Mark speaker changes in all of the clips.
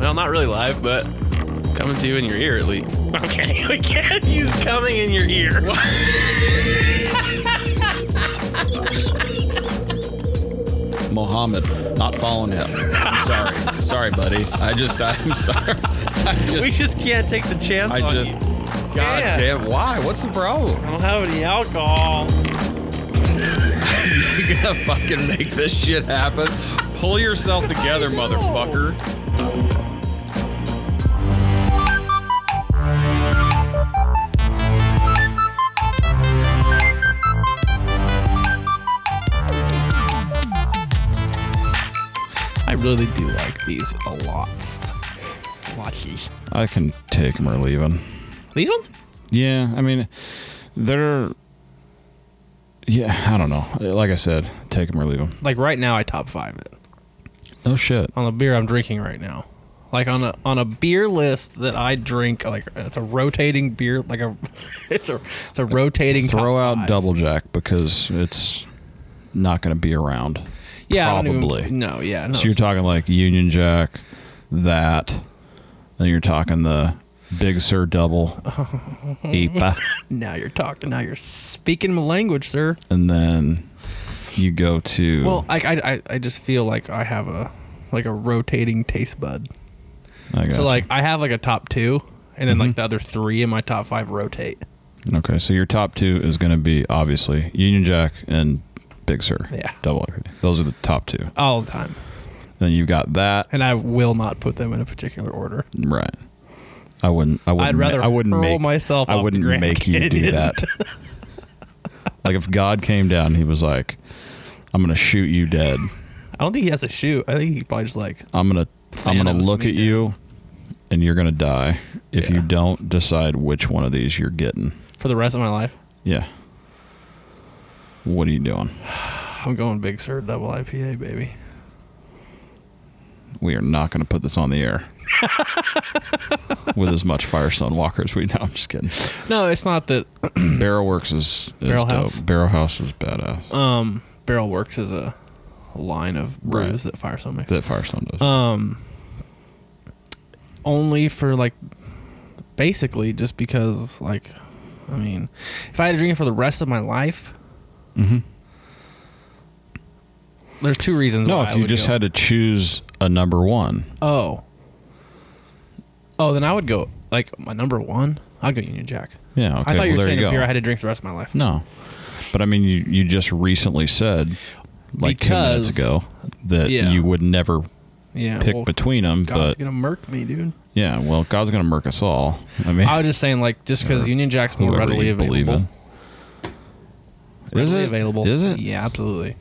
Speaker 1: Well, not really live, but coming to you in your ear at least.
Speaker 2: Okay, we can't use coming in your ear.
Speaker 3: Mohammed, not following him. Sorry, sorry, buddy. I just, I'm sorry. I
Speaker 2: We
Speaker 3: just,
Speaker 2: just can't take the chance.
Speaker 3: I
Speaker 2: on
Speaker 3: just.
Speaker 2: you.
Speaker 3: God
Speaker 2: Yeah.
Speaker 3: damn! Why? What's the problem?
Speaker 2: I don't have any alcohol.
Speaker 3: You gotta fucking make this shit happen. Pull yourself together, motherfucker.
Speaker 4: I really do like these a lot. Watchies.
Speaker 3: I can take him or leave him.
Speaker 4: These ones?
Speaker 3: Yeah, I mean, they're. Yeah, I don't know. Like I said, take him or leave him.
Speaker 4: Like right now, I top five it
Speaker 3: No shit.
Speaker 4: on the beer I'm drinking right now. Like on a on a beer list that I drink, like it's a rotating beer, like a it's a it's a rotating.
Speaker 3: Throw
Speaker 4: top
Speaker 3: out
Speaker 4: five.
Speaker 3: double jack because it's not going to be around.
Speaker 4: Yeah, I don't even-
Speaker 3: probably.
Speaker 4: no, yeah, no.
Speaker 3: So you're talking like Union Jack, that, then you're talking the Big Sur double, IPA,
Speaker 4: now you're talking. Now you're speaking my language, sir.
Speaker 3: and then you go to
Speaker 4: Well, I, I I- I just feel like I have a like a rotating taste bud.
Speaker 3: I
Speaker 4: So
Speaker 3: gotcha. Mm-hmm.
Speaker 4: like I have like a top two, and then like the other three in my top five rotate.
Speaker 3: okay, so your top two is going to be obviously Union Jack and Big Sur,
Speaker 4: Yeah.
Speaker 3: double IPA. Those are the top two.
Speaker 4: all the time,
Speaker 3: Then you've got that,
Speaker 4: and I will not put them in a particular order.
Speaker 3: right? I wouldn't. I wouldn't.
Speaker 4: I'd rather
Speaker 3: I wouldn't
Speaker 4: hurl
Speaker 3: make
Speaker 4: myself
Speaker 3: I
Speaker 4: off the
Speaker 3: wouldn't
Speaker 4: Grand
Speaker 3: make you do
Speaker 4: Canyon.
Speaker 3: that. like if God came down, and he was like, "I'm going to shoot you dead."
Speaker 4: I don't think he has a shoot. I think he probably just like
Speaker 3: I'm gonna I'm gonna
Speaker 4: Thanos
Speaker 3: look
Speaker 4: me
Speaker 3: at you, and you're gonna die if you
Speaker 4: Yeah.
Speaker 3: don't decide which one of these you're getting.
Speaker 4: for the rest of my life.
Speaker 3: Yeah. What are you doing?
Speaker 4: I'm going Big Sur Double IPA, baby.
Speaker 3: We are not gonna put this on the air with as much Firestone Walker as we know. I'm just kidding.
Speaker 4: No, it's not that.
Speaker 3: Barrel Works is, is
Speaker 4: Mm. Barrel
Speaker 3: dope.
Speaker 4: House?
Speaker 3: Barrel House is badass.
Speaker 4: Um, Barrel Works is a line of
Speaker 3: Right.
Speaker 4: brews that Firestone makes.
Speaker 3: that Firestone does.
Speaker 4: Um, only for like, basically just because like, I mean, if I had to drink it for the rest of my life,
Speaker 3: Mhm.
Speaker 4: there's two reasons.
Speaker 3: No,
Speaker 4: why
Speaker 3: if
Speaker 4: I
Speaker 3: you
Speaker 4: would
Speaker 3: just
Speaker 4: go.
Speaker 3: had to choose a number one,
Speaker 4: Oh. Oh, then I would go like my number one. I'd go Union Jack.
Speaker 3: yeah. Okay,
Speaker 4: I thought
Speaker 3: well,
Speaker 4: you were
Speaker 3: there
Speaker 4: saying
Speaker 3: you
Speaker 4: a
Speaker 3: go.
Speaker 4: beer I had to drink the rest of my life.
Speaker 3: No, but I mean, you you just recently said like two minutes
Speaker 4: Because-
Speaker 3: ago that
Speaker 4: Yeah.
Speaker 3: you would never
Speaker 4: Yeah,
Speaker 3: pick
Speaker 4: well,
Speaker 3: between them,
Speaker 4: God's
Speaker 3: but
Speaker 4: gonna murk me, dude.
Speaker 3: yeah, well, God's gonna murk us all. I mean,
Speaker 4: I was just saying, like, just because
Speaker 3: Or
Speaker 4: Union Jack's more
Speaker 3: whoever
Speaker 4: readily
Speaker 3: you believe
Speaker 4: available,
Speaker 3: in. Is
Speaker 4: readily
Speaker 3: it
Speaker 4: available?
Speaker 3: Is it?
Speaker 4: Yeah, absolutely.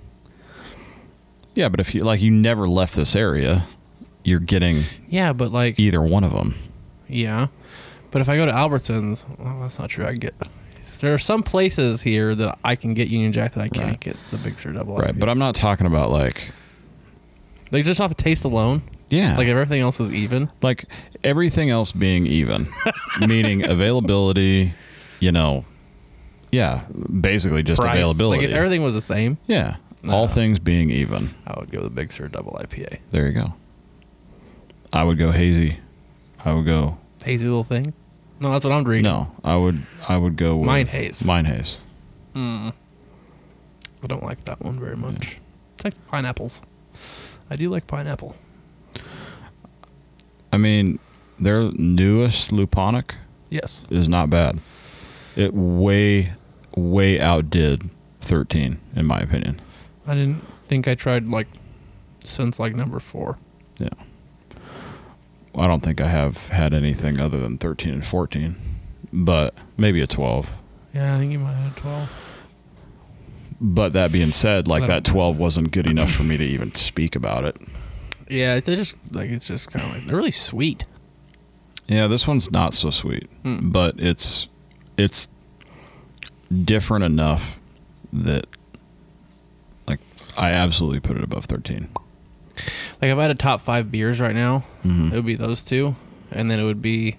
Speaker 3: Yeah, but if you like, you never left this area, you're getting
Speaker 4: Yeah, but like,
Speaker 3: either one of them.
Speaker 4: yeah, but if I go to Albertsons, well, that's not true. I get there are some places here that I can get Union Jack that I can't
Speaker 3: Right.
Speaker 4: get the Big Sur Double.
Speaker 3: Right,
Speaker 4: IPA.
Speaker 3: but I'm not talking about like
Speaker 4: like just off the taste alone,
Speaker 3: yeah,
Speaker 4: like if everything else was even,
Speaker 3: like everything else being even, meaning availability, you know, yeah, basically just
Speaker 4: price,
Speaker 3: availability.
Speaker 4: Like if everything was the same,
Speaker 3: yeah,
Speaker 4: No.
Speaker 3: all things being even.
Speaker 4: I would go the Big Sur Double IPA.
Speaker 3: There you go. I would go hazy. I would go
Speaker 4: Hazy little thing. No, that's what I'm drinking.
Speaker 3: no. I would I would go with
Speaker 4: Mine haze.
Speaker 3: Mine haze.
Speaker 4: Mm. I don't like that one very much. It's like pineapples. I do like pineapple.
Speaker 3: I mean, their newest Luponic
Speaker 4: Yes.
Speaker 3: is not bad. It way way outdid thirteen in my opinion.
Speaker 4: I didn't think I tried like since like number four.
Speaker 3: Yeah. I don't think I have had anything other than thirteen and fourteen, but maybe a twelve.
Speaker 4: Yeah, I think you might have had twelve.
Speaker 3: But that being said, like that
Speaker 4: that-
Speaker 3: twelve wasn't good enough for me to even speak about it.
Speaker 4: Yeah, they just like it's just kind of like they're really sweet.
Speaker 3: Yeah, this one's not so sweet,
Speaker 4: Mm.
Speaker 3: but it's it's different enough that like I absolutely put it above 13.
Speaker 4: Like if I had a top five beers right now,
Speaker 3: Mhm.
Speaker 4: it would be those two, and then it would be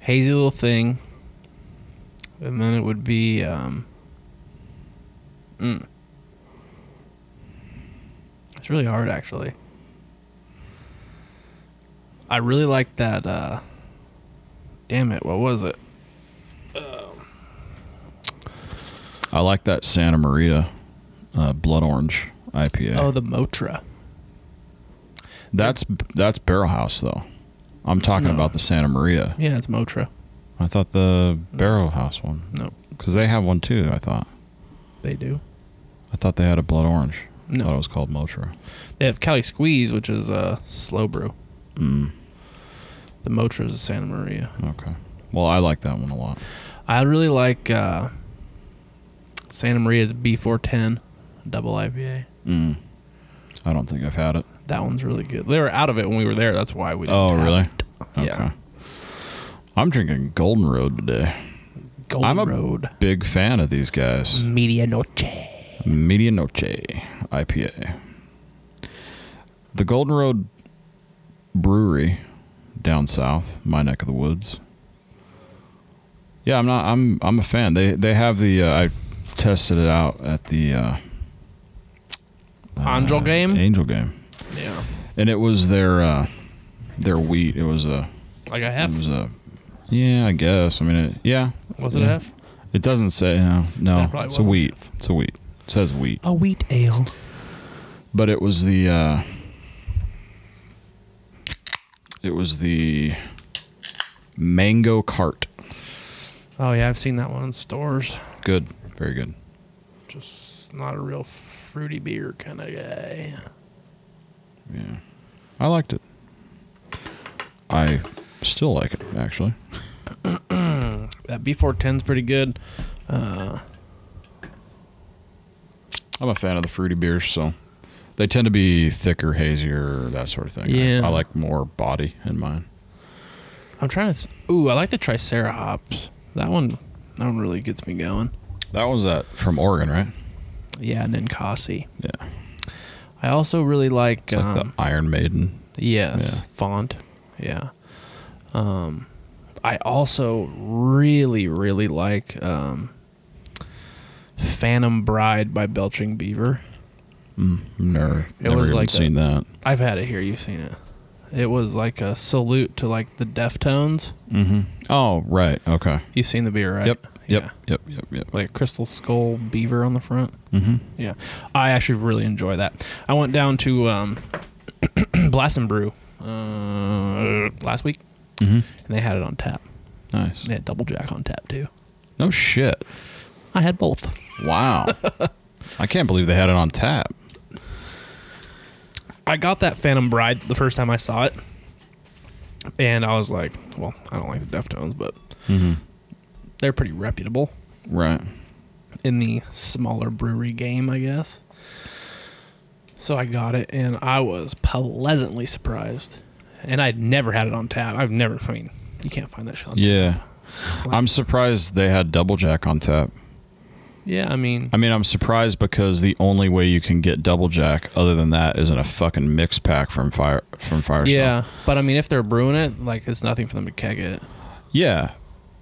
Speaker 4: hazy little thing, and then it would be um. Mm. It's really hard, actually. I really like that. Uh, damn it, what was it?
Speaker 3: I like that Santa Maria uh, blood orange IPA.
Speaker 4: Oh, the Motra.
Speaker 3: that's that's Barrel House though. I'm talking
Speaker 4: No.
Speaker 3: about the Santa Maria.
Speaker 4: Yeah, it's Motra.
Speaker 3: I thought the Barrel House one
Speaker 4: No,
Speaker 3: because they have one too. I thought
Speaker 4: they do.
Speaker 3: I thought they had a blood orange.
Speaker 4: No.
Speaker 3: thought it was called Motra.
Speaker 4: They have Cali Squeeze, which is uh, slow brew.
Speaker 3: Mm,
Speaker 4: The Motra is a Santa Maria.
Speaker 3: okay. Well, I like that one a lot.
Speaker 4: I really like uh, Santa Maria's B410 double IPA.
Speaker 3: Mm. I don't think I've had it.
Speaker 4: That one's really good. They were out of it when we were there. That's why we. Didn't
Speaker 3: Oh,
Speaker 4: have
Speaker 3: really?
Speaker 4: it. Yeah.
Speaker 3: I'm drinking Golden Road today.
Speaker 4: Golden
Speaker 3: I'm a-
Speaker 4: Road.
Speaker 3: Big fan of these guys.
Speaker 4: Media Noche.
Speaker 3: Medianoche IPA. The Golden Road Brewery down south, my neck of the woods. Yeah, I'm not. I'm I'm a fan. They they have the. Uh, I tested it out at the uh,
Speaker 4: Angel game?
Speaker 3: Angel game,
Speaker 4: Yeah.
Speaker 3: and it was their uh, their wheat. It was a.
Speaker 4: Like a
Speaker 3: It
Speaker 4: F.
Speaker 3: was a. Yeah, I guess. I mean, it, yeah.
Speaker 4: Was it
Speaker 3: Mm-hmm. yeah.
Speaker 4: a F?
Speaker 3: It doesn't say no. No,
Speaker 4: That probably
Speaker 3: it's a
Speaker 4: wasn't
Speaker 3: wheat. It's a wheat. It says wheat.
Speaker 4: A wheat ale.
Speaker 3: but it was the uh it was the mango cart
Speaker 4: Oh yeah, I've seen that one in stores.
Speaker 3: good very good
Speaker 4: Just not a real fruity beer kind of guy.
Speaker 3: yeah i liked it i still like it actually
Speaker 4: That B410's pretty good. Uh,
Speaker 3: i'm a fan of the fruity beers so they tend to be thicker hazier that sort of thing I-
Speaker 4: Yeah.
Speaker 3: I, like more body in mine
Speaker 4: I'm trying to. Th- Ooh, I like the Tricera hops. That one, that one really gets me going.
Speaker 3: that was that from oregon right
Speaker 4: Yeah, and then Kasi.
Speaker 3: yeah
Speaker 4: I also really like.
Speaker 3: it's like
Speaker 4: um,
Speaker 3: the iron maiden
Speaker 4: Yes,
Speaker 3: Yeah.
Speaker 4: font. Yeah. Um, I also really, really like um, Phantom Bride by Belching Beaver.
Speaker 3: never, never
Speaker 4: was
Speaker 3: even
Speaker 4: like a-
Speaker 3: seen that
Speaker 4: I've had it here. You've seen it. It was like a salute to like the Deftones.
Speaker 3: mm-hmm. oh right okay
Speaker 4: You've seen the beer, right?
Speaker 3: yep yep
Speaker 4: Yeah.
Speaker 3: yep yep yep
Speaker 4: Like a crystal skull beaver on the front.
Speaker 3: mm-hmm.
Speaker 4: Yeah, I actually really enjoy that. I went down to um, Blassen Brew uh, last week,
Speaker 3: Mm-hmm.
Speaker 4: and they had it on tap.
Speaker 3: Nice.
Speaker 4: They had Double Jack on tap too.
Speaker 3: No shit.
Speaker 4: I had both.
Speaker 3: Wow. I can't believe they had it on tap.
Speaker 4: I got that Phantom Bride the first time I saw it, and I was like, "Well, I don't like the Deftones, but Mm-hmm. they're pretty reputable
Speaker 3: Right.
Speaker 4: in the smaller brewery game, I guess." So I got it, and I was pleasantly surprised. And I'd never had it on tap. I've never. I mean, you can't find that shit. On
Speaker 3: Yeah. I'm surprised they had Double Jack on tap.
Speaker 4: Tap. Yeah. I mean,
Speaker 3: I mean, I'm surprised because the only way you can get Double Jack other than that is in a fucking mix pack from Fire from Firestone.
Speaker 4: yeah. But I mean, if they're brewing it, like it's nothing for them to keg it.
Speaker 3: Yeah.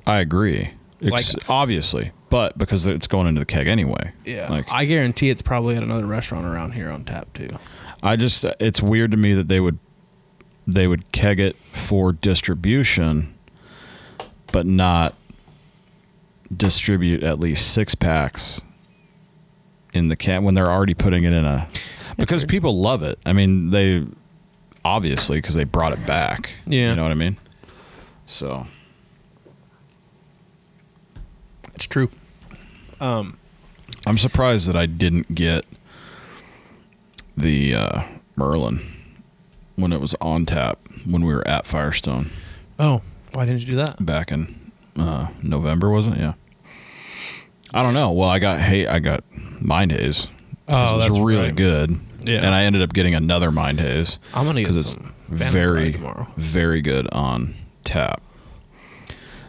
Speaker 3: I agree. Ex-
Speaker 4: Like-
Speaker 3: obviously, but because it's going into the keg anyway.
Speaker 4: Yeah.
Speaker 3: Like
Speaker 4: I guarantee it's probably at another restaurant around here on tap too.
Speaker 3: I just it's weird to me that they would they would keg it for distribution but not distribute at least six packs in the can when they're already putting it in a because
Speaker 4: weird.
Speaker 3: people love it. I mean, they obviously cuz they brought it back.
Speaker 4: Yeah.
Speaker 3: You know what I mean? So,
Speaker 4: It's true.
Speaker 3: I'm surprised that I didn't get the uh, Merlin when it was on tap when we were at Firestone.
Speaker 4: Oh, why didn't you do that?
Speaker 3: back in uh, November, was it? Yeah. I don't know. Well, I got hate. I got mind haze. 'cause
Speaker 4: Oh,
Speaker 3: it was
Speaker 4: that's
Speaker 3: really
Speaker 4: right.
Speaker 3: good.
Speaker 4: Yeah.
Speaker 3: and I ended up getting another mind haze
Speaker 4: I'm gonna get
Speaker 3: because it's
Speaker 4: some Phantom
Speaker 3: very,
Speaker 4: Pride tomorrow.
Speaker 3: very good on tap.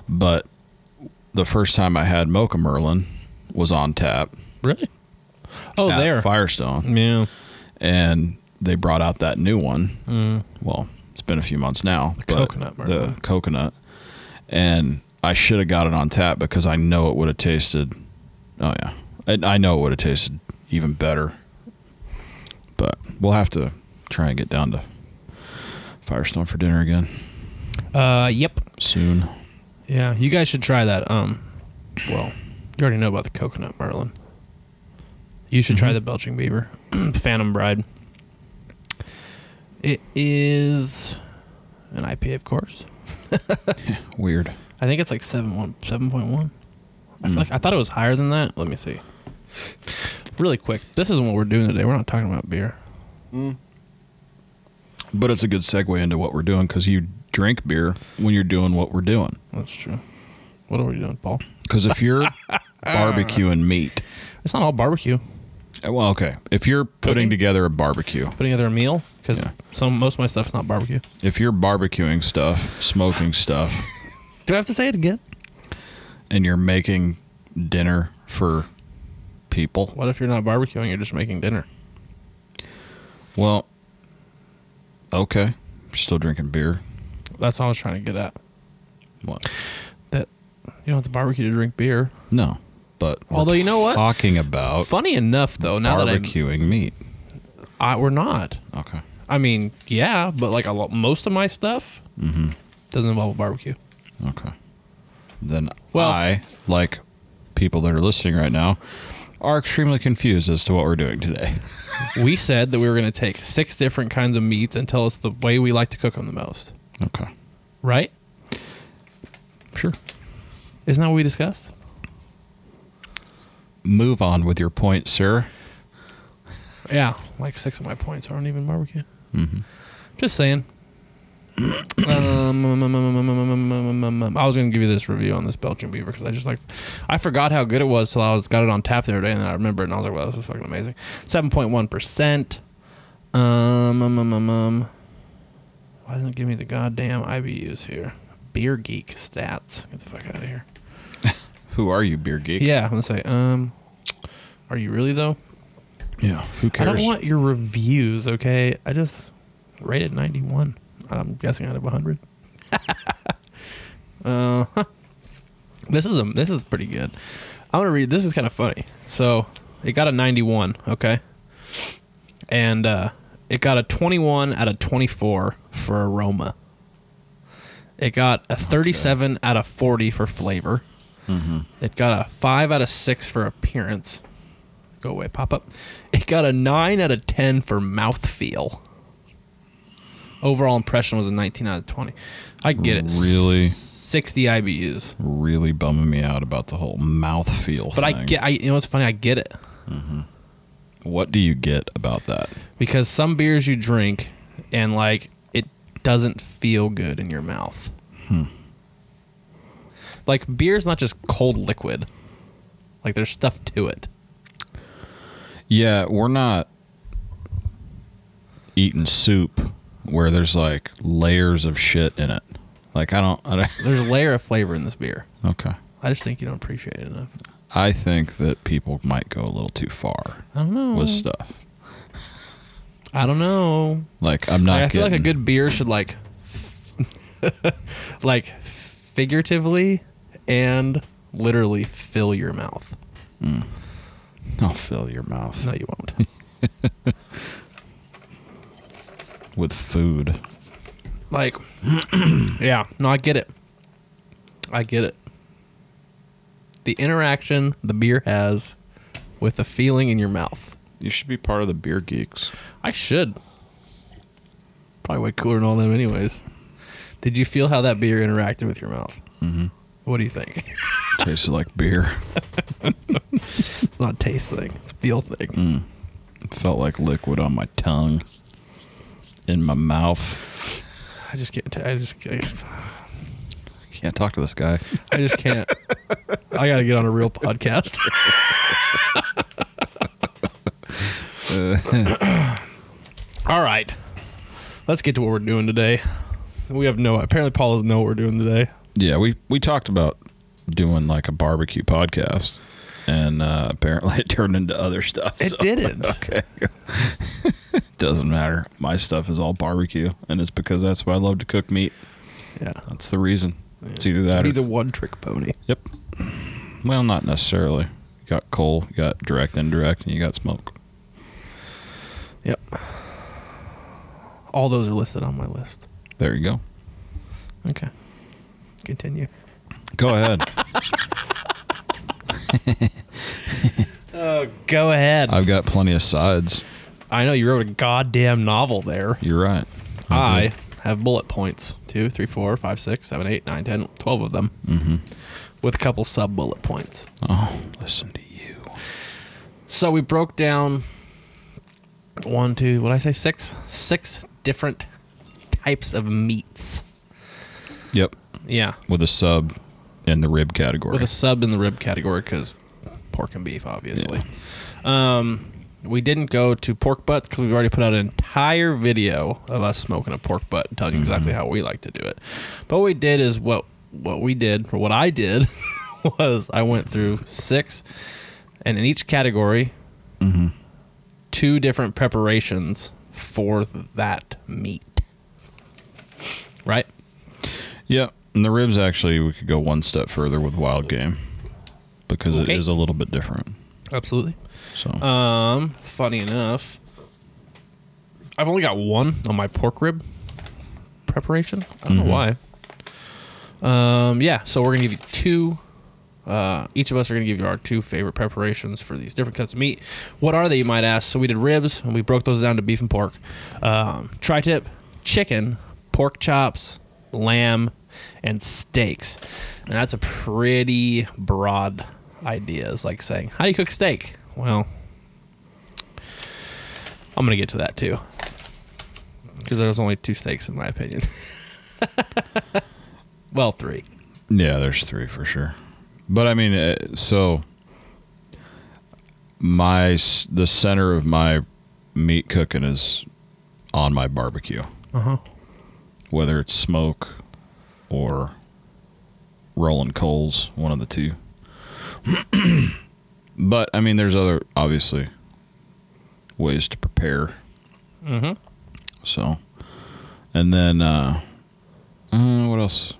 Speaker 3: But the first time I had Mocha Merlin was on tap
Speaker 4: Really? Oh,
Speaker 3: at
Speaker 4: there.
Speaker 3: Firestone,
Speaker 4: yeah.
Speaker 3: and they brought out that new one well, it's been a few months now, but
Speaker 4: coconut bourbon.
Speaker 3: the coconut, and I should have got it on tap because I know it would have tasted. Oh yeah, I, I know it would have tasted even better. But we'll have to try and get down to Firestone for dinner again
Speaker 4: Uh, yep.
Speaker 3: soon.
Speaker 4: Yeah, you guys should try that. Um, well, you already know about the coconut marlin. You should try the belching beaver, Phantom Bride. It is an IPA, of course.
Speaker 3: Weird.
Speaker 4: I think it's like seven one seven point one. I feel like I thought it was higher than that. Let me see. Really quick. This isn't what we're doing today. We're not talking about beer.
Speaker 3: But it's a good segue into what we're doing because you drink beer when you're doing what we're doing.
Speaker 4: That's true. What are we doing, Paul?
Speaker 3: Because if you're barbecuing meat,
Speaker 4: It's not all barbecue.
Speaker 3: Uh, well, okay. If you're putting
Speaker 4: Cooking?
Speaker 3: together a barbecue,
Speaker 4: Putting together a meal because
Speaker 3: Yeah.
Speaker 4: some most of my stuff's not barbecue.
Speaker 3: if you're barbecuing stuff, smoking stuff,
Speaker 4: Do I have to say it again?
Speaker 3: and you're making dinner for people,
Speaker 4: What if you're not barbecuing? You're just making dinner.
Speaker 3: well, okay. Still drinking beer.
Speaker 4: That's all I was trying to get at.
Speaker 3: What?
Speaker 4: That you don't have to barbecue to drink beer.
Speaker 3: No. But we're
Speaker 4: Although you know what?
Speaker 3: talking about
Speaker 4: Funny enough, though, now that
Speaker 3: barbecuing meat.
Speaker 4: I'm, I we're not.
Speaker 3: Okay.
Speaker 4: I mean, yeah, but like a lot, most of my stuff doesn't involve a barbecue.
Speaker 3: Okay. Then
Speaker 4: Well-
Speaker 3: I, like people that are listening right now, are extremely confused as to what we're doing today.
Speaker 4: we said that we were going to take six different kinds of meats and tell us the way we like to cook them the most,
Speaker 3: Okay.
Speaker 4: right?
Speaker 3: Sure.
Speaker 4: Isn't that what we discussed?
Speaker 3: Move on with your point, sir.
Speaker 4: Yeah, like six of my points aren't even barbecue. Just saying. um, um, um, um, um, um, um, um, um, um, um, um. I was gonna give you this review on this Belgian beaver because I just like, I forgot how good it was till I was got it on tap the other day and then I remember it and I was like, wow, this is fucking amazing. Seven point one percent. Um, um, um, um, um. Why doesn't it give me the goddamn IBUs here? Beer geek stats. Get the fuck out of here.
Speaker 3: Who are you, beer geek?
Speaker 4: Yeah, I'm gonna say. Um, are you really though?
Speaker 3: Yeah. Who
Speaker 4: I
Speaker 3: cares?
Speaker 4: don't want your reviews, okay? I just rated 91. I'm guessing out of 100. uh, huh. This is a this is pretty good. I'm gonna read. This is kind of funny. So it got a 91, okay, and uh, it got a 21 out of 24 for aroma. It got a 37 out of 40 for flavor. It got a five out of six for appearance go away pop up. It got a 9 out of 10 for mouthfeel. Overall impression was a 19 out of 20. I get it.
Speaker 3: Really?
Speaker 4: 60 IBUs.
Speaker 3: really bumming me out about the whole mouth feel
Speaker 4: But I get I you know what's funny? I get it.
Speaker 3: What do you get about that?
Speaker 4: Because some beers you drink and like it doesn't feel good in your mouth. Like beer's not just cold liquid. Like there's stuff to it.
Speaker 3: Yeah, we're not eating soup where there's like layers of shit in it. Like I don't. I don't
Speaker 4: There's a layer of flavor in this beer.
Speaker 3: okay.
Speaker 4: I just think you don't appreciate it enough.
Speaker 3: I think that people might go a little too far
Speaker 4: I don't know.
Speaker 3: with stuff.
Speaker 4: I don't know.
Speaker 3: Like I'm not.
Speaker 4: Like, I feel like a
Speaker 3: getting-
Speaker 4: good beer should like, like figuratively and literally fill your mouth.
Speaker 3: I'll fill your mouth
Speaker 4: No, you won't.
Speaker 3: with food.
Speaker 4: like, yeah, no, I get it. I get it. The interaction the beer has with the feeling in your mouth.
Speaker 3: You should be part of the beer geeks.
Speaker 4: I should. Probably way cooler than all them, anyways. Did you feel how that beer interacted with your mouth? Mm-hmm. What do you think?
Speaker 3: Tasted like beer.
Speaker 4: it's not a taste thing; it's a feel thing.
Speaker 3: Felt like liquid on my tongue, in my mouth.
Speaker 4: I just can't. I just. I just-
Speaker 3: Can't talk to this guy.
Speaker 4: I just can't. I gotta get on a real podcast.
Speaker 3: Uh,
Speaker 4: All right, let's get to what we're doing today. We have no. Apparently, Paul doesn't know what we're doing today.
Speaker 3: Yeah, we we talked about doing like a barbecue podcast, and uh, apparently it turned into other stuff. so-
Speaker 4: didn't.
Speaker 3: Okay. Doesn't matter. My stuff is all barbecue, and it's because that's why I love to cook meat.
Speaker 4: Yeah,
Speaker 3: That's the reason. It's either that
Speaker 4: he's
Speaker 3: or
Speaker 4: a one-trick pony.
Speaker 3: yep. Well, not necessarily. You got coal, you got direct, indirect, and you got smoke.
Speaker 4: Yep. All those are listed on my list.
Speaker 3: There you go.
Speaker 4: Okay. Continue.
Speaker 3: Go ahead.
Speaker 4: Uh, Go ahead.
Speaker 3: I've got plenty of sides.
Speaker 4: I know you wrote a goddamn novel there.
Speaker 3: You're right.
Speaker 4: I
Speaker 3: did.
Speaker 4: have bullet points. Two, three, four, five, six, seven, eight, nine, ten, twelve of them. Mm-hmm. With a couple sub bullet points.
Speaker 3: Oh, listen to you.
Speaker 4: So we broke down one, two, what did I say? Six? Six different types of meats.
Speaker 3: Yep.
Speaker 4: Yeah.
Speaker 3: With a sub in the rib category.
Speaker 4: With a sub in the rib category because pork and beef, obviously. Um, we didn't go to pork butts because we've already put out an entire video of us smoking a pork butt and telling you exactly how we like to do it. But what we did is what what we did, or what I did, was I went through six, and in each category, two different preparations for that meat. Right?
Speaker 3: yep. And the ribs actually we could go one step further with wild game. Because
Speaker 4: Okay.
Speaker 3: it is a little bit different.
Speaker 4: Absolutely.
Speaker 3: So
Speaker 4: Um, funny enough, I've only got one on my pork rib preparation. I don't know why. Um, yeah, so we're gonna give you two. Uh, each of us are gonna give you our two favorite preparations for these different cuts of meat. What are they, you might ask? So we did ribs, and we broke those down to beef and pork. Um, tri-tip, chicken, pork chops, lamb, and steaks. And that's a pretty broad idea. It's like saying, "How do you cook steak?" Well, I'm gonna get to that too, because there's only two steaks in my opinion. well, three.
Speaker 3: Yeah, there's three for sure. But I mean, uh, so my s- the center of my meat cooking is on my barbecue,
Speaker 4: Uh huh.
Speaker 3: whether it's smoke or rolling coals, one of the two. but I mean, there's other obviously ways to prepare.
Speaker 4: Mhm.
Speaker 3: So, and then uh, uh, what else?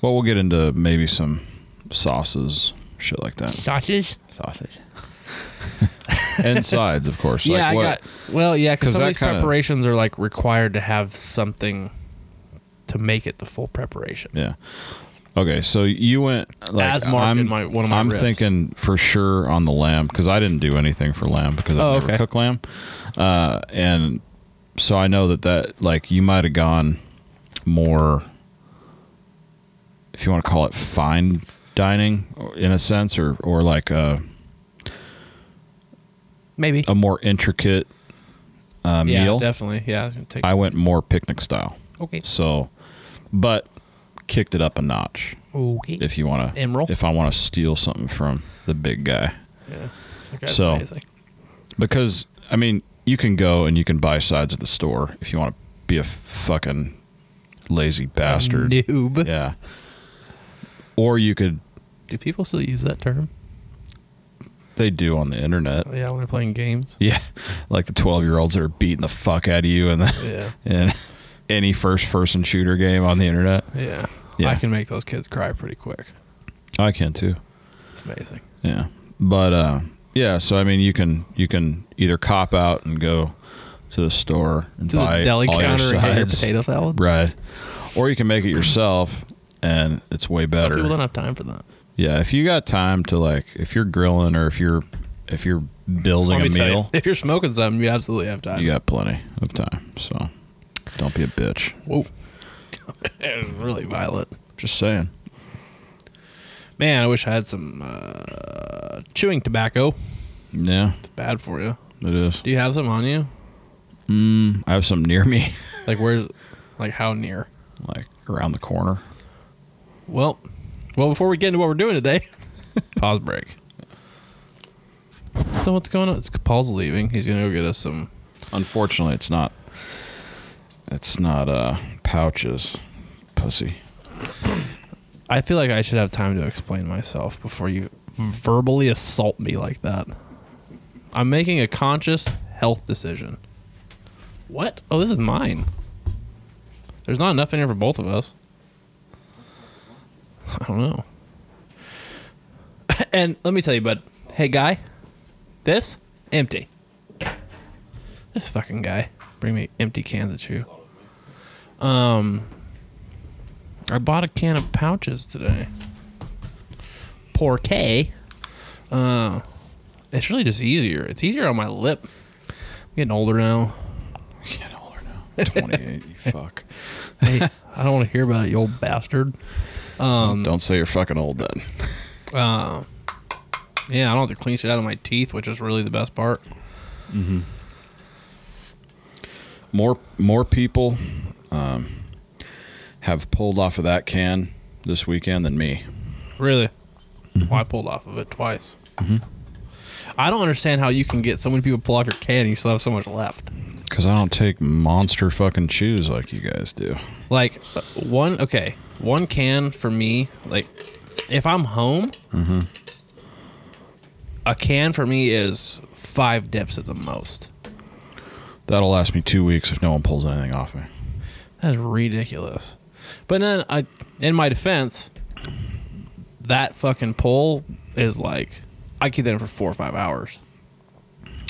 Speaker 3: Well, we'll get into maybe some sauces, shit like that.
Speaker 4: Sausages.
Speaker 3: Sausage. and sides, of course.
Speaker 4: yeah,
Speaker 3: like
Speaker 4: I
Speaker 3: what-
Speaker 4: got. Well, yeah,
Speaker 3: 'Cause
Speaker 4: because some
Speaker 3: that
Speaker 4: of these
Speaker 3: kinda-
Speaker 4: preparations are like required to have something to make it the full preparation.
Speaker 3: Yeah. Okay, so you went like,
Speaker 4: As marked
Speaker 3: I'm,
Speaker 4: in my- one of my
Speaker 3: I'm
Speaker 4: ribs.
Speaker 3: thinking for sure on the lamb because I didn't do anything for lamb because I
Speaker 4: Oh,
Speaker 3: never
Speaker 4: okay.
Speaker 3: cook lamb, uh, and so I know that that like you might have gone more, if you want to call it fine dining or- in a sense, or or like a,
Speaker 4: Maybe.
Speaker 3: a more intricate uh,
Speaker 4: yeah,
Speaker 3: meal.
Speaker 4: definitely. Yeah, I was gonna take.
Speaker 3: I went more picnic style,
Speaker 4: Okay.
Speaker 3: so but kicked it up a notch.
Speaker 4: Okay.
Speaker 3: if you want to
Speaker 4: Emerald?
Speaker 3: if I want to steal something from the big guy
Speaker 4: yeah. Okay,
Speaker 3: So-
Speaker 4: amazing.
Speaker 3: because I mean you can go and you can buy sides at the store if you want to be a fucking lazy bastard
Speaker 4: Noob.
Speaker 3: yeah or you could
Speaker 4: Do people still use that term?
Speaker 3: they do on the internet
Speaker 4: Yeah, when they're playing games.
Speaker 3: yeah like the 12 year olds that are beating the fuck out of you and the
Speaker 4: Yeah.
Speaker 3: and any first person shooter game on the internet
Speaker 4: Yeah.
Speaker 3: Yeah.
Speaker 4: I can make those kids cry pretty quick.
Speaker 3: I can too
Speaker 4: It's amazing.
Speaker 3: Yeah. But uh yeah, so I mean you can you can either cop out and go to the store and
Speaker 4: To
Speaker 3: buy
Speaker 4: the deli
Speaker 3: all
Speaker 4: counter
Speaker 3: your
Speaker 4: and get your
Speaker 3: sides.
Speaker 4: potato salad.
Speaker 3: Right. Or you can make it yourself and it's way
Speaker 4: Some
Speaker 3: better.
Speaker 4: people don't have time for that.
Speaker 3: yeah, if you got time to like if you're grilling or if you're if you're building a meal,
Speaker 4: if you're smoking something, you absolutely have time.
Speaker 3: you got plenty of time. So don't be a bitch.
Speaker 4: Whoa. it was really violent.
Speaker 3: Just saying.
Speaker 4: Man, I wish I had some uh, chewing tobacco.
Speaker 3: Yeah,
Speaker 4: It's bad for you.
Speaker 3: it is.
Speaker 4: Do you have some on you?
Speaker 3: Mm, I have some near me,
Speaker 4: Like where's like how near?
Speaker 3: like around the corner.
Speaker 4: Well well before we get into what we're doing today. pause break. So what's going on? It's Paul's leaving. He's gonna go get us some
Speaker 3: Unfortunately, it's not. It's not uh pouches, pussy.
Speaker 4: I feel like I should have time to explain myself before you verbally assault me like that. I'm making a conscious health decision. What? Oh, this is mine. There's not enough in here for both of us. I don't know. And let me tell you, bud. Hey, guy. This? Empty. This fucking guy. Bring me empty cans of chew. I bought a can of pouches today. Porque, uh, it's really just easier. It's easier on my lip. I'm getting older now.
Speaker 3: Get older now. 28, you fuck.
Speaker 4: Hey, I don't want to hear about it, you old bastard. Um,
Speaker 3: Don't say you're fucking old then.
Speaker 4: Uh, yeah, I don't have to clean shit out of my teeth, which is really the best part.
Speaker 3: More more people um, have pulled off of that can this weekend than me.
Speaker 4: Really? Well, I pulled off of it twice. I don't understand how you can get so many people pull off your can and you still have so much left.
Speaker 3: Because I don't take monster fucking chews like you guys do.
Speaker 4: Like uh, one, okay, one can for me. Like if I'm home, a can for me is five dips at the most.
Speaker 3: That'll last me two weeks if no one pulls anything off me.
Speaker 4: That's ridiculous. But then, I, in my defense, that fucking pull is like I keep that in for four or five hours.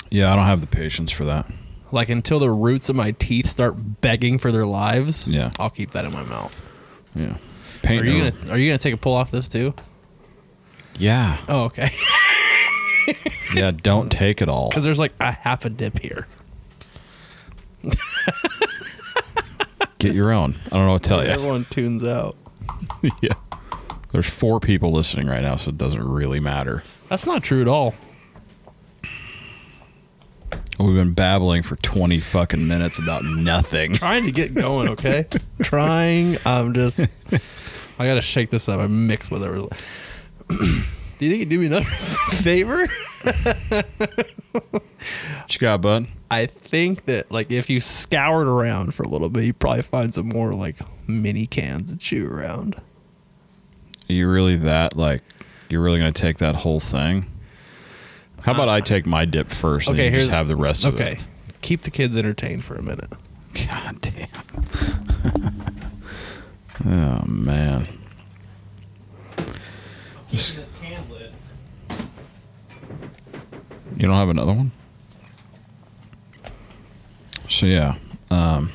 Speaker 3: Yeah, I don't have the patience for that.
Speaker 4: Like until the roots of my teeth start begging for their lives.
Speaker 3: Yeah.
Speaker 4: I'll keep that in my mouth.
Speaker 3: Yeah.
Speaker 4: Are
Speaker 3: Paint
Speaker 4: you
Speaker 3: over.
Speaker 4: gonna Are you gonna take a pull off this too?
Speaker 3: Yeah.
Speaker 4: Oh, okay.
Speaker 3: Yeah, don't take it all.
Speaker 4: Because there's like a half a dip here.
Speaker 3: Get your own. I don't know what to
Speaker 4: Oh,
Speaker 3: tell you.
Speaker 4: Everyone tunes out.
Speaker 3: yeah. There's four people listening right now, so it doesn't really matter.
Speaker 4: That's not true at all.
Speaker 3: We've been babbling for 20 fucking minutes about nothing.
Speaker 4: Trying to get going, okay? Trying. I'm just. I gotta shake this up. I mixed with everything. do you think you'd do me another favor?
Speaker 3: What you got, bud?
Speaker 4: I think that like if you scoured around for a little bit, you probably find some more like mini cans to chew around.
Speaker 3: Are you really that, like, you're really going to take that whole thing? How about I take my dip first and
Speaker 4: okay,
Speaker 3: then you just
Speaker 4: here's-
Speaker 3: have the rest
Speaker 4: Okay,
Speaker 3: of it?
Speaker 4: keep the kids entertained for a minute.
Speaker 3: Okay. God damn. oh, man. Just- You don't have another one? So yeah, um,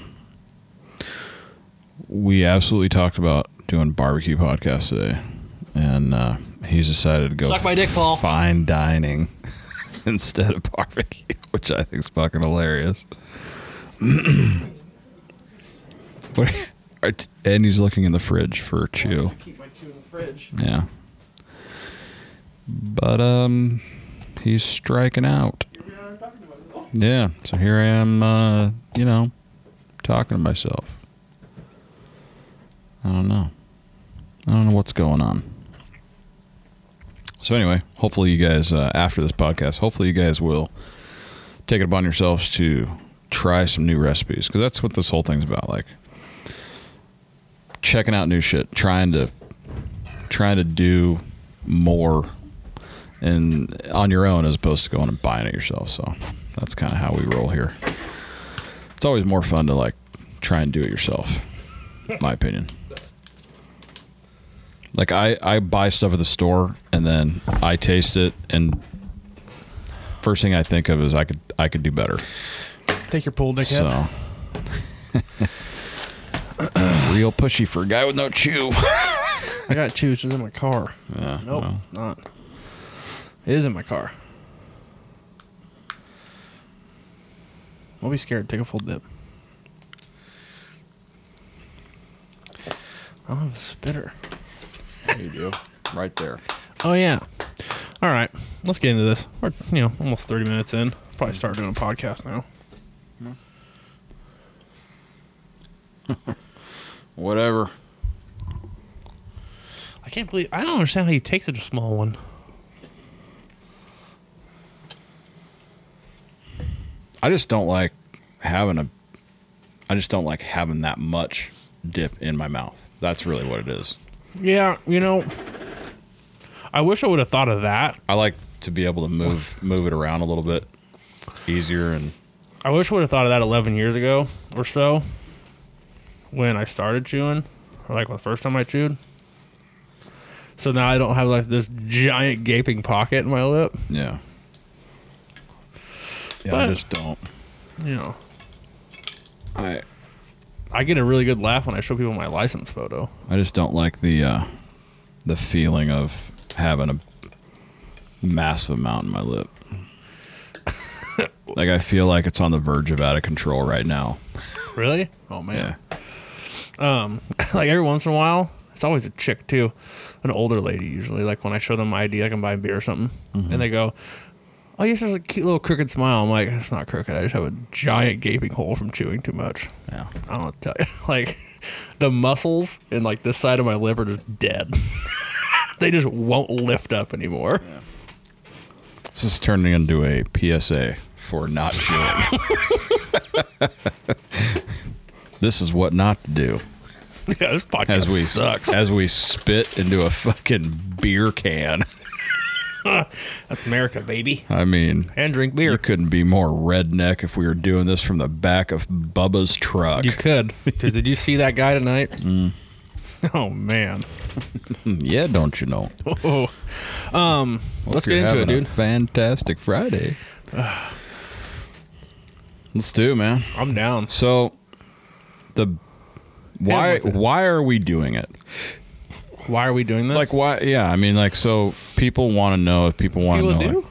Speaker 3: we absolutely talked about doing barbecue podcast today, and uh, he's decided to go
Speaker 4: Suck my dick, Paul.
Speaker 3: fine dining instead of barbecue, which I think is fucking hilarious. what? are- And he's looking in the fridge for chew.
Speaker 4: Keep my chew in the fridge.
Speaker 3: Yeah. But um he's striking out. Yeah, so here I am uh, you know, talking to myself. I don't know. I don't know what's going on. So anyway, hopefully you guys uh, after this podcast, hopefully you guys will take it upon yourselves to try some new recipes cuz that's what this whole thing's about like checking out new shit, trying to trying to do more and on your own as opposed to going and buying it yourself. So that's kind of how we roll here. It's always more fun to like try and do it yourself, in my opinion. Like I, I buy stuff at the store and then I taste it and first thing I think of is I could I could do better.
Speaker 4: Take your pull, dickhead.
Speaker 3: So real pushy for a guy with no chew.
Speaker 4: I got chew, which is in my car.
Speaker 3: Yeah,
Speaker 4: Nope,
Speaker 3: well.
Speaker 4: not. It is in my car. Don't be scared. Take a full dip. I don't have a spitter.
Speaker 3: you do. Right there.
Speaker 4: Oh yeah. All right, let's get into this. We're you know almost thirty minutes in. Probably start doing a podcast now.
Speaker 3: Whatever.
Speaker 4: I can't believe I don't understand how you take such a small one.
Speaker 3: I just don't like having a. I just don't like having that much dip in my mouth. That's really what it is.
Speaker 4: Yeah, you know. I wish I would have thought of that.
Speaker 3: I like to be able to move move it around a little bit easier and
Speaker 4: I wish I would have thought of that 11 years ago or so when I started chewing, or like the first time I chewed. So now I don't have like this giant gaping pocket in my lip.
Speaker 3: yeah. Yeah, I
Speaker 4: But-
Speaker 3: just don't.
Speaker 4: You know,
Speaker 3: I
Speaker 4: I get a really good laugh when I show people my license photo.
Speaker 3: I just don't like the uh, the feeling of having a massive amount in my lip. like I feel like it's on the verge of out of control right now.
Speaker 4: Really? Oh
Speaker 3: Yeah.
Speaker 4: man. like every once in a while, it's always a chick too, an older lady usually. Like when I show them my ID, I can buy a beer or something, and they go, "Oh, this is a cute little crooked smile." I'm like, "It's not crooked. I just have a giant gaping hole from chewing too much."
Speaker 3: Yeah.
Speaker 4: I don't know what to tell you. Like the muscles and like this side of my lip are just dead. they just won't lift up anymore.
Speaker 3: This is turning into a PSA for not chewing. this is what not to do
Speaker 4: Yeah, this podcast
Speaker 3: as we
Speaker 4: sucks.
Speaker 3: as we spit into a fucking beer can.
Speaker 4: That's America, baby.
Speaker 3: I mean,
Speaker 4: And drink
Speaker 3: you
Speaker 4: beer.
Speaker 3: couldn't be more redneck if we were doing this from the back of Bubba's truck.
Speaker 4: You could. 'Cause did you see that guy tonight? Oh man.
Speaker 3: yeah, don't you know?
Speaker 4: Oh. Um.
Speaker 3: Hope
Speaker 4: let's
Speaker 3: you're
Speaker 4: get into it,
Speaker 3: having a
Speaker 4: dude.
Speaker 3: fantastic Friday. Let's do, it, man.
Speaker 4: I'm down.
Speaker 3: So, the why
Speaker 4: with it.
Speaker 3: why are we doing it?
Speaker 4: Why are we doing this?
Speaker 3: Like why? Yeah, I mean, like so people want to know if people want to know.
Speaker 4: people do.
Speaker 3: like-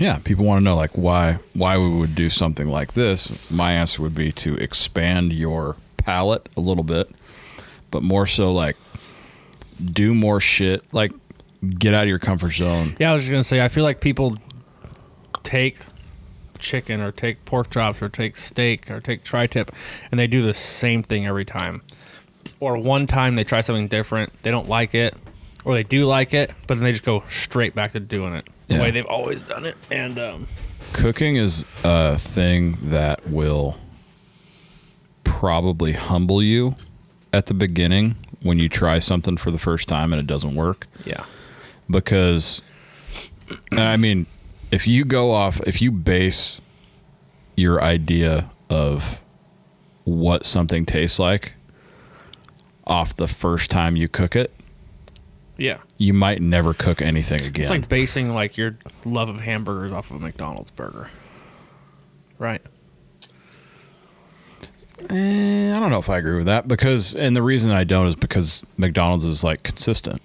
Speaker 3: yeah, people want to know like why why we would do something like this. My answer would be to expand your palette a little bit, but more so like do more shit. Like get out of your comfort zone.
Speaker 5: Yeah, I was just gonna say. I feel like
Speaker 4: people take chicken or take pork chops or take steak or take tri-tip and they do the same thing every time or one time they try something different they don't like it or they do like it but then they just go straight back to doing it the
Speaker 3: Yeah.
Speaker 4: way they've always done it and um
Speaker 3: Cooking is a thing that will probably humble you at the beginning when you try something for the first time and it doesn't work.
Speaker 4: yeah
Speaker 3: because I mean, if you go off, if you base your idea of what something tastes like off the first time you cook it,
Speaker 4: yeah
Speaker 3: you might never cook anything again.
Speaker 4: it's like basing like your love of hamburgers off of a mcdonald's burger right
Speaker 3: Eh, I don't know if I agree with that because, and the reason I don't is because McDonald's is like consistent.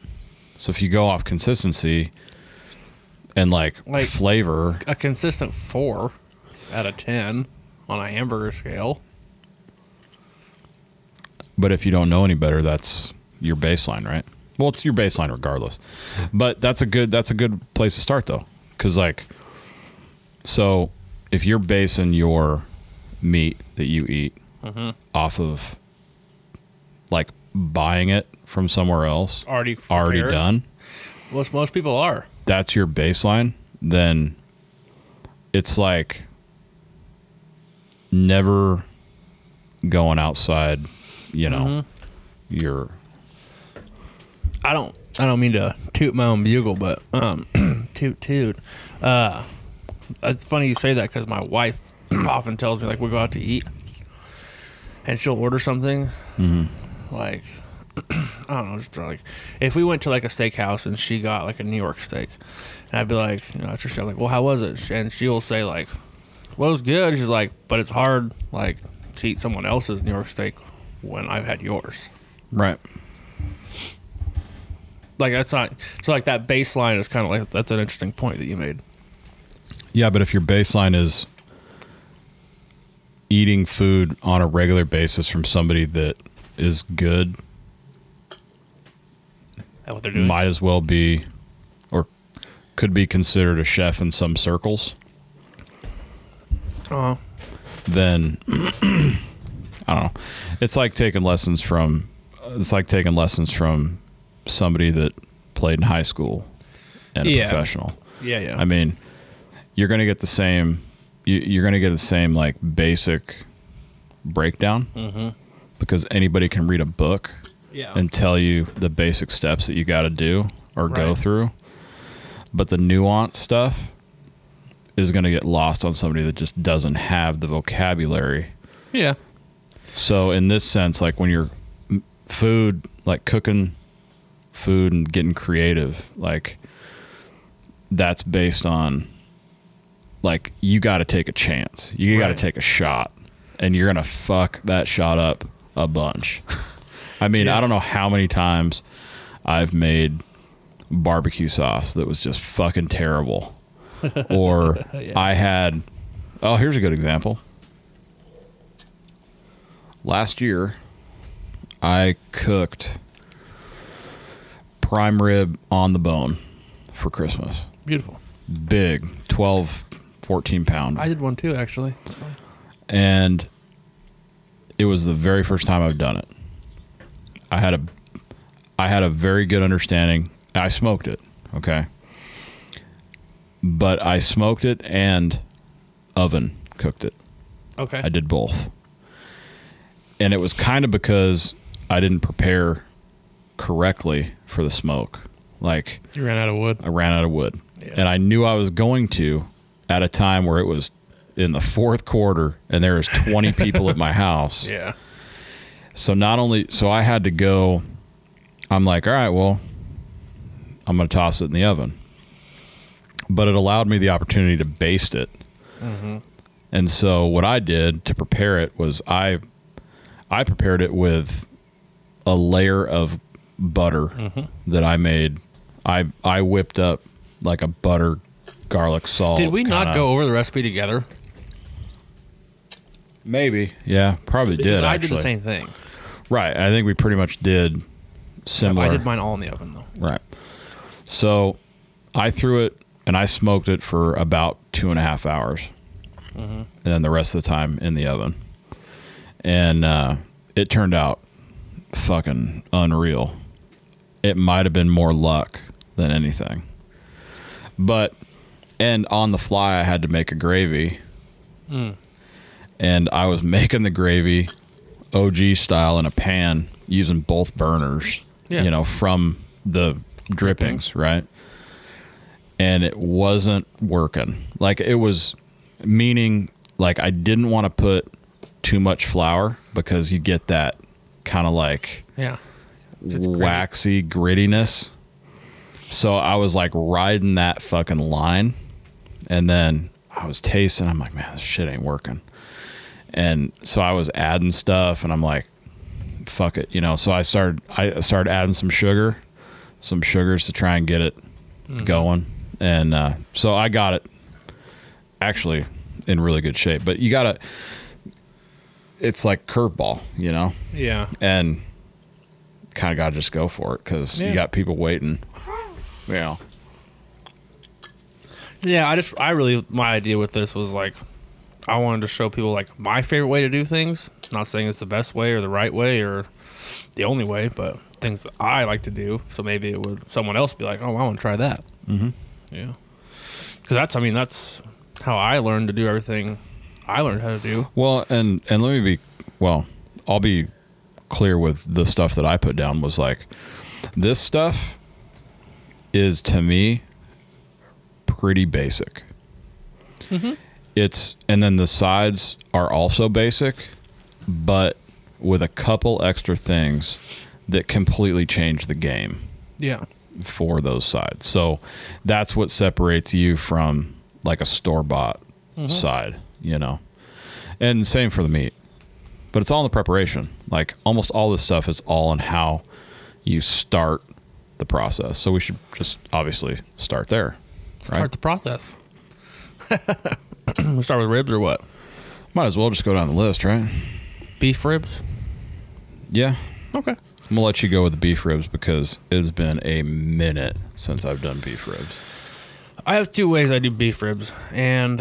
Speaker 3: So if you go off consistency and
Speaker 4: Like-
Speaker 3: like flavor,
Speaker 4: a consistent four out of ten on a hamburger scale
Speaker 3: But if you don't know any better, that's your baseline, right? Well, it's your baseline regardless. But that's a good that's a good place to start though, because like, so if you're basing your meat that you eat off of like buying it from somewhere else
Speaker 4: already
Speaker 3: already
Speaker 4: prepared.
Speaker 3: done,
Speaker 4: Most most people are.
Speaker 3: that's your baseline, then it's like never going outside, you know, your
Speaker 4: I don't I don't mean to toot my own bugle, but um toot toot. Uh it's funny you say that because my wife often tells me like we go out to eat and she'll order something Mm-hmm. like I don't know, just like if we went to like a steakhouse and she got like a New York steak, and I'd be like, you know, after she I'm like, well, how was it? And she will say like, well, it was good. She's like, but it's hard like to eat someone else's New York steak when I've had yours.
Speaker 3: Right.
Speaker 4: like that's not so like that baseline is kind of like that's an interesting point that you made
Speaker 3: Yeah, but if your baseline is eating food on a regular basis from somebody that is good,
Speaker 4: that what they're doing
Speaker 3: might as well be or could be considered a chef in some circles,
Speaker 4: uh,
Speaker 3: then I don't know. It's like taking lessons from it's like taking lessons from somebody that played in high school and a
Speaker 4: Yeah.
Speaker 3: professional.
Speaker 4: yeah yeah
Speaker 3: I mean, you're going to get the same. You, you're going to get the same like basic breakdown because anybody can read a book
Speaker 4: yeah
Speaker 3: and tell you the basic steps that you got to do or go
Speaker 4: Right.
Speaker 3: through, but the nuance stuff is going to get lost on somebody that just doesn't have the vocabulary.
Speaker 4: yeah
Speaker 3: So in this sense, like when you're m- food, like cooking food and getting creative, like that's based on like you got to take a chance. You got to
Speaker 4: Right.
Speaker 3: take a shot and you're gonna fuck that shot up a bunch. I mean, I don't know how many times I've made barbecue sauce that was just fucking terrible. Or I had oh, here's a good example. Last year I cooked prime rib on the bone for Christmas.
Speaker 4: Beautiful.
Speaker 3: Big, 12, 14 pound
Speaker 4: I did one too, actually. It's fine.
Speaker 3: and it was the very first time I've done it. I had a I had a very good understanding. I smoked it, okay? But I smoked it and oven cooked it.
Speaker 4: Okay.
Speaker 3: I did both. And it was kind of because I didn't prepare correctly for the smoke. Like
Speaker 4: you ran out of wood.
Speaker 3: I ran out of wood. And I knew I was going to at a time where it was in the fourth quarter and there was 20 people at my house.
Speaker 4: Yeah.
Speaker 3: So not only so I had to go I'm like, "All right, well, I'm going to toss it in the oven." But it allowed me the opportunity to baste it.
Speaker 4: Mm-hmm.
Speaker 3: And so what I did to prepare it was I I prepared it with a layer of butter
Speaker 4: Mm-hmm.
Speaker 3: that I made. I I whipped up like a butter garlic salt.
Speaker 4: Did we not
Speaker 3: kinda-
Speaker 4: go over the recipe together?
Speaker 3: Maybe. Yeah, probably did.
Speaker 4: Because I
Speaker 3: actually.
Speaker 4: did the same thing.
Speaker 3: Right. I think we pretty much did similar.
Speaker 4: I did mine all in the oven though.
Speaker 3: Right. So I threw it and I smoked it for about two and a half hours. And then the rest of the time in the oven. And uh, it turned out fucking unreal. It might have been more luck than anything. But, and on the fly, I had to make a gravy. And I was making the gravy OG style in a pan using both burners,
Speaker 4: Yeah.
Speaker 3: you know, from the drippings, right? And it wasn't working. Like it was meaning like I didn't want to put too much flour because you get that kind of like
Speaker 4: Yeah.
Speaker 3: waxy grittiness. So I was like riding that fucking line. And then I was tasting. I'm like, man, this shit ain't working. And so I was adding stuff and I'm like, fuck it. You know, so I started, I started adding some sugar, some sugars to try and get it going. And uh, so I got it actually in really good shape. But you got to, it's like curveball, you know?
Speaker 4: Yeah.
Speaker 3: and kind of got to just go for it because
Speaker 4: Yeah.
Speaker 3: you got people waiting. Yeah.
Speaker 4: Yeah, I just I really my idea with this was like I wanted to show people like my favorite way to do things. Not saying it's the best way or the right way or the only way, but things that I like to do. So maybe it would someone else be like, "Oh, I want to try that." Mm-hmm. Yeah, because that's I mean that's how I learned to do everything. I learned how to do.
Speaker 3: Well, and and let me be well. I'll be clear with the stuff that I put down was like this stuff is to me pretty basic. It's and then the sides are also basic, but with a couple extra things that completely change the game.
Speaker 4: Yeah,
Speaker 3: for those sides. So that's what separates you from like a store bought side, you know. And same for the meat. But it's all in the preparation. Like almost all this stuff is all in how you start the process. So we should just obviously start there.
Speaker 4: start
Speaker 3: right?
Speaker 4: the process. we start with ribs or what?
Speaker 3: Might as well just go down the list, right?
Speaker 4: Beef ribs.
Speaker 3: Yeah.
Speaker 4: Okay.
Speaker 3: I'm gonna let you go with the beef ribs because it's been a minute since I've done beef ribs.
Speaker 4: I have two ways I do beef ribs, and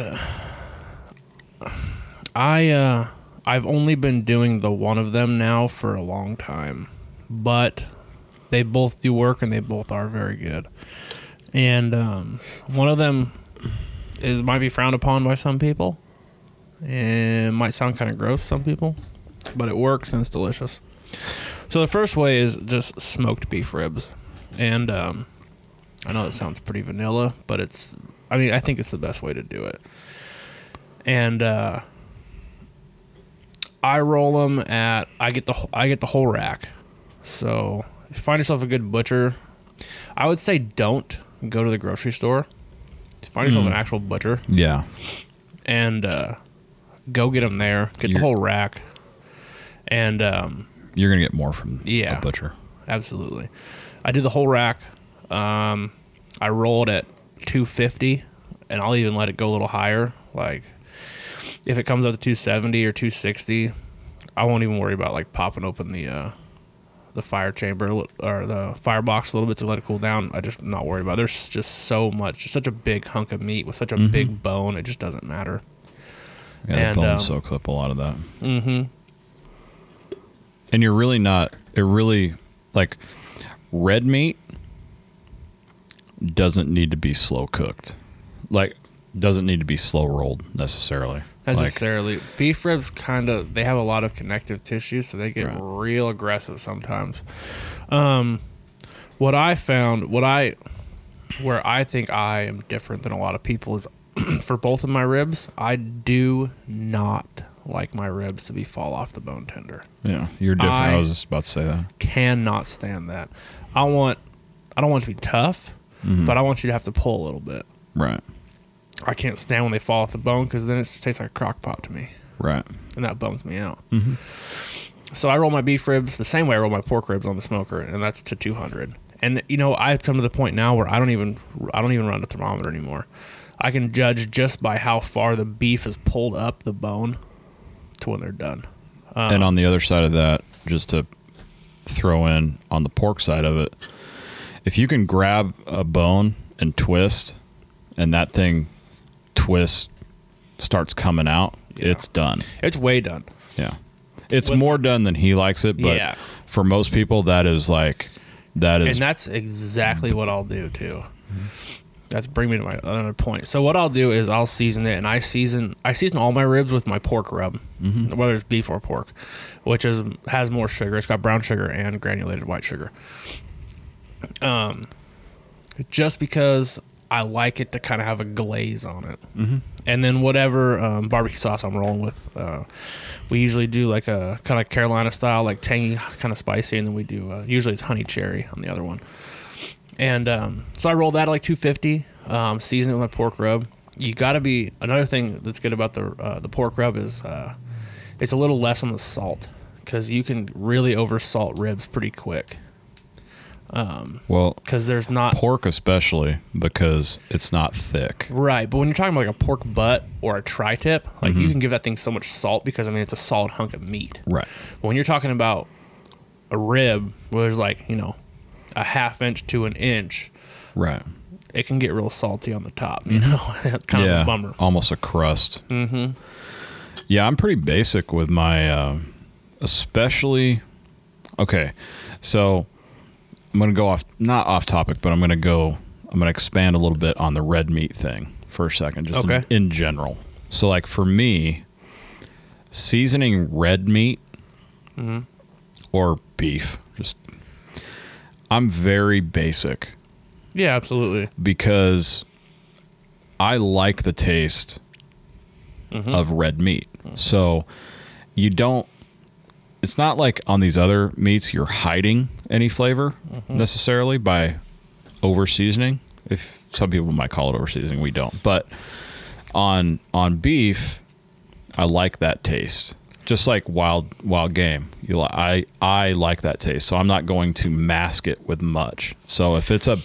Speaker 4: I uh, I've only been doing the one of them now for a long time, but they both do work and they both are very good. And um, one of them is might be frowned upon by some people, and might sound kind of gross to some people, but it works and it's delicious. So the first way is just smoked beef ribs, and um, I know that sounds pretty vanilla, but it's I mean, I think it's the best way to do it. And uh I roll them at I get the wh- I get the whole rack. So, find yourself a good butcher. I would say don't go to the grocery store. Find yourself an actual butcher
Speaker 3: Yeah.
Speaker 4: and uh go get them there. Get
Speaker 3: You're-
Speaker 4: the whole rack. And um,
Speaker 3: You're gonna get more from
Speaker 4: Yeah.
Speaker 3: a butcher.
Speaker 4: absolutely, I did the whole rack. Um, I rolled at 250, and I'll even let it go a little higher. Like if it comes up to 270 or 260, I won't even worry about like popping open the uh, the fire chamber a lit- or the firebox a little bit to let it cool down. I just not worried about. It. There's just so much, such a big hunk of meat with such a big bone. It just doesn't matter.
Speaker 3: Yeah,
Speaker 4: And,
Speaker 3: the bone
Speaker 4: um,
Speaker 3: soaks up a lot of that.
Speaker 4: Mm-hmm.
Speaker 3: And you're really not. It really like red meat doesn't need to be slow cooked. Like doesn't need to be slow rolled necessarily. Like,
Speaker 4: necessarily. beef ribs kind of they have a lot of connective tissue, so they get
Speaker 3: Right.
Speaker 4: real aggressive sometimes. Um, what I found, what I where I think I am different than a lot of people is for both of my ribs, I do not like my ribs to be fall off the bone tender.
Speaker 3: yeah, you're different. I,
Speaker 4: I-
Speaker 3: was just about to say that.
Speaker 4: Cannot stand that. I want I don't want it to be tough,
Speaker 3: Mm-hmm.
Speaker 4: but I want you to have to pull a little bit.
Speaker 3: Right.
Speaker 4: I can't stand when they fall off the bone because then it just tastes like a crock pot to me.
Speaker 3: Right.
Speaker 4: and that bums me out. So I roll my beef ribs the same way I roll my pork ribs on the smoker, and that's to 200. And you know, I've come to the point now where I don't even I don't even run the thermometer anymore. I can judge just by how far the beef has pulled up the bone to when they're done.
Speaker 3: and on the other side of that, just to throw in on the pork side of it, if you can grab a bone and twist, and that thing twists starts coming out, it's done.
Speaker 4: It's way done.
Speaker 3: Yeah, it's
Speaker 4: With-
Speaker 3: more done than he likes it, but
Speaker 4: Yeah.
Speaker 3: for most people, that is like that is
Speaker 4: and that's exactly what I'll do too. That's bring me to my other point. So what I'll do is I'll season it, and I season I season all my ribs with my pork rub,
Speaker 3: Mm-hmm.
Speaker 4: whether it's beef or pork, which is has more sugar. It's got brown sugar and granulated white sugar. Um, just because I like it to kind of have a glaze on it, mm-hmm. and then whatever um, barbecue sauce I'm rolling with, uh, we usually do like a kind of Carolina style, like tangy, kind of spicy, and then we do uh, usually it's honey cherry on the other one. And um, so I roll that at like 250, um, season it with my pork rub. You got to be another thing that's good about the uh, the pork rub is uh, it's a little less on the salt because you can really over salt ribs pretty quick
Speaker 3: well
Speaker 4: because there's not
Speaker 3: pork especially because it's not thick.
Speaker 4: Right, but when you're talking about like a pork butt or a tri-tip, like you can give that thing so much salt because I mean it's a solid hunk of meat.
Speaker 3: Right.
Speaker 4: But when you're talking about a rib, where there's like you know a half inch to an inch,
Speaker 3: Right.
Speaker 4: it can get real salty on the top. You know, That's kind of a bummer.
Speaker 3: Almost a crust. Mm-hmm. Yeah, I'm pretty basic with my, um especially. Okay, so I'm gonna go off, not off topic, but I'm gonna go. I'm gonna expand a little bit on the red meat thing for a second, just in-
Speaker 4: Okay.
Speaker 3: in general. So, like for me, seasoning red meat
Speaker 4: Mm-hmm.
Speaker 3: or beef, just I'm very basic
Speaker 4: Yeah, absolutely.
Speaker 3: because I like the taste
Speaker 4: Mm-hmm.
Speaker 3: of red meat. So you don't it's not like on these other meats you're hiding any flavor
Speaker 4: Mm-hmm.
Speaker 3: necessarily by over seasoning. If some people might call it over seasoning, we don't. But on on beef, I like that taste. Just like wild wild game, you li- I I like that taste. So I'm not going to mask it with much. So if it's a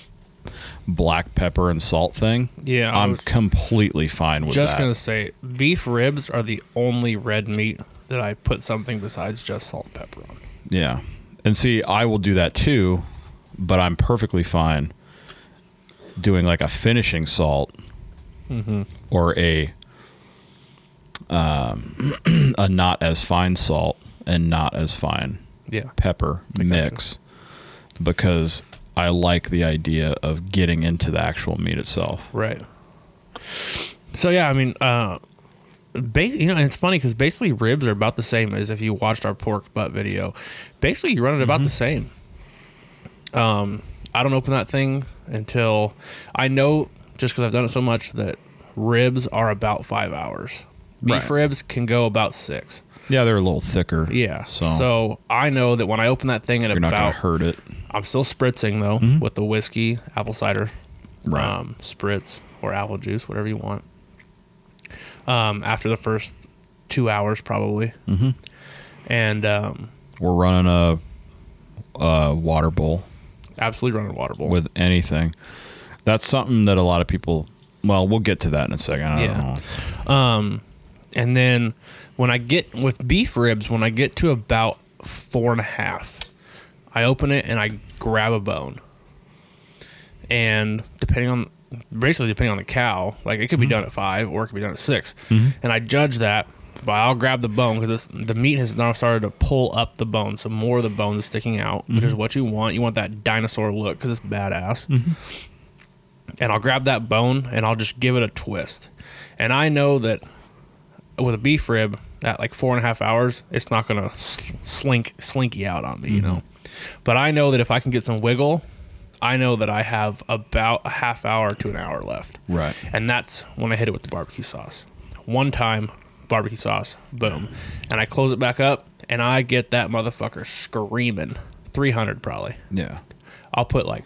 Speaker 3: black pepper and salt thing,
Speaker 4: Yeah, I
Speaker 3: I'm
Speaker 4: was-
Speaker 3: completely fine with
Speaker 4: Just
Speaker 3: that.
Speaker 4: gonna say, beef ribs are the only red meat that I put something besides just salt and pepper on.
Speaker 3: Yeah. And see, I will do that too, but I'm perfectly fine doing like a finishing salt
Speaker 4: Mm-hmm.
Speaker 3: or a um, a not as fine salt and not as fine
Speaker 4: Yeah,
Speaker 3: pepper mix because I like the idea of getting into the actual meat itself.
Speaker 4: Right. So yeah, I mean, uh, ba- you know, and it's funny because basically ribs are about the same as if you watched our pork butt video. Basically, you run it
Speaker 3: Mm-hmm.
Speaker 4: about the same. Um, I don't open that thing until I know, just because I've done it so much that ribs are about five hours. Beef
Speaker 3: Right.
Speaker 4: ribs can go about six.
Speaker 3: Yeah, they're a little thicker.
Speaker 4: Yeah.
Speaker 3: So,
Speaker 4: So, I know that when I open that thing at
Speaker 3: you're not going
Speaker 4: about
Speaker 3: to hurt Mm-hmm. it.
Speaker 4: I'm still spritzing though with the whiskey, apple cider,
Speaker 3: Right.
Speaker 4: um, spritz or apple juice, whatever you want. Um, after the first two hours probably.
Speaker 3: Mm-hmm.
Speaker 4: And um,
Speaker 3: We're running a, a water bowl
Speaker 4: absolutely running water bowl.
Speaker 3: with anything. That's something that a lot of people. Well, we'll get to that in a second. I
Speaker 4: Yeah.
Speaker 3: don't know.
Speaker 4: Um, and then when I get with beef ribs, when I get to about four and a half, I open it and I grab a bone. And depending on, basically depending on the cow, like it could be done at five or it could be done at 6 And I judge that by I'll grab the bone because the meat has now started to pull up the bone. So more of the bone is sticking out, which is what you want. You want that dinosaur look because it's badass and I'll grab that bone and I'll just give it a twist. And I know that with a beef rib at like four and a half hours, it's not gonna sl- slink slinky out on me, you know. But I know that if I can get some wiggle, I know that I have about a half hour to an hour left,
Speaker 3: Right.
Speaker 4: and that's when I hit it with the barbecue sauce. One time, barbecue sauce, boom, and I close it back up, and I get that motherfucker screaming, three hundred probably.
Speaker 3: Yeah.
Speaker 4: I'll put like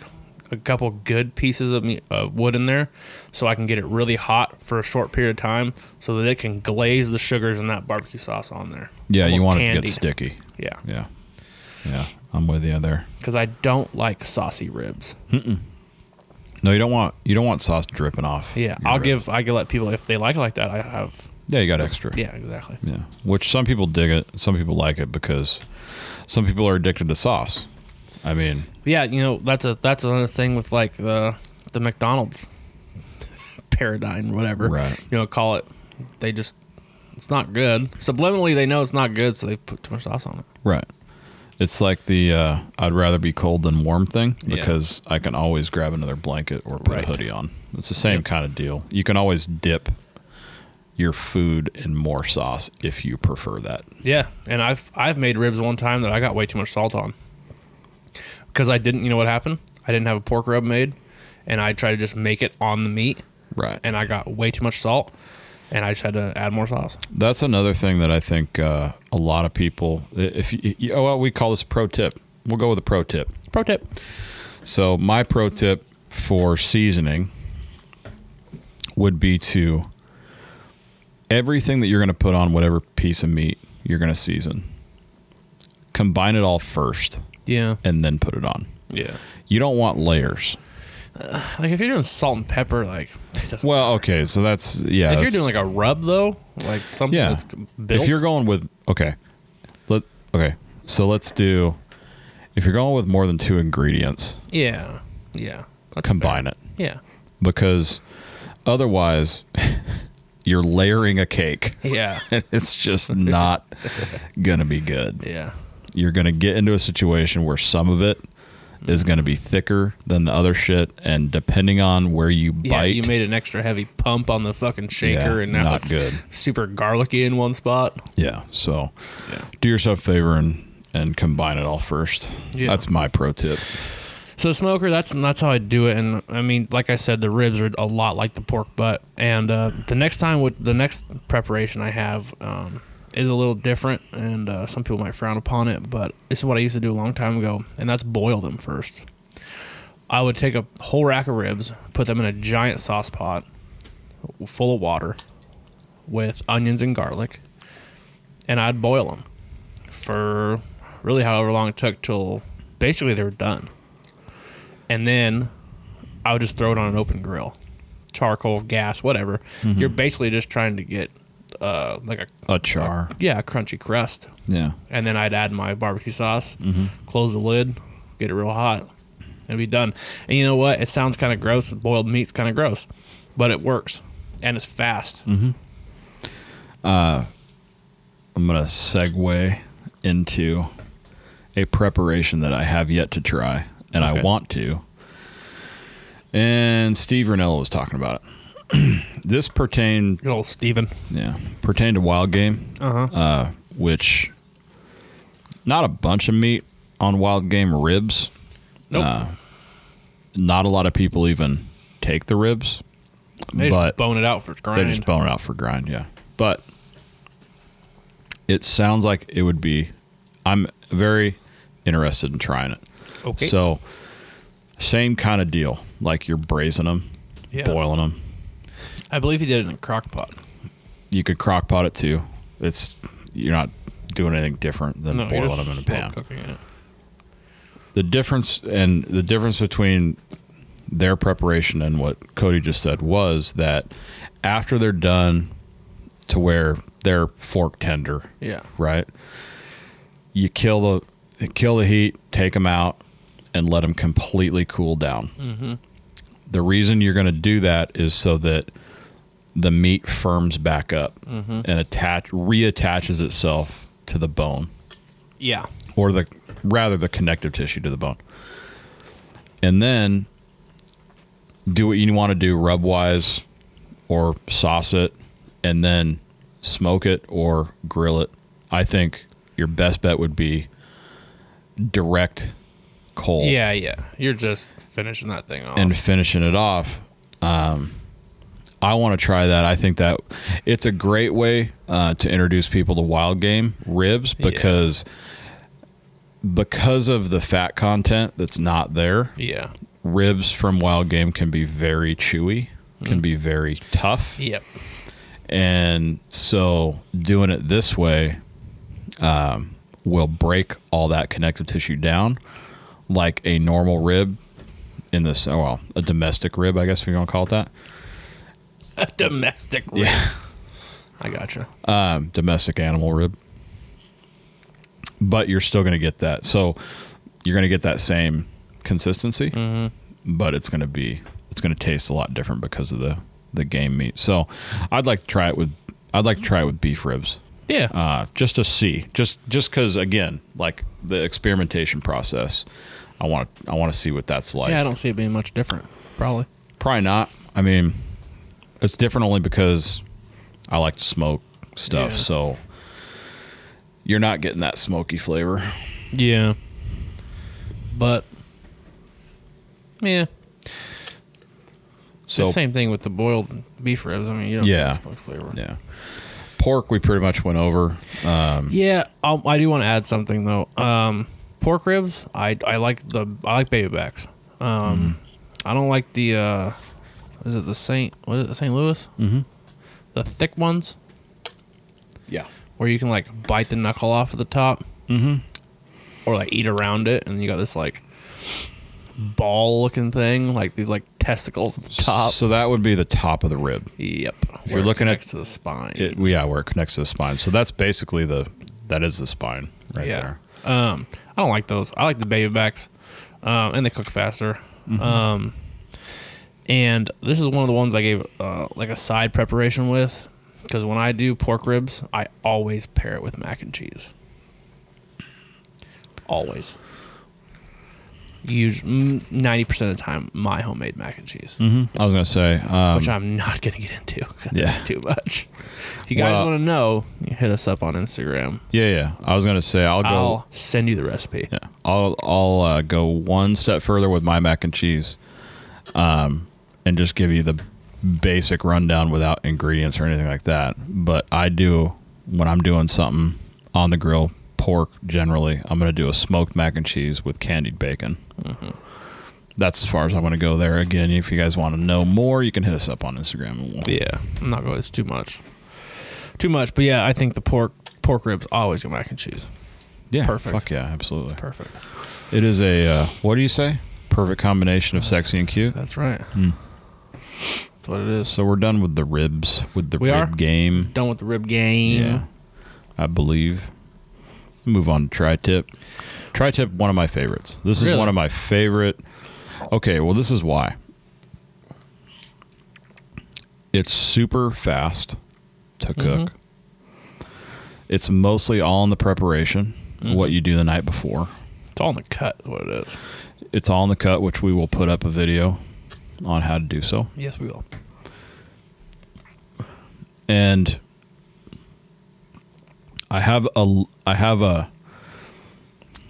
Speaker 4: a couple good pieces of meat, uh, wood in there so I can get it really hot for a short period of time so that it can glaze the sugars in that barbecue sauce on there.
Speaker 3: Yeah.
Speaker 4: Almost
Speaker 3: you want it to
Speaker 4: candied.
Speaker 3: get sticky.
Speaker 4: Yeah.
Speaker 3: Yeah. Yeah. I'm with you there.
Speaker 4: Because I don't like saucy ribs.
Speaker 3: No, you don't want you don't want sauce dripping off.
Speaker 4: Yeah.
Speaker 3: your
Speaker 4: I'll
Speaker 3: rib.
Speaker 4: give, I can let people, if they like it like that, I have.
Speaker 3: Yeah, you got extra.
Speaker 4: Yeah, exactly.
Speaker 3: Yeah. Which some people dig it, some people like it because some people are addicted to sauce. I mean,
Speaker 4: Yeah. You know, that's a, that's another thing with like the, the McDonald's paradigm, whatever.
Speaker 3: Right.
Speaker 4: You know, call it, they just, it's not good. Subliminally, they know it's not good, so they put too much sauce on it.
Speaker 3: right. It's like the uh, I'd rather be cold than warm thing
Speaker 4: Yeah.
Speaker 3: because I can always grab another blanket or put
Speaker 4: Right.
Speaker 3: a hoodie on. It's the same kind of deal. You can always dip your food in more sauce if you prefer that.
Speaker 4: Yeah, and I've I've made ribs one time that I got way too much salt on because I didn't. You know what happened? I didn't have a pork rub made, and I tried to just make it on the meat,
Speaker 3: Right.
Speaker 4: and I got way too much salt, and I just had to add more sauce.
Speaker 3: That's another thing that I think uh, a lot of people, if you, you- oh, well, we call this a pro tip. We'll go with a pro tip.
Speaker 4: Pro tip:
Speaker 3: So my pro tip for seasoning would be to everything that you're going to put on whatever piece of meat you're going to season, combine it all first
Speaker 4: Yeah,
Speaker 3: and then put it on.
Speaker 4: yeah.
Speaker 3: You don't want layers.
Speaker 4: Like if you're doing salt and pepper, like it doesn't.
Speaker 3: Well, okay, so that's yeah.
Speaker 4: if you're
Speaker 3: that's-
Speaker 4: doing like a rub though, like something
Speaker 3: yeah,
Speaker 4: that's built.
Speaker 3: if you're going with okay, let okay, so let's do. If you're going with more than two ingredients,
Speaker 4: yeah, yeah. That's
Speaker 3: combine
Speaker 4: fair.
Speaker 3: it.
Speaker 4: Yeah,
Speaker 3: because otherwise you're layering a cake
Speaker 4: yeah,
Speaker 3: and it's just not gonna be good
Speaker 4: yeah.
Speaker 3: you're gonna get into a situation where some of it is gonna be thicker than the other shit and depending on where you bite
Speaker 4: Yeah, you made an extra heavy pump on the fucking shaker,
Speaker 3: Yeah,
Speaker 4: and now
Speaker 3: not
Speaker 4: it's
Speaker 3: good.
Speaker 4: super garlicky in one spot.
Speaker 3: yeah so
Speaker 4: Yeah.
Speaker 3: do yourself a favor and and combine it all first
Speaker 4: Yeah.
Speaker 3: that's my pro tip
Speaker 4: So smoker, that's that's how I do it, and I mean, like I said, the ribs are a lot like the pork butt. And uh, the next time with the next preparation I have um, is a little different, and uh, some people might frown upon it, but this is what I used to do a long time ago, and that's boil them first. I would take a whole rack of ribs, put them in a giant sauce pot full of water with onions and garlic, and I'd boil them for really however long it took till basically they were done and then I would just throw it on an open grill, charcoal, gas, whatever.
Speaker 3: Mm-hmm.
Speaker 4: You're basically just trying to get uh, like a
Speaker 3: a char
Speaker 4: yeah a crunchy crust,
Speaker 3: yeah
Speaker 4: and then I'd add my barbecue sauce,
Speaker 3: Mm-hmm.
Speaker 4: close the lid, get it real hot, and be done. And you know what? It sounds kind of gross. Boiled meat's kind of gross, but it works, and it's fast.
Speaker 3: Mm-hmm. i'm gonna segue into a preparation that i have yet to try and i
Speaker 4: Okay.
Speaker 3: want to and steve Ranello was talking about it this pertained
Speaker 4: Good old Steven.
Speaker 3: yeah pertained to wild game
Speaker 4: Uh huh.
Speaker 3: uh, which not a bunch of meat on wild game ribs
Speaker 4: Nope.
Speaker 3: uh, not a lot of people even take the ribs
Speaker 4: they
Speaker 3: but
Speaker 4: just bone it out for its grind.
Speaker 3: they just bone it out for grind, yeah. But it sounds like it would be. I'm very interested in trying it.
Speaker 4: okay.
Speaker 3: So, same kind of deal. Like you're braising them,
Speaker 4: Yeah.
Speaker 3: boiling them.
Speaker 4: I believe he did it in a crock pot.
Speaker 3: You could crock pot it too. It's you're not doing anything different than
Speaker 4: No, you're
Speaker 3: boiling
Speaker 4: just
Speaker 3: them in a pan.
Speaker 4: slow Cooking it.
Speaker 3: The difference and the difference between their preparation and what Cody just said was that after they're done to where they're fork tender,
Speaker 4: Yeah.
Speaker 3: right? You kill the kill the heat, take them out, and let them completely cool down. The reason you're going to do that is so that the meat firms back up and attach reattaches itself to the bone
Speaker 4: Yeah.
Speaker 3: or the rather the connective tissue to the bone. And then do what you want to do rub wise or sauce it and then smoke it or grill it. I think your best bet would be direct coal
Speaker 4: Yeah. Yeah. You're just finishing that thing off.
Speaker 3: and finishing it off. Um, I want to try that. I think that it's a great way uh, to introduce people to wild game ribs because because of the fat content that's not there.
Speaker 4: yeah.
Speaker 3: Ribs from wild game can be very chewy, can be very tough.
Speaker 4: Yep.
Speaker 3: And so doing it this way um, will break all that connective tissue down like a normal rib in this, oh, well, a domestic rib, I guess we're going to call it that.
Speaker 4: A domestic rib.
Speaker 3: Yeah.
Speaker 4: I gotcha.
Speaker 3: Um, domestic animal rib. But you're still going to get that. So you're going to get that same consistency, but it's going to be, it's going to taste a lot different because of the, the game meat. So I'd like to try it with, I'd like to try it with beef ribs.
Speaker 4: Yeah.
Speaker 3: uh, just to see, just just because again, like the experimentation process, I want I want to see what that's like.
Speaker 4: yeah. I don't see it being much different. Probably.
Speaker 3: Probably not. I mean, it's different only because I like to smoke stuff,
Speaker 4: Yeah.
Speaker 3: so you're not getting that smoky flavor.
Speaker 4: Yeah. But yeah, it's
Speaker 3: So
Speaker 4: the same thing with the boiled beef ribs. I mean, you don't
Speaker 3: Yeah.
Speaker 4: get much flavor.
Speaker 3: yeah, pork we pretty much went over.
Speaker 4: Yeah, um, I do want to add something though. Um, pork ribs, I, I like the I like baby backs.
Speaker 3: Mm-hmm.
Speaker 4: Um, I don't like the uh, is it the Saint what is it the Saint Louis? Mm-hmm. The thick ones
Speaker 3: Yeah,
Speaker 4: where you can like bite the knuckle off at the top, mm-hmm. or like eat around it, and you got this like ball looking thing, like these like testicles at the top.
Speaker 3: So that would be the top of the rib.
Speaker 4: yep.
Speaker 3: you're
Speaker 4: where it
Speaker 3: looking at-
Speaker 4: connects to the spine,
Speaker 3: It, yeah, where it connects to the spine. So that's basically the that is the spine right there.
Speaker 4: Um, I don't like those. I like the baby backs, um, and they cook faster.
Speaker 3: Mm-hmm.
Speaker 4: Um, and this is one of the ones I gave uh, like a side preparation with, because when I do pork ribs, I always pair it with mac and cheese. Always. Use mm, ninety percent of the time my homemade mac and cheese,
Speaker 3: I was gonna say, Mm-hmm. um,
Speaker 4: which I'm not gonna get into.
Speaker 3: Yeah.
Speaker 4: too much. If you guys
Speaker 3: Well-
Speaker 4: want to know, you hit us up on Instagram.
Speaker 3: Yeah, yeah. I was gonna say I'll go.
Speaker 4: I'll send you the recipe.
Speaker 3: yeah, I'll I'll uh, go one step further with my mac and cheese, um, and just give you the basic rundown without ingredients or anything like that. But I do when I'm doing something on the grill, pork generally, I'm gonna do a smoked mac and cheese with candied bacon.
Speaker 4: Mm-hmm.
Speaker 3: That's as far as I'm gonna go there. Again, if you guys want to know more, you can hit us up on Instagram. And we'll,
Speaker 4: Yeah, I'm not going. It's too much, too much. But yeah, I think the pork pork ribs always go mac and cheese.
Speaker 3: yeah,
Speaker 4: perfect.
Speaker 3: Fuck yeah, absolutely.
Speaker 4: Perfect.
Speaker 3: It is a uh, what do you say? Perfect combination of sexy and cute.
Speaker 4: That's right. That's what it is.
Speaker 3: So we're done with the ribs, with the
Speaker 4: We
Speaker 3: rib
Speaker 4: are?
Speaker 3: game.
Speaker 4: Done with the rib game.
Speaker 3: Yeah, I believe. Move on to tri tip. Tri tip, one of my favorites. This is
Speaker 4: Really?
Speaker 3: one of my favorite. Okay, well, this is why. It's super fast to cook.
Speaker 4: Mm-hmm.
Speaker 3: It's mostly all in the preparation, what you do the night before.
Speaker 4: It's all in the cut. Is what it is.
Speaker 3: It's all in the cut, which we will put up a video on how to do so.
Speaker 4: Yes, we will.
Speaker 3: and I have a I have a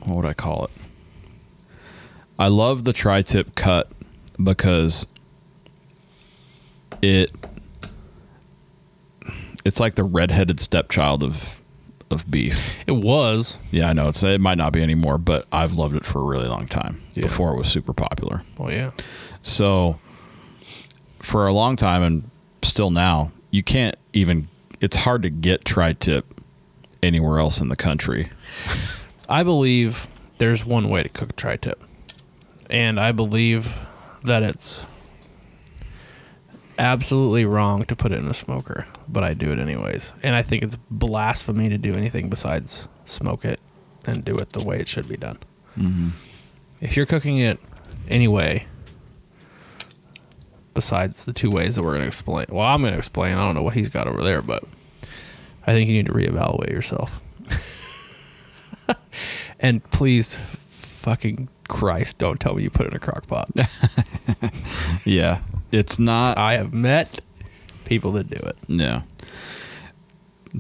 Speaker 3: what would I call it? I love the tri-tip cut because it it's like the redheaded stepchild of of beef.
Speaker 4: It was.
Speaker 3: Yeah, I know it's it might not be anymore, but I've loved it for a really long time before it was super popular.
Speaker 4: Well, Oh, yeah.
Speaker 3: So for a long time and still now, you can't even it's hard to get tri-tip anywhere else in the country.
Speaker 4: I believe there's one way to cook a tri tip. And I believe that it's absolutely wrong to put it in a smoker, but I do it anyways. And I think it's blasphemy to do anything besides smoke it and do it the way it should be done. If you're cooking it anyway, besides the two ways that we're going to explain, well, I'm going to explain. I don't know what he's got over there, but I think you need to reevaluate yourself. And please, fucking Christ, don't tell me you put it in a crock pot.
Speaker 3: Yeah. It's not
Speaker 4: I have met people that do it.
Speaker 3: Yeah.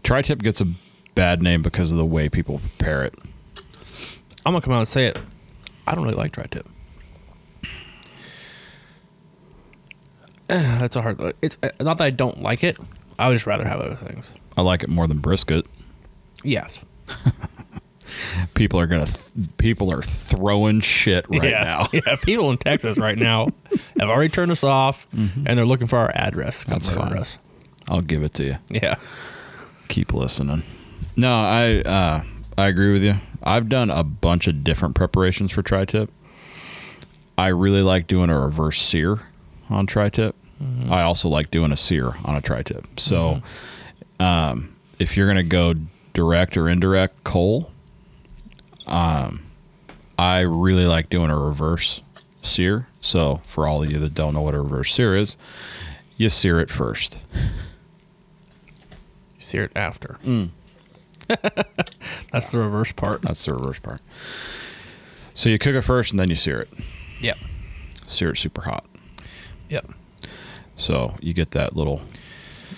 Speaker 3: Tri tip gets a bad name because of the way people prepare it.
Speaker 4: I'm gonna come out and say it. I don't really like dry tip. That's a hard. It's uh, not that I don't like it. I would just rather have other things.
Speaker 3: I like it more than brisket.
Speaker 4: Yes.
Speaker 3: People are gonna, th- people are throwing shit right
Speaker 4: yeah.
Speaker 3: now.
Speaker 4: yeah. People in Texas right now have already turned us off, and they're looking for our address. Come
Speaker 3: That's
Speaker 4: murder
Speaker 3: fine.
Speaker 4: us.
Speaker 3: I'll give it to you.
Speaker 4: Yeah.
Speaker 3: Keep listening. No, I, uh, I agree with you. I've done a bunch of different preparations for tri tip. I really like doing a reverse sear on tri tip. I also like doing a sear on a tri tip. So, um, if you're gonna go direct or indirect coal, um, I really like doing a reverse sear. So for all of you that don't know what a reverse sear is, you sear it first.
Speaker 4: You sear it after. That's the reverse part.
Speaker 3: That's the reverse part. So you cook it first and then you sear it.
Speaker 4: Yep.
Speaker 3: Sear it super hot.
Speaker 4: Yep.
Speaker 3: So you get that little,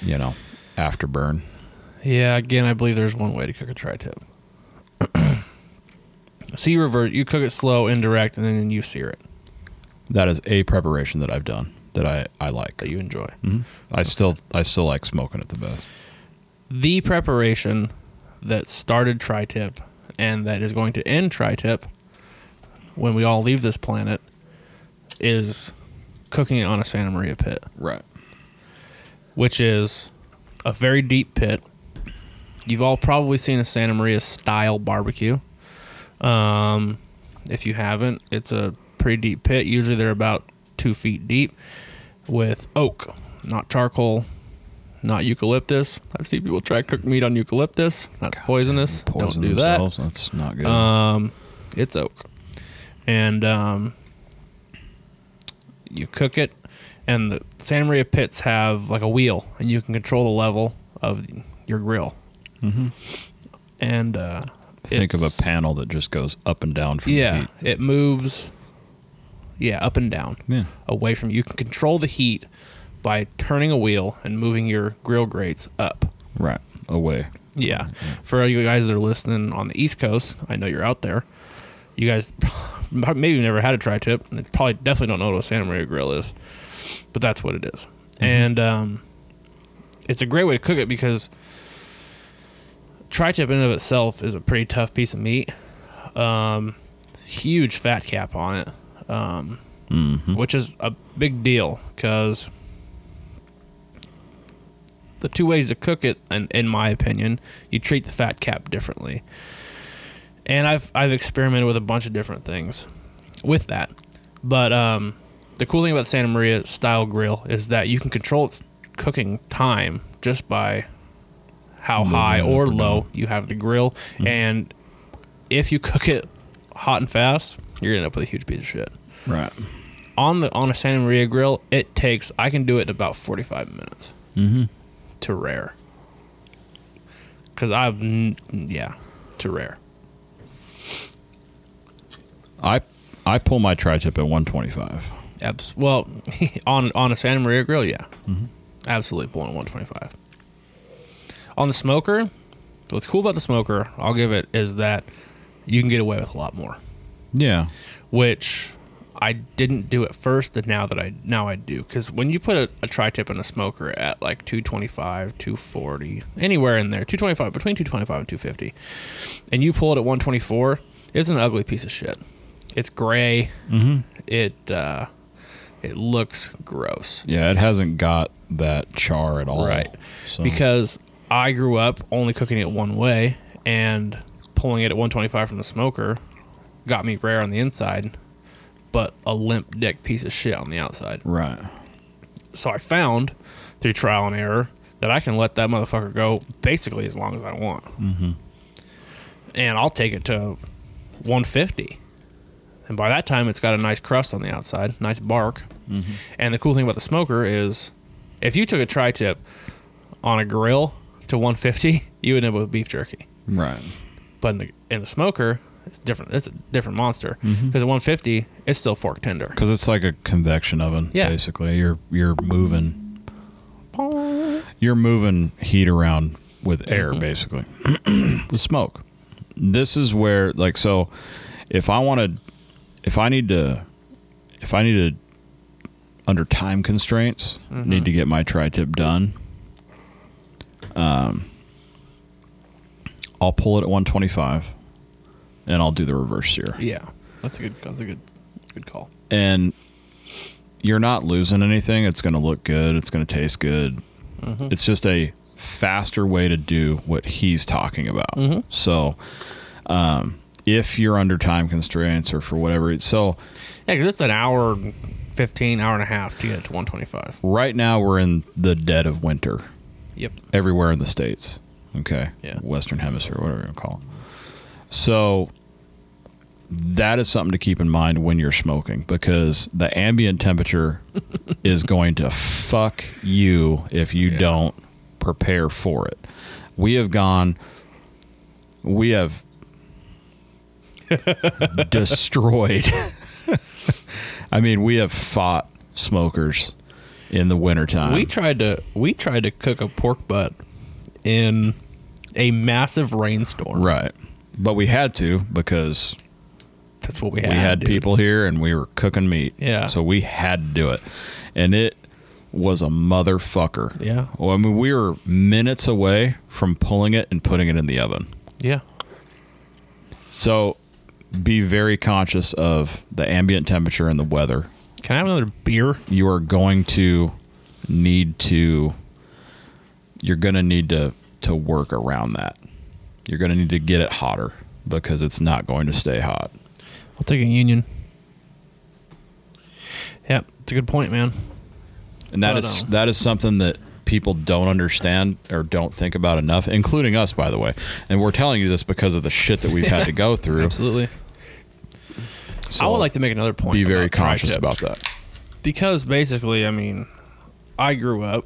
Speaker 3: you know, afterburn.
Speaker 4: Yeah, again, I believe there's one way to cook a tri-tip. so you revert, you cook it slow, indirect, and then you sear it
Speaker 3: That is a preparation that I've done that I, I like.
Speaker 4: that you enjoy.
Speaker 3: I still I still like smoking it the best.
Speaker 4: The preparation that started tri-tip and that is going to end tri-tip when we all leave this planet is cooking it on a Santa Maria pit.
Speaker 3: Right.
Speaker 4: which is a very deep pit. You've all probably seen a Santa Maria style barbecue. Um, if you haven't, it's a pretty deep pit. Usually they're about two feet deep with oak, not charcoal, not eucalyptus. I've seen people try to cook meat on eucalyptus. That's poisonous.
Speaker 3: Poison
Speaker 4: Don't do that.
Speaker 3: themselves. That's not good.
Speaker 4: Um, it's oak, and um, you cook it. And the Santa Maria pits have like a wheel, and you can control the level of your grill. Mm-hmm. And uh,
Speaker 3: Think of a
Speaker 4: it's-
Speaker 3: panel that just goes up and down from the
Speaker 4: Yeah,
Speaker 3: heat.
Speaker 4: it moves. Yeah, up and down
Speaker 3: Yeah.
Speaker 4: away from you. You can control the heat by turning a wheel and moving your grill grates up.
Speaker 3: Right. Away.
Speaker 4: Yeah. For all you guys that are listening on the East Coast, I know you're out there. You guys maybe you've never had a tri tip. and Probably definitely don't know what a Santa Maria grill is, but that's what it is. And um, it's a great way to cook it because tri tip in and of itself is a pretty tough piece of meat. Um, huge fat cap on it, um, which is a big deal because the two ways to cook it, and in my opinion, you treat the fat cap differently. And I've I've experimented with a bunch of different things with that, but um, the cool thing about Santa Maria style grill is that you can control its cooking time just by how high
Speaker 3: it up
Speaker 4: or
Speaker 3: or down. Mm-hmm.
Speaker 4: low you have the grill, and if you cook it hot and fast, you're gonna end up with a huge piece of shit.
Speaker 3: Right.
Speaker 4: On the on a Santa Maria grill, it takes I can do it in about 45 minutes
Speaker 3: Mm-hmm.
Speaker 4: to rare. Cause I've n- yeah to rare.
Speaker 3: I I pull my tri tip at 125.
Speaker 4: Abs- well, on on a Santa Maria grill, yeah, absolutely pulling 125. On the smoker, what's cool about the smoker, I'll give it, is that you can get away with a lot more,
Speaker 3: Yeah.
Speaker 4: which I didn't do at first, and now that I now I do, because when you put a, a tri-tip in a smoker at like 225, 240, anywhere in there, 225 between 225 and 250, and you pull it at 124, it's an ugly piece of shit. It's gray. It uh, it looks gross.
Speaker 3: Yeah, it hasn't got that char at all.
Speaker 4: Right.
Speaker 3: So,
Speaker 4: Because I grew up only cooking it one way, and pulling it at 125 from the smoker got me rare on the inside, but a limp dick piece of shit on the outside.
Speaker 3: Right.
Speaker 4: So I found through trial and error that I can let that motherfucker go basically as long as I want. Mm-hmm. And I'll take it to 150. And by that time, it's got a nice crust on the outside, nice bark.
Speaker 5: Mm-hmm.
Speaker 4: And the cool thing about the smoker is if you took a tri tip on a grill to 150, you would end up with beef jerky.
Speaker 3: Right.
Speaker 4: But in the, in the smoker, it's different. It's a different monster. Because
Speaker 5: Mm-hmm.
Speaker 4: at 150, it's still fork tender.
Speaker 3: Because it's like a convection oven.
Speaker 4: Yeah.
Speaker 3: Basically, you're you're moving. You're moving heat around with air, basically. the smoke. This is where, like, so, if I wanted, if I need to, if I need to, under time constraints, need to get my tri-tip done. Um. I'll pull it at 125, and I'll do the reverse sear.
Speaker 4: Yeah.
Speaker 5: That's a good. That's a good. Good call.
Speaker 3: and you're not losing anything. It's going to look good. It's going to taste good. It's just a faster way to do what he's talking about. So, um, if you're under time constraints or for whatever, it- so
Speaker 4: Yeah, because it's an hour, and 15, hour and a half to get it to 125.
Speaker 3: right now we're in the dead of winter
Speaker 4: Yep.
Speaker 3: everywhere in the states. Okay,
Speaker 4: Yeah.
Speaker 3: Western Hemisphere, whatever you call. It. So that is something to keep in mind when you're smoking because the ambient temperature is going to fuck you if you don't prepare for it. We have gone we have destroyed. I mean, we have fought smokers in the wintertime.
Speaker 4: we tried to we tried to cook a pork butt in a massive rainstorm.
Speaker 3: Right. But we had to because
Speaker 4: That's what we had.
Speaker 3: we had
Speaker 4: dude.
Speaker 3: people here and we were cooking meat.
Speaker 4: Yeah.
Speaker 3: So we had to do it. And it was a motherfucker.
Speaker 4: Yeah.
Speaker 3: Well, I mean, we were minutes away from pulling it and putting it in the oven.
Speaker 4: Yeah.
Speaker 3: So be very conscious of the ambient temperature and the weather.
Speaker 4: Can I have another beer?
Speaker 3: You are going to need to you're going to need to to work around that. You're going to need to get it hotter because it's not going to stay hot.
Speaker 4: I'll take a union. Yep, it's a good point, man.
Speaker 3: And that
Speaker 4: But,
Speaker 3: is
Speaker 4: um,
Speaker 3: that is something that people don't understand or don't think about enough, including us, by the way. And we're telling you this because of the shit that we've had to go through.
Speaker 4: Absolutely.
Speaker 3: So
Speaker 4: I would like to make another point.
Speaker 3: be very
Speaker 4: about tri-tip.
Speaker 3: conscious about that.
Speaker 4: because basically, I mean, I grew up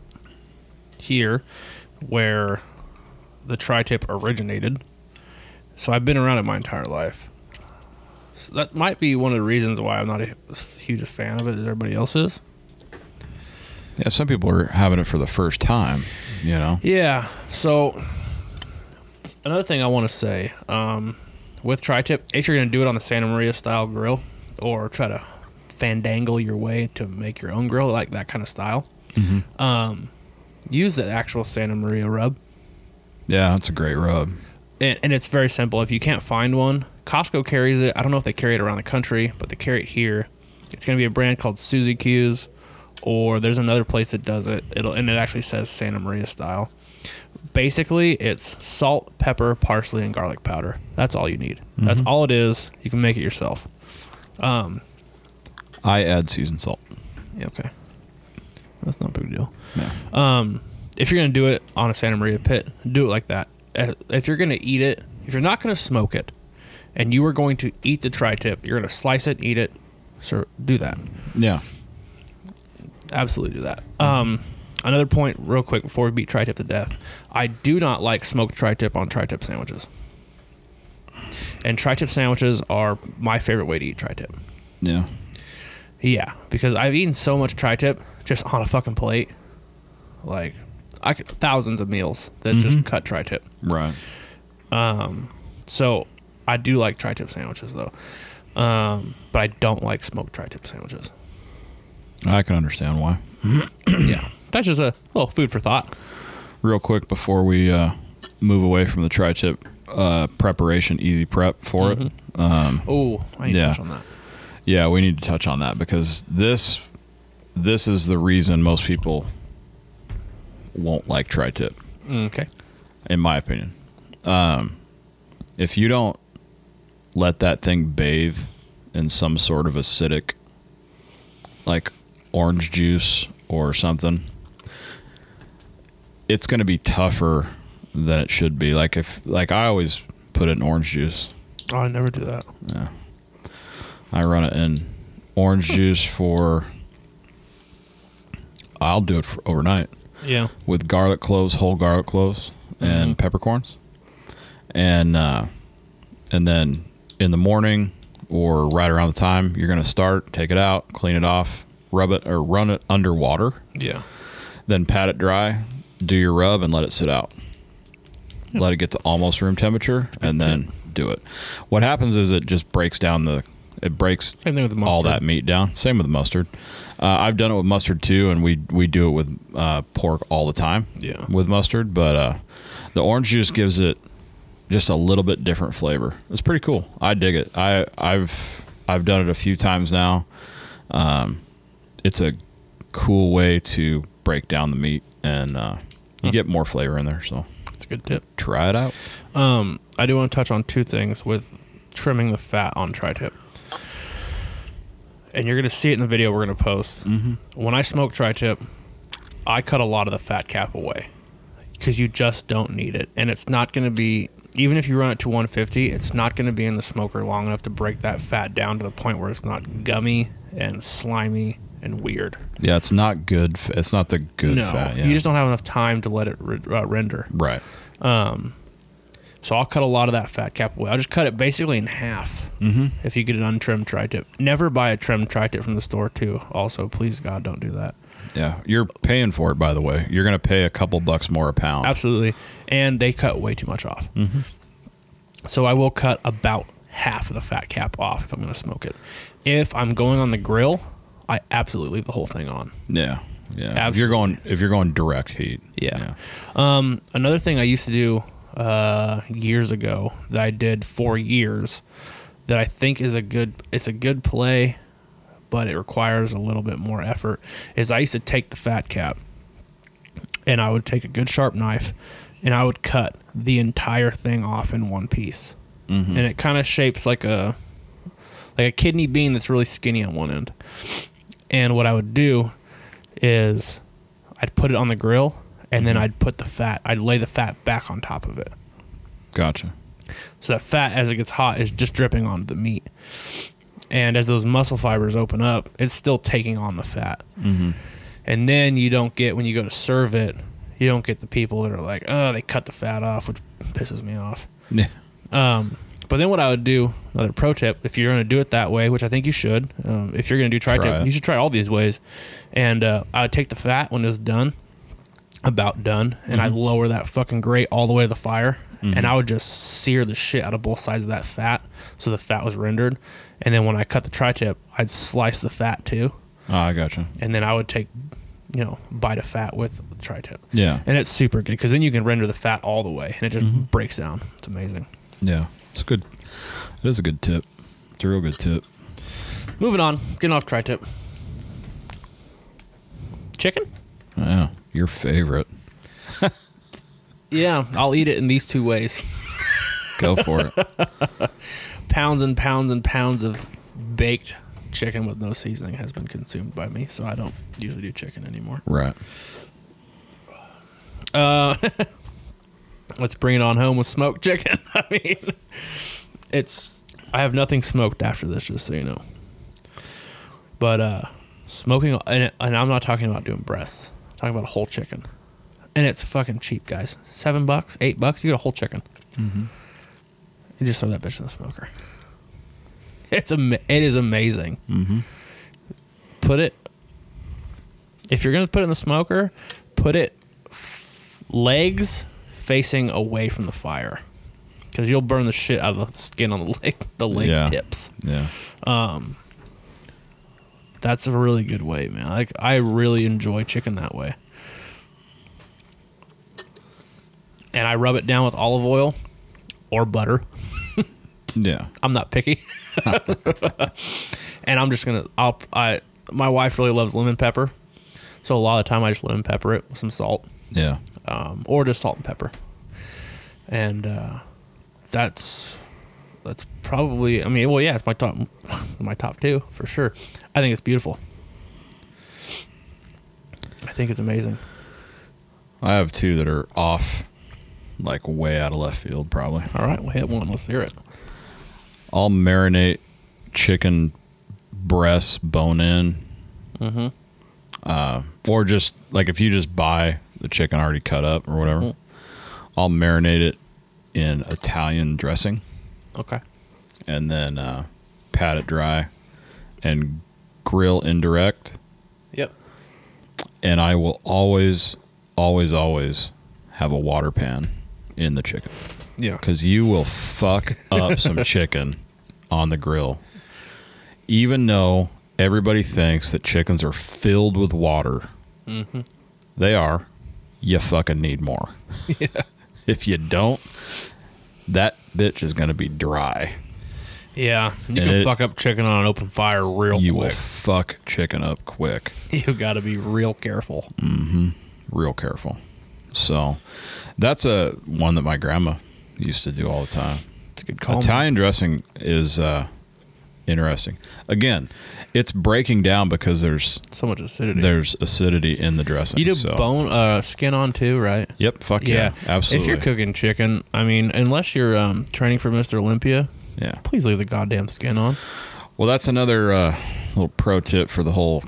Speaker 4: here where the tri tip originated, so I've been around it my entire life. So that might be one of the reasons why I'm not a huge fan of it as everybody else is.
Speaker 3: Yeah, some people are having it for the first time. You know,
Speaker 4: Yeah. So another thing I want to say um, with tri-tip, if you're going to do it on the Santa Maria style grill or try to fandangle your way to make your own grill, like that kind of style, um, use the actual Santa Maria rub.
Speaker 3: yeah, that's a great rub.
Speaker 4: And, and it's very simple. If you can't find one, Costco carries it. I don't know if they carry it around the country, but they carry it here. It's going to be a brand called Suzy Q's, or there's another place that does it. It'll and it actually says Santa Maria style. Basically, it's salt, pepper, parsley, and garlic powder. That's all you need. That's all it is. You can make it yourself. Um,
Speaker 3: I add seasoned salt.
Speaker 4: yeah, okay, that's not a big deal.
Speaker 3: Yeah.
Speaker 4: Um, if you're gonna do it on a Santa Maria pit, do it like that. Uh, If you're gonna eat it, if you're not gonna smoke it, and you are going to eat the tri-tip, you're gonna slice it, eat it. So do that.
Speaker 3: Yeah,
Speaker 4: Absolutely do that. Um, another point, real quick, before we beat tri-tip to death, I do not like smoked tri-tip on tri-tip sandwiches. And tri-tip sandwiches are my favorite way to eat tri-tip.
Speaker 3: yeah,
Speaker 4: Yeah, because I've eaten so much tri-tip just on a fucking plate, like I could, thousands of meals that's just cut tri-tip.
Speaker 3: right.
Speaker 4: So I do like tri-tip sandwiches though, um, but I don't like smoked tri-tip sandwiches.
Speaker 3: I can understand why.
Speaker 4: yeah, that's just a little food for thought.
Speaker 3: real quick before we uh, move away from the tri-tip uh, preparation, easy prep for
Speaker 4: Mm-hmm.
Speaker 3: it.
Speaker 4: Oh, I need
Speaker 3: Yeah.
Speaker 4: to touch on that.
Speaker 3: Yeah, we need to touch on that because this this is the reason most people won't like tri-tip,
Speaker 4: Okay.
Speaker 3: in my opinion. Um, if you don't let that thing bathe in some sort of acidic like orange juice or something it's going to be tougher than it should be like if like i always put it in orange juice
Speaker 4: Oh, I never do that.
Speaker 3: I run it in orange juice for. I'll do it for overnight
Speaker 4: Yeah.
Speaker 3: with garlic cloves, whole garlic cloves, and peppercorns, and uh, and then in the morning or right around the time you're gonna start, take it out, clean it off, rub it or run it under water,
Speaker 4: Yeah.
Speaker 3: then pat it dry, do your rub, and let it sit out. Let it get to almost room temperature, and then do it. What happens is it just breaks down the. It breaks
Speaker 4: Same thing with the mustard.
Speaker 3: all that meat down. Same with mustard. Uh, I've done it with mustard too, and we we do it with uh, pork all the time.
Speaker 4: Yeah.
Speaker 3: with mustard, but uh, the orange juice gives it just a little bit different flavor. It's pretty cool. I dig it. I I've I've done it a few times now. Um, it's a cool way to break down the meat, and uh, you get more flavor in there. So
Speaker 4: That's a good tip.
Speaker 3: try it out.
Speaker 4: Um, I do want to touch on two things with trimming the fat on tri-tip. And you're going to see it in the video we're going to post. Mm-hmm. When I smoke tri-tip, I cut a lot of the fat cap away because you just don't need it. And it's not going to be, even if you run it to 150, it's not going to be in the smoker long enough to break that fat down to the point where it's not gummy and slimy and weird.
Speaker 3: Yeah, it's not good. f- It's not the good
Speaker 4: no,
Speaker 3: fat. Yeah.
Speaker 4: you just don't have enough time to let it re- uh, render.
Speaker 3: right.
Speaker 4: So I'll cut a lot of that fat cap away. I'll just cut it basically in half. Mm-hmm. If you get an untrimmed tri-tip, never buy a trimmed tri-tip from the store too. Also, please God, don't do that.
Speaker 3: Yeah, you're paying for it. By the way, you're gonna pay a couple bucks more a pound.
Speaker 4: Absolutely, and they cut way too much off. Mm-hmm. So I will cut about half of the fat cap off if I'm going to smoke it. If I'm going on the grill, I absolutely leave the whole thing on.
Speaker 3: Yeah, yeah. If you're going if you're going direct heat.
Speaker 4: Yeah. Um, another thing I used to do uh, years ago that I did for years that I think is a good it's a good play, but it requires a little bit more effort is I used to take the fat cap and I would take a good sharp knife and I would cut the entire thing off in one piece. And it kind of shapes like a like a kidney bean that's really skinny on one end. And what I would do is I'd put it on the grill and then I'd put the fat, I'd lay the fat back on top of it.
Speaker 3: Gotcha.
Speaker 4: So that fat, as it gets hot, is just dripping onto the meat. And as those muscle fibers open up, it's still taking on the fat. Mm-hmm. And then you don't get, when you go to serve it, you don't get the people that are like, oh, they cut the fat off, which pisses me off.
Speaker 3: Yeah.
Speaker 4: Um, but then what I would do, another pro tip, if you're going to do it that way, which I think you should, um, if you're going to do tri
Speaker 3: Try
Speaker 4: tip,
Speaker 3: it.
Speaker 4: you should try all these ways. And uh, I would take the fat when it was done, about done, and
Speaker 3: Mm-hmm.
Speaker 4: I'd lower that fucking grate all the way to the fire, and I would just sear the shit out of both sides of that fat, so the fat was rendered. And then when I cut the tri tip, I'd slice the fat too,
Speaker 3: Oh, I gotcha.
Speaker 4: and then I would take, you know, bite of fat with the tri tip.
Speaker 3: Yeah.
Speaker 4: And it's super good because then you can render the fat all the way, and it
Speaker 3: Mm-hmm.
Speaker 4: just breaks down. It's amazing.
Speaker 3: Yeah. It's a good. It is a good tip. It's a real good tip.
Speaker 4: Moving on, getting off tri tip. Chicken?
Speaker 3: Yeah. Your favorite.
Speaker 4: Yeah, I'll eat it in these two ways
Speaker 3: Go for it.
Speaker 4: pounds and pounds and pounds of baked chicken with no seasoning has been consumed by me, so I don't usually do chicken anymore.
Speaker 3: Right.
Speaker 4: Let's bring it on home with smoked chicken. I mean, it's. I have nothing smoked after this, just so you know. But uh smoking, and, and I'm not talking about doing breasts. I'm talking about a whole chicken, and it's fucking cheap, guys. Seven bucks, eight bucks, you get a whole chicken. You just throw that bitch in the smoker. It's am- it is amazing. Mm-hmm. Put it. If you're gonna put it in the smoker, put it legs facing away from the fire because you'll burn the shit out of the skin on the leg the leg
Speaker 3: Yeah.
Speaker 4: tips
Speaker 3: Yeah.
Speaker 4: that's a really good way man like i really enjoy chicken that way and i rub it down with olive oil or butter
Speaker 3: Yeah.
Speaker 4: i'm not picky and i'm just gonna i'll i my wife really loves lemon pepper so a lot of the time i just lemon pepper it with some salt
Speaker 3: Yeah.
Speaker 4: um, or just salt and pepper. And uh, that's that's probably. I mean, well, yeah, it's my top my top two for sure. I think it's beautiful. I think it's amazing.
Speaker 3: I have two that are off, like way out of left field, probably.
Speaker 4: All right, we'll hit one. Let's hear it.
Speaker 3: I'll marinate chicken breasts, bone in, Uh,
Speaker 4: Mm-hmm.
Speaker 3: or just like if you just buy the chicken already cut up or whatever,
Speaker 4: Mm-hmm.
Speaker 3: I'll marinate it in Italian dressing
Speaker 4: Okay.
Speaker 3: and then uh, pat it dry and grill indirect.
Speaker 4: Yep.
Speaker 3: And I will always, always, always have a water pan in the chicken.
Speaker 4: Yeah.
Speaker 3: because you will fuck up some chicken on the grill. Even though everybody thinks that chickens are filled with water,
Speaker 4: Mm-hmm.
Speaker 3: they are. You fucking need more. if you don't, that bitch is going to be dry.
Speaker 4: Yeah. You
Speaker 3: And
Speaker 4: can
Speaker 3: it-
Speaker 4: fuck up chicken on an open fire real
Speaker 3: you will
Speaker 4: quick.
Speaker 3: fuck chicken up quick.
Speaker 4: You got to be real careful.
Speaker 3: Real careful. So that's a one that my grandma used to do all the time.
Speaker 4: It's a good call. man.
Speaker 3: Italian dressing is uh, interesting. Again, it's breaking down because there's
Speaker 4: So much acidity.
Speaker 3: there's acidity in the dressing.
Speaker 4: You do
Speaker 3: so-
Speaker 4: bone uh, skin on too, right?
Speaker 3: Yep. Fuck yeah. absolutely.
Speaker 4: If you're cooking chicken, I mean, unless you're um, training for Mr. Olympia,
Speaker 3: yeah.
Speaker 4: please leave the goddamn skin on.
Speaker 3: Well, that's another uh, little pro tip for the whole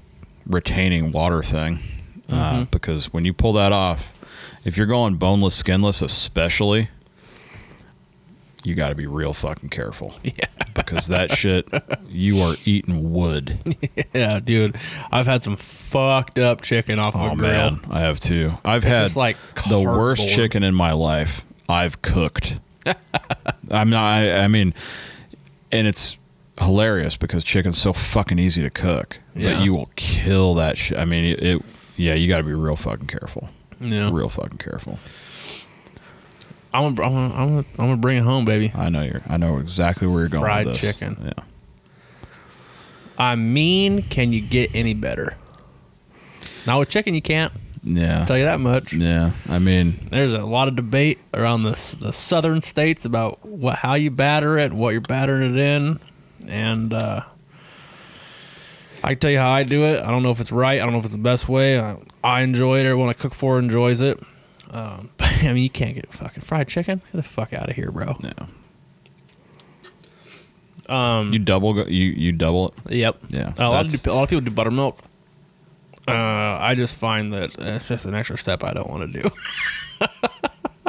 Speaker 3: retaining water thing,
Speaker 4: Mm-hmm.
Speaker 3: uh, because when you pull that off, if you're going boneless, skinless, especially, you got to be real fucking careful. Yeah. Because that shit, you are eating wood.
Speaker 4: Yeah, dude, I've had some fucked up chicken off
Speaker 3: Oh
Speaker 4: the grill.
Speaker 3: man, I have too. I've
Speaker 4: It's
Speaker 3: had
Speaker 4: just like
Speaker 3: the worst
Speaker 4: cardboard.
Speaker 3: chicken in my life. I've cooked. I'm not. I, I mean, and it's hilarious because chicken's so fucking easy to cook,
Speaker 4: Yeah.
Speaker 3: but you will kill that shit. I mean, it. it yeah, you got to be real fucking careful.
Speaker 4: Yeah.
Speaker 3: Real fucking careful.
Speaker 4: I'm gonna, I'm gonna, I'm gonna, I'm gonna bring it home, baby.
Speaker 3: I know you're. I know exactly where you're going. with
Speaker 4: Fried
Speaker 3: this.
Speaker 4: chicken.
Speaker 3: Yeah.
Speaker 4: I mean, can you get any better? Now with chicken, you can't.
Speaker 3: Yeah.
Speaker 4: I'll tell you that much.
Speaker 3: yeah. I mean,
Speaker 4: There's a lot of debate around the s- the southern states about what how you batter it, what you're battering it in, and uh, I can tell you how I do it. I don't know if it's right. I don't know if it's the best way. I, I enjoy it. Everyone I cook for enjoys it. Um, but, I mean, you can't get fucking fried chicken. Get the fuck out of here, bro.
Speaker 3: yeah. Um. You double. Go, you you double it.
Speaker 4: Yep.
Speaker 3: Yeah.
Speaker 4: A lot,
Speaker 3: that's-
Speaker 4: of, a lot of people do buttermilk. Uh, I just find that it's just an extra step I don't want to do.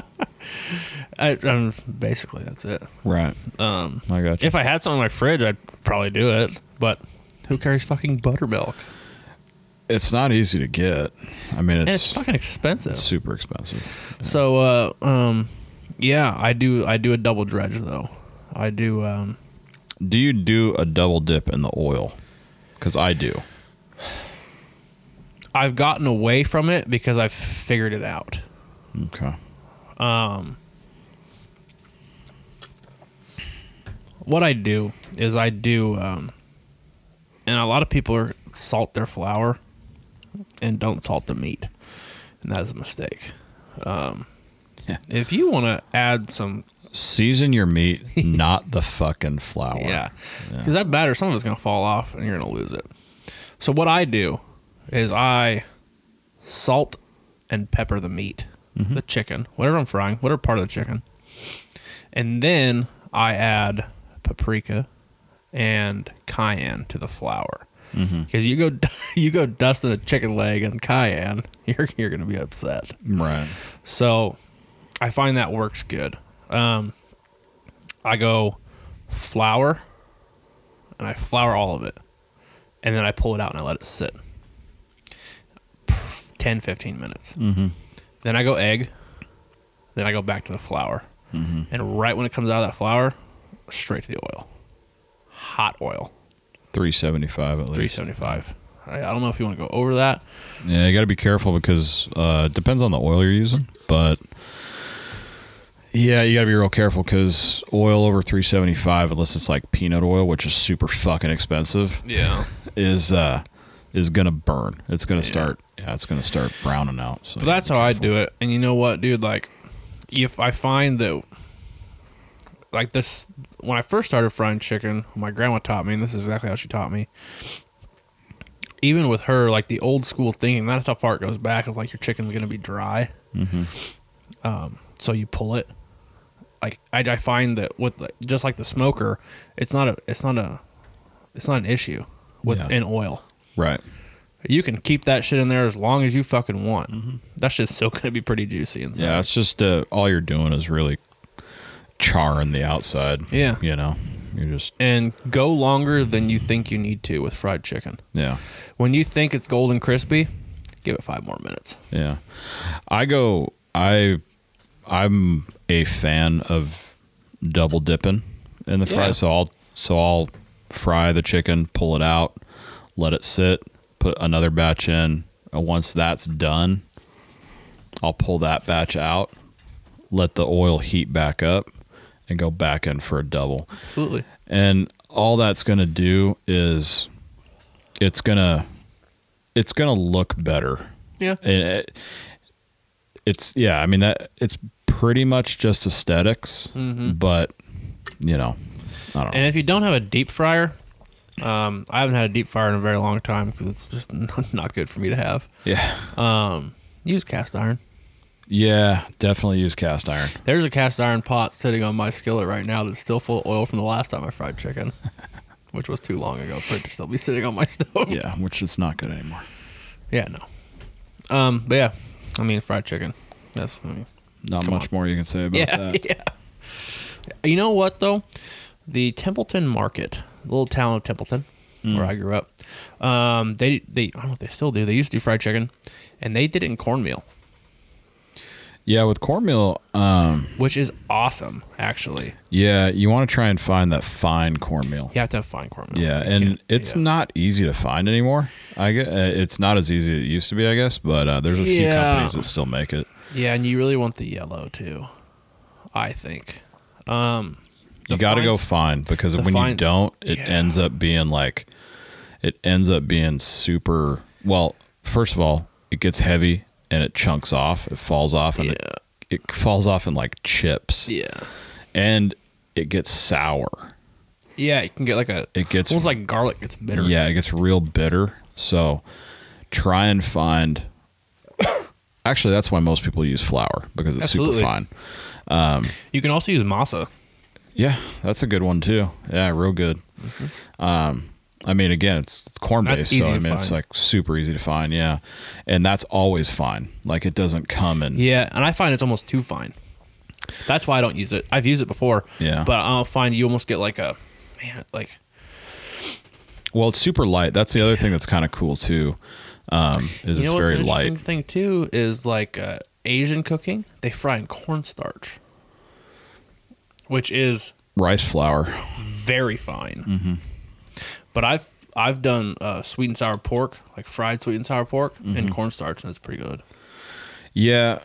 Speaker 4: I, I'm, basically, that's it.
Speaker 3: Right.
Speaker 4: Um,
Speaker 3: I got you.
Speaker 4: if I had some in my fridge, I'd probably do it. But who carries fucking buttermilk?
Speaker 3: It's not easy to get. I mean,
Speaker 4: And
Speaker 3: it's,
Speaker 4: it's fucking expensive.
Speaker 3: it's super expensive.
Speaker 4: So, uh, um, yeah, I do. I do a double dredge though. I do. Um,
Speaker 3: Do you do a double dip in the oil? Because I do.
Speaker 4: I've gotten away from it because I've figured it out.
Speaker 3: Okay.
Speaker 4: what I do is I do, um, and a lot of people are salt their flour and don't salt the meat, and that is a mistake. Um,
Speaker 3: Yeah.
Speaker 4: If you want to add some,
Speaker 3: Season your meat, not the fucking flour.
Speaker 4: yeah, because that batter, some of it's gonna fall off and you're gonna lose it. So what I do is I salt and pepper the meat, the chicken, whatever I'm frying, whatever part of the chicken, and then I add paprika and cayenne to the flour. Because you go you go dusting a chicken leg and cayenne, you're you're gonna be upset.
Speaker 3: Right.
Speaker 4: So I find that works good. Um, I go flour and I flour all of it. And then I pull it out and I let it sit 10, 15 minutes. Mm-hmm. Then I go egg. Then I go back to the flour. And right when it comes out of that flour, straight to the oil. Hot oil,
Speaker 3: 375 at least.
Speaker 4: 375. I, I don't know if you want to go over that.
Speaker 3: Yeah, you got to be careful because uh, it depends on the oil you're using. But yeah, you got to be real careful because oil over 375, unless it's like peanut oil, which is super fucking expensive.
Speaker 4: Yeah.
Speaker 3: is uh is gonna burn. It's gonna start. Yeah, it's gonna start browning out. So
Speaker 4: But that's how I do it. And you know what, dude? Like, if I find that like this when I first started frying chicken, my grandma taught me, and this is exactly how she taught me. Even with her, like the old school thinking, that's how far it goes back of like your chicken's gonna be dry. Um, so you pull it. Like I, I find that with the, just like the smoker, it's not a it's not a it's not an issue with
Speaker 3: Yeah.
Speaker 4: in oil.
Speaker 3: Right.
Speaker 4: You can keep that shit in there as long as you fucking want. That shit's still gonna be pretty juicy inside.
Speaker 3: Mm-hmm. Yeah, it's just uh, all you're doing is really charring the outside.
Speaker 4: Yeah.
Speaker 3: You know, you're just,
Speaker 4: And go longer than you think you need to with fried chicken.
Speaker 3: yeah.
Speaker 4: When you think it's golden crispy, give it five more minutes.
Speaker 3: Yeah. I go I I'm a fan of double dipping in the fry.
Speaker 4: Yeah.
Speaker 3: So I'll so I'll fry the chicken, pull it out, let it sit, put another batch in, and once that's done, I'll pull that batch out, let the oil heat back up, and go back in for a double.
Speaker 4: Absolutely.
Speaker 3: And all that's going to do is it's going to it's going to look better
Speaker 4: Yeah.
Speaker 3: and it, it's yeah i mean that it's pretty much just esthetics but you know i don't know
Speaker 4: Mm-hmm. And if you don't have a deep fryer, um, I haven't had a deep fryer in a very long time because it's just n- not good for me to have.
Speaker 3: yeah
Speaker 4: Um, use cast iron.
Speaker 3: yeah definitely use cast iron
Speaker 4: There's a cast iron pot sitting on my skillet right now that's still full of oil from the last time I fried chicken, which was too long ago for it to still be sitting on my stove.
Speaker 3: yeah which is not good anymore
Speaker 4: Yeah, no. Um, but yeah, I mean fried chicken. That's I mean,
Speaker 3: not
Speaker 4: Come
Speaker 3: much more you can say about
Speaker 4: yeah,
Speaker 3: that
Speaker 4: yeah. You know what though? The Templeton Market, little town of Templeton, where
Speaker 3: Mm.
Speaker 4: I grew up, um, they they I don't know if they still do. They used to do fried chicken, and they did it in cornmeal,
Speaker 3: yeah with cornmeal um
Speaker 4: which is awesome. Actually,
Speaker 3: yeah you want to try and find that fine cornmeal
Speaker 4: you have to have fine cornmeal.
Speaker 3: yeah
Speaker 4: You
Speaker 3: and
Speaker 4: can't-
Speaker 3: it's
Speaker 4: yeah.
Speaker 3: not easy to find anymore i get uh, it's not as easy as it used to be i guess but uh, there's a few
Speaker 4: Yeah.
Speaker 3: companies that still make it
Speaker 4: Yeah, and you really want the yellow too. I think. Um,
Speaker 3: you
Speaker 4: The
Speaker 3: got to go
Speaker 4: fines-
Speaker 3: fine because
Speaker 4: the
Speaker 3: when you
Speaker 4: fine-
Speaker 3: don't, it
Speaker 4: Yeah.
Speaker 3: ends up being like, it ends up being super. Well, first of all, it gets heavy and it chunks off. It falls off and it, it falls off in like chips
Speaker 4: yeah,
Speaker 3: and it gets sour.
Speaker 4: yeah. You can get like a.
Speaker 3: It gets
Speaker 4: almost like garlic gets bitter.
Speaker 3: yeah, it gets real bitter. So try and find. Actually, that's why most people use flour because it's
Speaker 4: Absolutely.
Speaker 3: super fine.
Speaker 4: You can also use masa.
Speaker 3: Yeah, that's a good one too. Yeah, real good. Um, I mean, again, it's corn
Speaker 4: Mm-hmm. That's
Speaker 3: based,
Speaker 4: easy
Speaker 3: so I
Speaker 4: to
Speaker 3: mean, it's
Speaker 4: find.
Speaker 3: like super easy to find. Yeah, and that's always fine. Like it doesn't come in.
Speaker 4: Yeah, and I find it's almost too fine. That's why I don't use it. I've used it before.
Speaker 3: Yeah.
Speaker 4: But I'll find you almost get like a man like
Speaker 3: Well, it's super light. That's the other thing that's kind of cool too. Um, is it's
Speaker 4: you know what's
Speaker 3: very
Speaker 4: an interesting
Speaker 3: light.
Speaker 4: thing too is like uh, Asian cooking, they fry in cornstarch. Which is
Speaker 3: Rice flour.
Speaker 4: very fine. Mm-hmm. But I've I've done uh, sweet and sour pork, like fried sweet and sour pork and cornstarch, and it's pretty good.
Speaker 3: Yeah.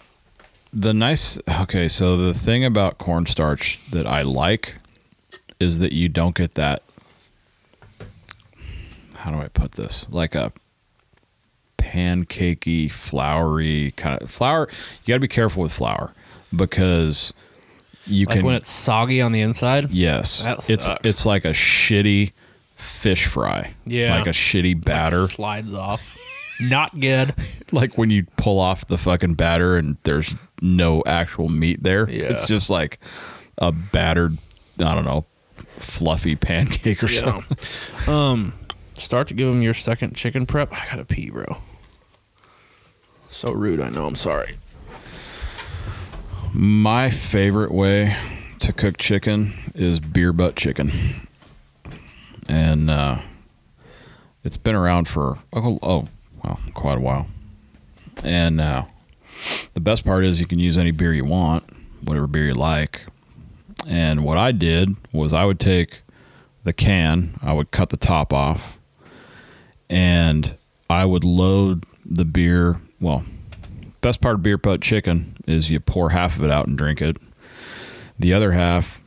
Speaker 3: The nice okay, so the thing about cornstarch that I like is that you don't get that how do I put this? Like a pancakey, floury kind of flour. You got to be careful with flour because you
Speaker 4: Like
Speaker 3: can
Speaker 4: when it's soggy on the inside.
Speaker 3: yes,
Speaker 4: That
Speaker 3: it's
Speaker 4: sucks.
Speaker 3: it's like a shitty fish fry.
Speaker 4: Yeah.
Speaker 3: Like a shitty
Speaker 4: like,
Speaker 3: batter
Speaker 4: slides off. Not good.
Speaker 3: like when you pull off the fucking batter and there's no actual meat there.
Speaker 4: Yeah.
Speaker 3: It's just like a battered, I don't know, fluffy pancake or something.
Speaker 4: Um, start to give him your second chicken prep. I gotta pee, bro. So rude. I know. I'm sorry.
Speaker 3: My favorite way to cook chicken is beer butt chicken. And uh, it's been around for, oh, oh, well, quite a while. And uh, the best part is you can use any beer you want, whatever beer you like. And what I did was I would take the can, I would cut the top off, and I would load the beer. Well, best part of beer putt chicken is you pour half of it out and drink it. The other half,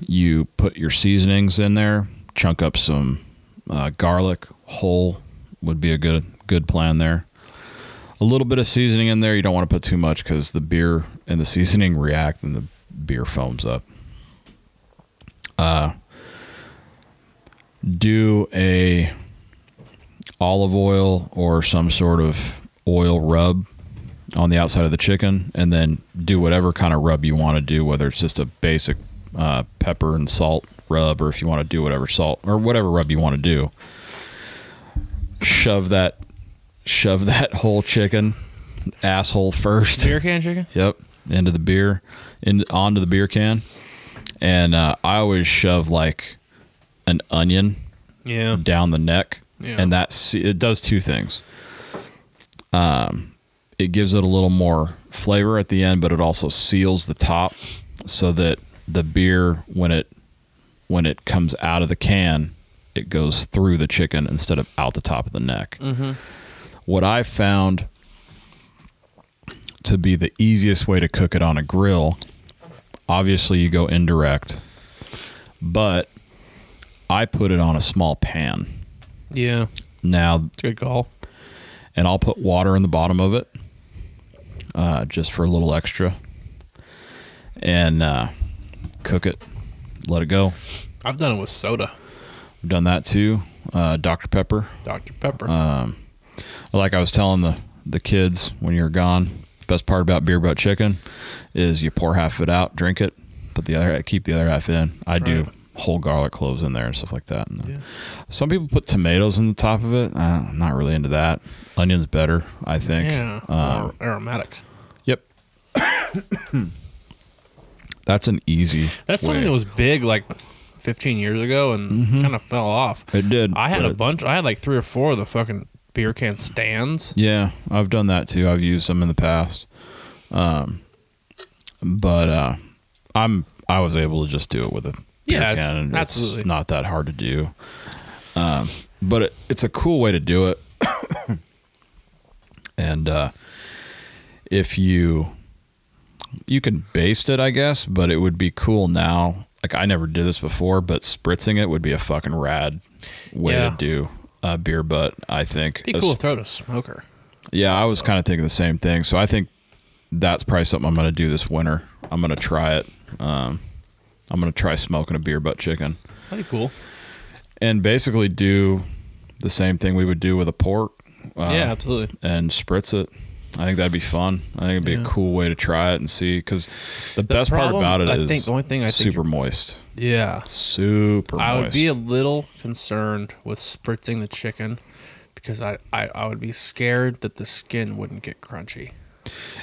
Speaker 3: you put your seasonings in there, chunk up some uh, garlic whole would be a good good plan there. A little bit of seasoning in there. You don't want to put too much because the beer and the seasoning react and the beer foams up. do a olive oil or some sort of oil rub on the outside of the chicken and then do whatever kind of rub you want to do whether it's just a basic uh, pepper and salt rub or if you want to do whatever salt or whatever rub you want to do shove that shove that whole chicken asshole first
Speaker 4: Beer can chicken?
Speaker 3: Yep, into the beer, in onto the beer can, and uh, I always shove like an onion
Speaker 4: Yeah.
Speaker 3: down the neck,
Speaker 4: Yeah.
Speaker 3: and that se- it does two things. Um, it gives it a little more flavor at the end, but it also seals the top so that the beer when it when it comes out of the can, it goes through the chicken instead of out the top of the neck. What I found to be the easiest way to cook it on a grill, obviously you go indirect, but I put it on a small pan.
Speaker 4: Yeah.
Speaker 3: Now,
Speaker 4: Good call.
Speaker 3: and I'll put water in the bottom of it uh, just for a little extra and uh, cook it, let it go.
Speaker 4: I've done it with soda.
Speaker 3: I've done that too. Uh, Dr. Pepper.
Speaker 4: Dr. Pepper.
Speaker 3: Like I was telling the, the kids when you're gone, best part about beer butt chicken is you pour half of it out, drink it, but the other keep the other half in. I do
Speaker 4: right.
Speaker 3: whole garlic cloves in there and stuff like that. And then-
Speaker 4: Yeah.
Speaker 3: Some people put tomatoes in the top of it. Uh, I'm not really into that. Onions better, I think.
Speaker 4: yeah.
Speaker 3: Um,
Speaker 4: Ar- aromatic.
Speaker 3: Yep. That's an easy.
Speaker 4: That's something
Speaker 3: way.
Speaker 4: that was big like 15 years ago and kind of fell off.
Speaker 3: It did.
Speaker 4: I had
Speaker 3: but
Speaker 4: a
Speaker 3: it-
Speaker 4: bunch. I had like three or four of the fucking beer can stands.
Speaker 3: Yeah, I've done that too. I've used them in the past. Um, but uh, I'm I was able to just do it with a beer
Speaker 4: Yeah, it's-
Speaker 3: can. and
Speaker 4: absolutely.
Speaker 3: It's not that hard to do. Um, but it, it's a cool way to do it. and uh, if you you can baste it, I guess, but it would be cool now. Like I never did this before, but spritzing it would be a fucking rad way
Speaker 4: Yeah.
Speaker 3: to do a beer butt. I think
Speaker 4: Be cool to throw to a smoker.
Speaker 3: yeah, I was kind of thinking the same thing. So I think that's probably something I'm going to do this winter. I'm going to try it. Um, I'm going to try smoking a beer butt chicken
Speaker 4: That'd be cool.
Speaker 3: and basically do the same thing we would do with a pork. Uh,
Speaker 4: yeah, absolutely.
Speaker 3: And spritz it. I think that'd be fun. I think it'd be
Speaker 4: Yeah.
Speaker 3: a cool way to try it and see because the, best
Speaker 4: problem,
Speaker 3: part about it
Speaker 4: I
Speaker 3: is
Speaker 4: think, the only thing I think-
Speaker 3: super moist.
Speaker 4: Yeah.
Speaker 3: Super
Speaker 4: I
Speaker 3: moist.
Speaker 4: would be a little concerned with spritzing the chicken because I, I, I would be scared that the skin wouldn't get crunchy.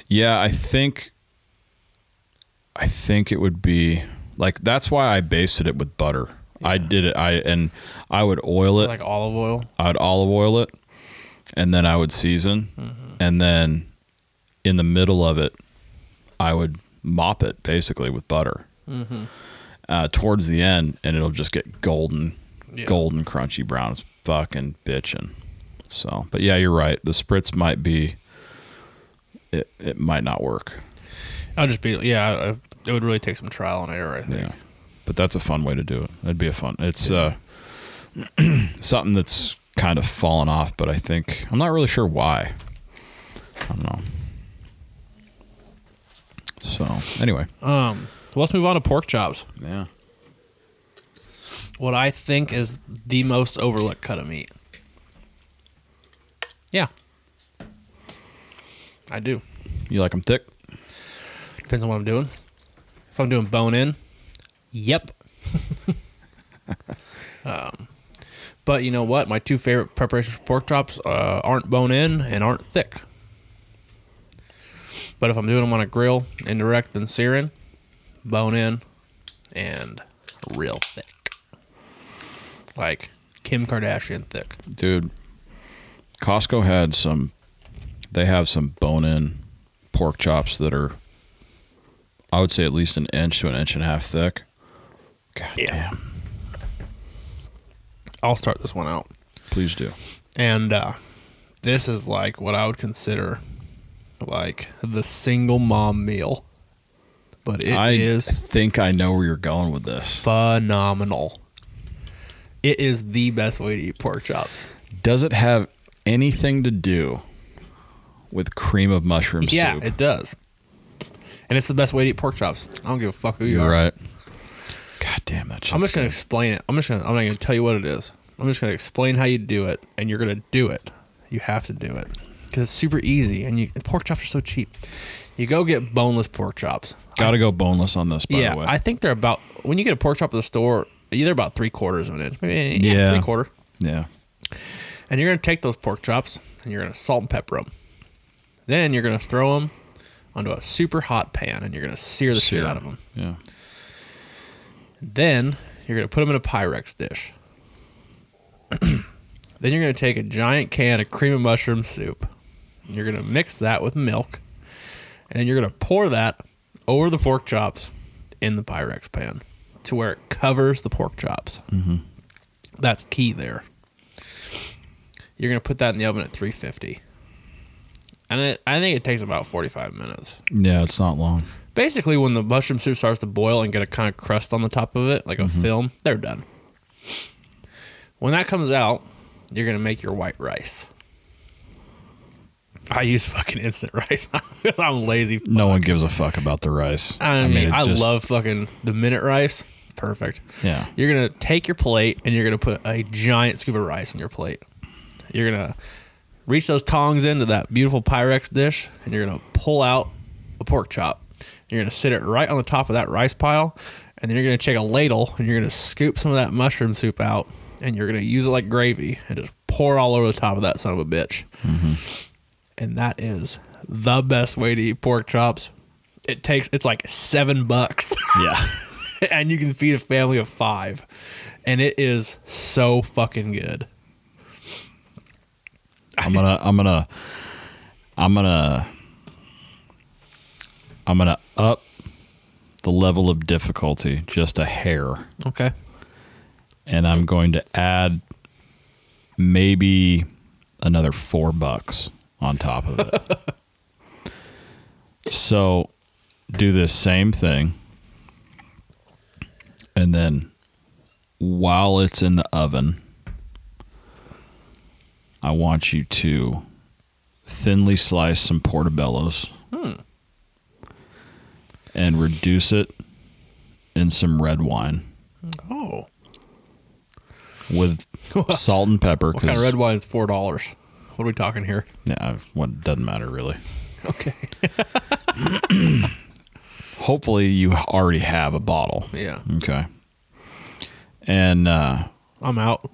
Speaker 3: Yeah, I think I think it would be like that's why I basted it with butter. I did it I and I would oil it.
Speaker 4: Like olive oil.
Speaker 3: I would olive oil it and then I would season
Speaker 4: Mm-hmm.
Speaker 3: and then in the middle of it I would mop it basically with butter. Uh, towards the end and it'll just get golden
Speaker 4: Yeah.
Speaker 3: golden crunchy brown. It's fucking bitching. So, but yeah, you're right. The spritz might be it it might not work.
Speaker 4: I'll just be, yeah, I, I- it would really take some trial and error, I think.
Speaker 3: Yeah. But that's a fun way to do it. That'd be a fun. It's uh something that's kind of fallen off, but I think I'm not really sure why. I don't know. So, anyway.
Speaker 4: Um, well, let's move on to pork chops.
Speaker 3: Yeah.
Speaker 4: What I think is the most overlooked cut of meat. Yeah. I do.
Speaker 3: You like them thick?
Speaker 4: Depends on what I'm doing. If I'm doing bone in, yep. um, but you know what? My two favorite preparations for pork chops uh, aren't bone in and aren't thick. But if I'm doing them on a grill, indirect and searing, bone in and real thick. Like Kim Kardashian thick.
Speaker 3: Dude, Costco had some they have some bone-in pork chops that are I would say at least an inch to an inch and a half thick. God
Speaker 4: Yeah.
Speaker 3: damn.
Speaker 4: I'll start this one out.
Speaker 3: Please do.
Speaker 4: and uh, this is like what I would consider like the single mom meal, but it is
Speaker 3: I think I know where you're going with this.
Speaker 4: phenomenal. It is the best way to eat pork chops.
Speaker 3: Does it have anything to do with cream of mushroom
Speaker 4: Yeah,
Speaker 3: soup?
Speaker 4: it does, and it's the best way to eat pork chops. I don't give a fuck who you
Speaker 3: You're
Speaker 4: are.
Speaker 3: right. God damn that shit.
Speaker 4: I'm just gonna explain it. I'm just gonna. I'm not gonna tell you what it is. I'm just gonna explain how you do it, and you're gonna do it. You have to do it because it's super easy, and you and pork chops are so cheap. You go get boneless pork chops.
Speaker 3: gotta go boneless on this. By
Speaker 4: yeah,
Speaker 3: the way,
Speaker 4: I think they're about when you get a pork chop at the store, they're about three quarters of an inch, maybe yeah,
Speaker 3: Yeah.
Speaker 4: three quarter.
Speaker 3: yeah,
Speaker 4: And you're gonna take those pork chops and you're gonna salt and pepper them. Then you're gonna throw them onto a super hot pan, and you're gonna sear the shit
Speaker 3: Sear.
Speaker 4: out of them.
Speaker 3: yeah.
Speaker 4: Then you're going to put them in a Pyrex dish. then you're going to take a giant can of cream of mushroom soup. And You're going to mix that with milk. And then you're going to pour that over the pork chops in the Pyrex pan to where it covers the pork chops. Mm-hmm. That's key there. You're going to put that in the oven at 350. And it, I think it takes about 45 minutes
Speaker 3: Yeah, it's not long.
Speaker 4: basically when the mushroom soup starts to boil and get a kind of crust on the top of it, like a film, they're done. When that comes out, you're gonna make your white rice. I use fucking instant rice because I'm lazy.
Speaker 3: No one gives a fuck about the rice.
Speaker 4: I mean, I,
Speaker 3: it just-
Speaker 4: love fucking the minute rice. Perfect.
Speaker 3: Yeah.
Speaker 4: You're gonna take your plate and you're gonna put a giant scoop of rice in your plate. You're gonna reach those tongs into that beautiful Pyrex dish and you're gonna pull out a pork chop. You're gonna sit it right on the top of that rice pile, and then you're gonna take a ladle and you're gonna scoop some of that mushroom soup out, and you're gonna use it like gravy and just pour all over the top of that son of a bitch. And that is the best way to eat pork chops. It takes it's like seven bucks.
Speaker 3: Yeah.
Speaker 4: and you can feed a family of five. And it is so fucking good.
Speaker 3: I'm gonna I'm gonna I'm gonna I'm gonna up the level of difficulty just a hair
Speaker 4: Okay.
Speaker 3: and I'm going to add maybe another 4 bucks on top of it. so do this same thing and then while it's in the oven I want you to thinly slice some portobellos and reduce it in some red wine
Speaker 4: Oh.
Speaker 3: with salt and pepper.
Speaker 4: What kind of
Speaker 3: 'cause-
Speaker 4: red wine is four dollars? What are we talking here?
Speaker 3: Yeah, what doesn't matter really.
Speaker 4: Okay.
Speaker 3: Hopefully, you already have a bottle.
Speaker 4: Yeah.
Speaker 3: Okay. And uh,
Speaker 4: I'm out.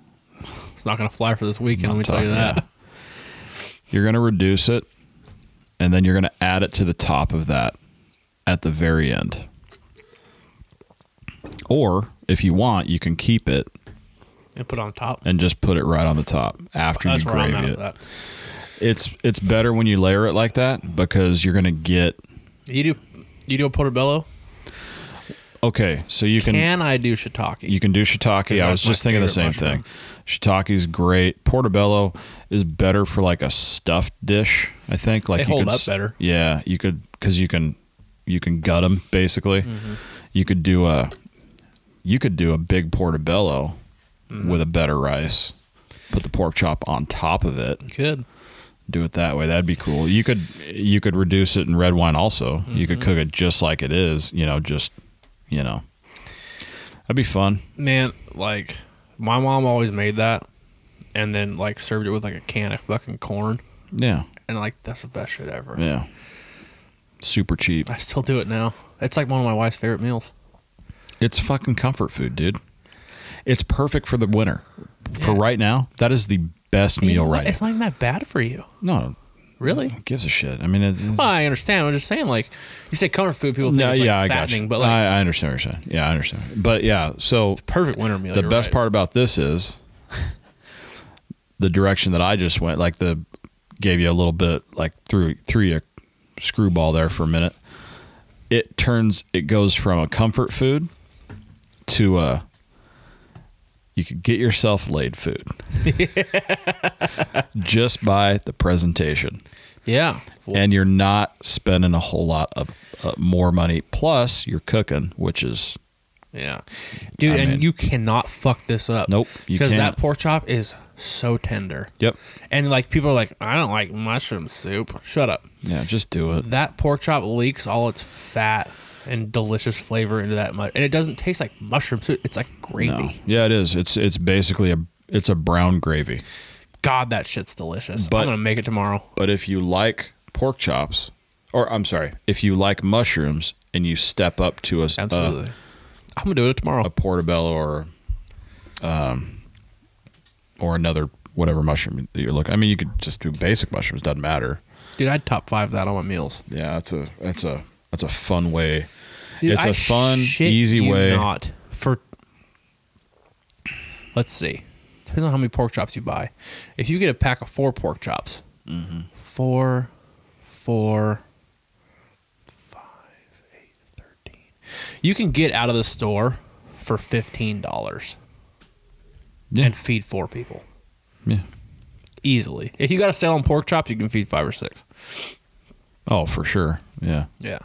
Speaker 4: It's not gonna fly for this weekend,
Speaker 3: I'm
Speaker 4: let me tell you
Speaker 3: talking-
Speaker 4: that.
Speaker 3: yeah. You're going to reduce it, and then you're going to add it to the top of that at the very end. Or if you want, you can keep it
Speaker 4: And put it on top.
Speaker 3: and just put it right on the top after
Speaker 4: That's
Speaker 3: you
Speaker 4: where I'm
Speaker 3: gravy
Speaker 4: at with
Speaker 3: it.
Speaker 4: that.
Speaker 3: It's it's better when you layer it like that because you're going to get
Speaker 4: You do you do a portobello?
Speaker 3: okay. So you can
Speaker 4: Can I do shiitake?
Speaker 3: You can do shiitake. I was
Speaker 4: that's my
Speaker 3: just thinking the same
Speaker 4: favorite mushroom.
Speaker 3: thing. Shiitake's great. Portobello is better for like a stuffed dish. I think like
Speaker 4: They
Speaker 3: you
Speaker 4: hold
Speaker 3: could
Speaker 4: up
Speaker 3: s-
Speaker 4: better.
Speaker 3: Yeah, you could because you can you can gut them basically.
Speaker 4: Mm-hmm.
Speaker 3: You could do a you could do a big portobello
Speaker 4: Mm-hmm.
Speaker 3: with a better rice. Put the pork chop on top of it.
Speaker 4: Good.
Speaker 3: Do it that way. That'd be cool. You could you could reduce it in red wine also. You could
Speaker 4: Mm-hmm.
Speaker 3: cook it just like it is. You know, just you know. That'd be fun.
Speaker 4: Man, like my mom always made that and then like served it with like a can of fucking corn.
Speaker 3: Yeah.
Speaker 4: And like that's the best shit ever.
Speaker 3: Yeah. Super cheap.
Speaker 4: I still do it now. It's like one of my wife's favorite meals.
Speaker 3: It's fucking comfort food, dude. It's perfect for the winter. For right now, that is the best meal
Speaker 4: It's not-
Speaker 3: right
Speaker 4: It's not even that bad for you,
Speaker 3: now. No,
Speaker 4: really.
Speaker 3: who gives a shit. I mean, it's, it's
Speaker 4: Well, I understand. I'm just saying, like you say, comfort food people think
Speaker 3: no,
Speaker 4: it's like
Speaker 3: yeah, I got
Speaker 4: fattening,
Speaker 3: you.
Speaker 4: but like
Speaker 3: I, I understand what you're saying. Yeah, I understand. But yeah, so
Speaker 4: perfect winter meal.
Speaker 3: the
Speaker 4: you're
Speaker 3: best
Speaker 4: right.
Speaker 3: part about this is the direction that I just went. Like the gave you a little bit, like through through you a screwball there for a minute. It turns. It goes from a comfort food to a. You could get yourself laid food just by the presentation,
Speaker 4: yeah,
Speaker 3: and you're not spending a whole lot of uh, more money. Plus, you're cooking, which is
Speaker 4: yeah,
Speaker 3: I
Speaker 4: dude. and
Speaker 3: mean-
Speaker 4: you cannot fuck this up.
Speaker 3: Nope, you
Speaker 4: because that
Speaker 3: can't.
Speaker 4: pork chop is so tender.
Speaker 3: yep,
Speaker 4: And like people are like, I don't like mushroom soup. Shut up.
Speaker 3: yeah. Just do it.
Speaker 4: That pork chop leaks all its fat and delicious flavor into that much, and it doesn't taste like mushroom soup. It's like gravy.
Speaker 3: No. Yeah, it is. It's it's basically a it's a brown gravy.
Speaker 4: God, that shit's delicious.
Speaker 3: But- uh,
Speaker 4: I'm gonna make it tomorrow.
Speaker 3: But if you like pork chops, or I'm sorry, if you like mushrooms and you step up to a, s- a,
Speaker 4: Absolutely. I'm gonna do it tomorrow.
Speaker 3: a portobello or um or another whatever mushroom that you're looking. I mean, you could just do basic mushrooms. Doesn't matter.
Speaker 4: Dude, I'd top five that on my meals.
Speaker 3: Yeah, that's a that's a that's a fun way.
Speaker 4: Dude,
Speaker 3: it's a
Speaker 4: I
Speaker 3: fun,
Speaker 4: shit
Speaker 3: easy
Speaker 4: you
Speaker 3: way.
Speaker 4: Not for. Let's see. Depends on how many pork chops you buy. If you get a pack of four pork chops,
Speaker 3: Mm-hmm.
Speaker 4: four, four, five, eight, thirteen, you can get out of the store for fifteen dollars
Speaker 3: Yeah,
Speaker 4: and feed four people
Speaker 3: yeah.
Speaker 4: easily. If you got a sale on pork chops, you can feed five or six.
Speaker 3: Oh, for sure. Yeah.
Speaker 4: Yeah.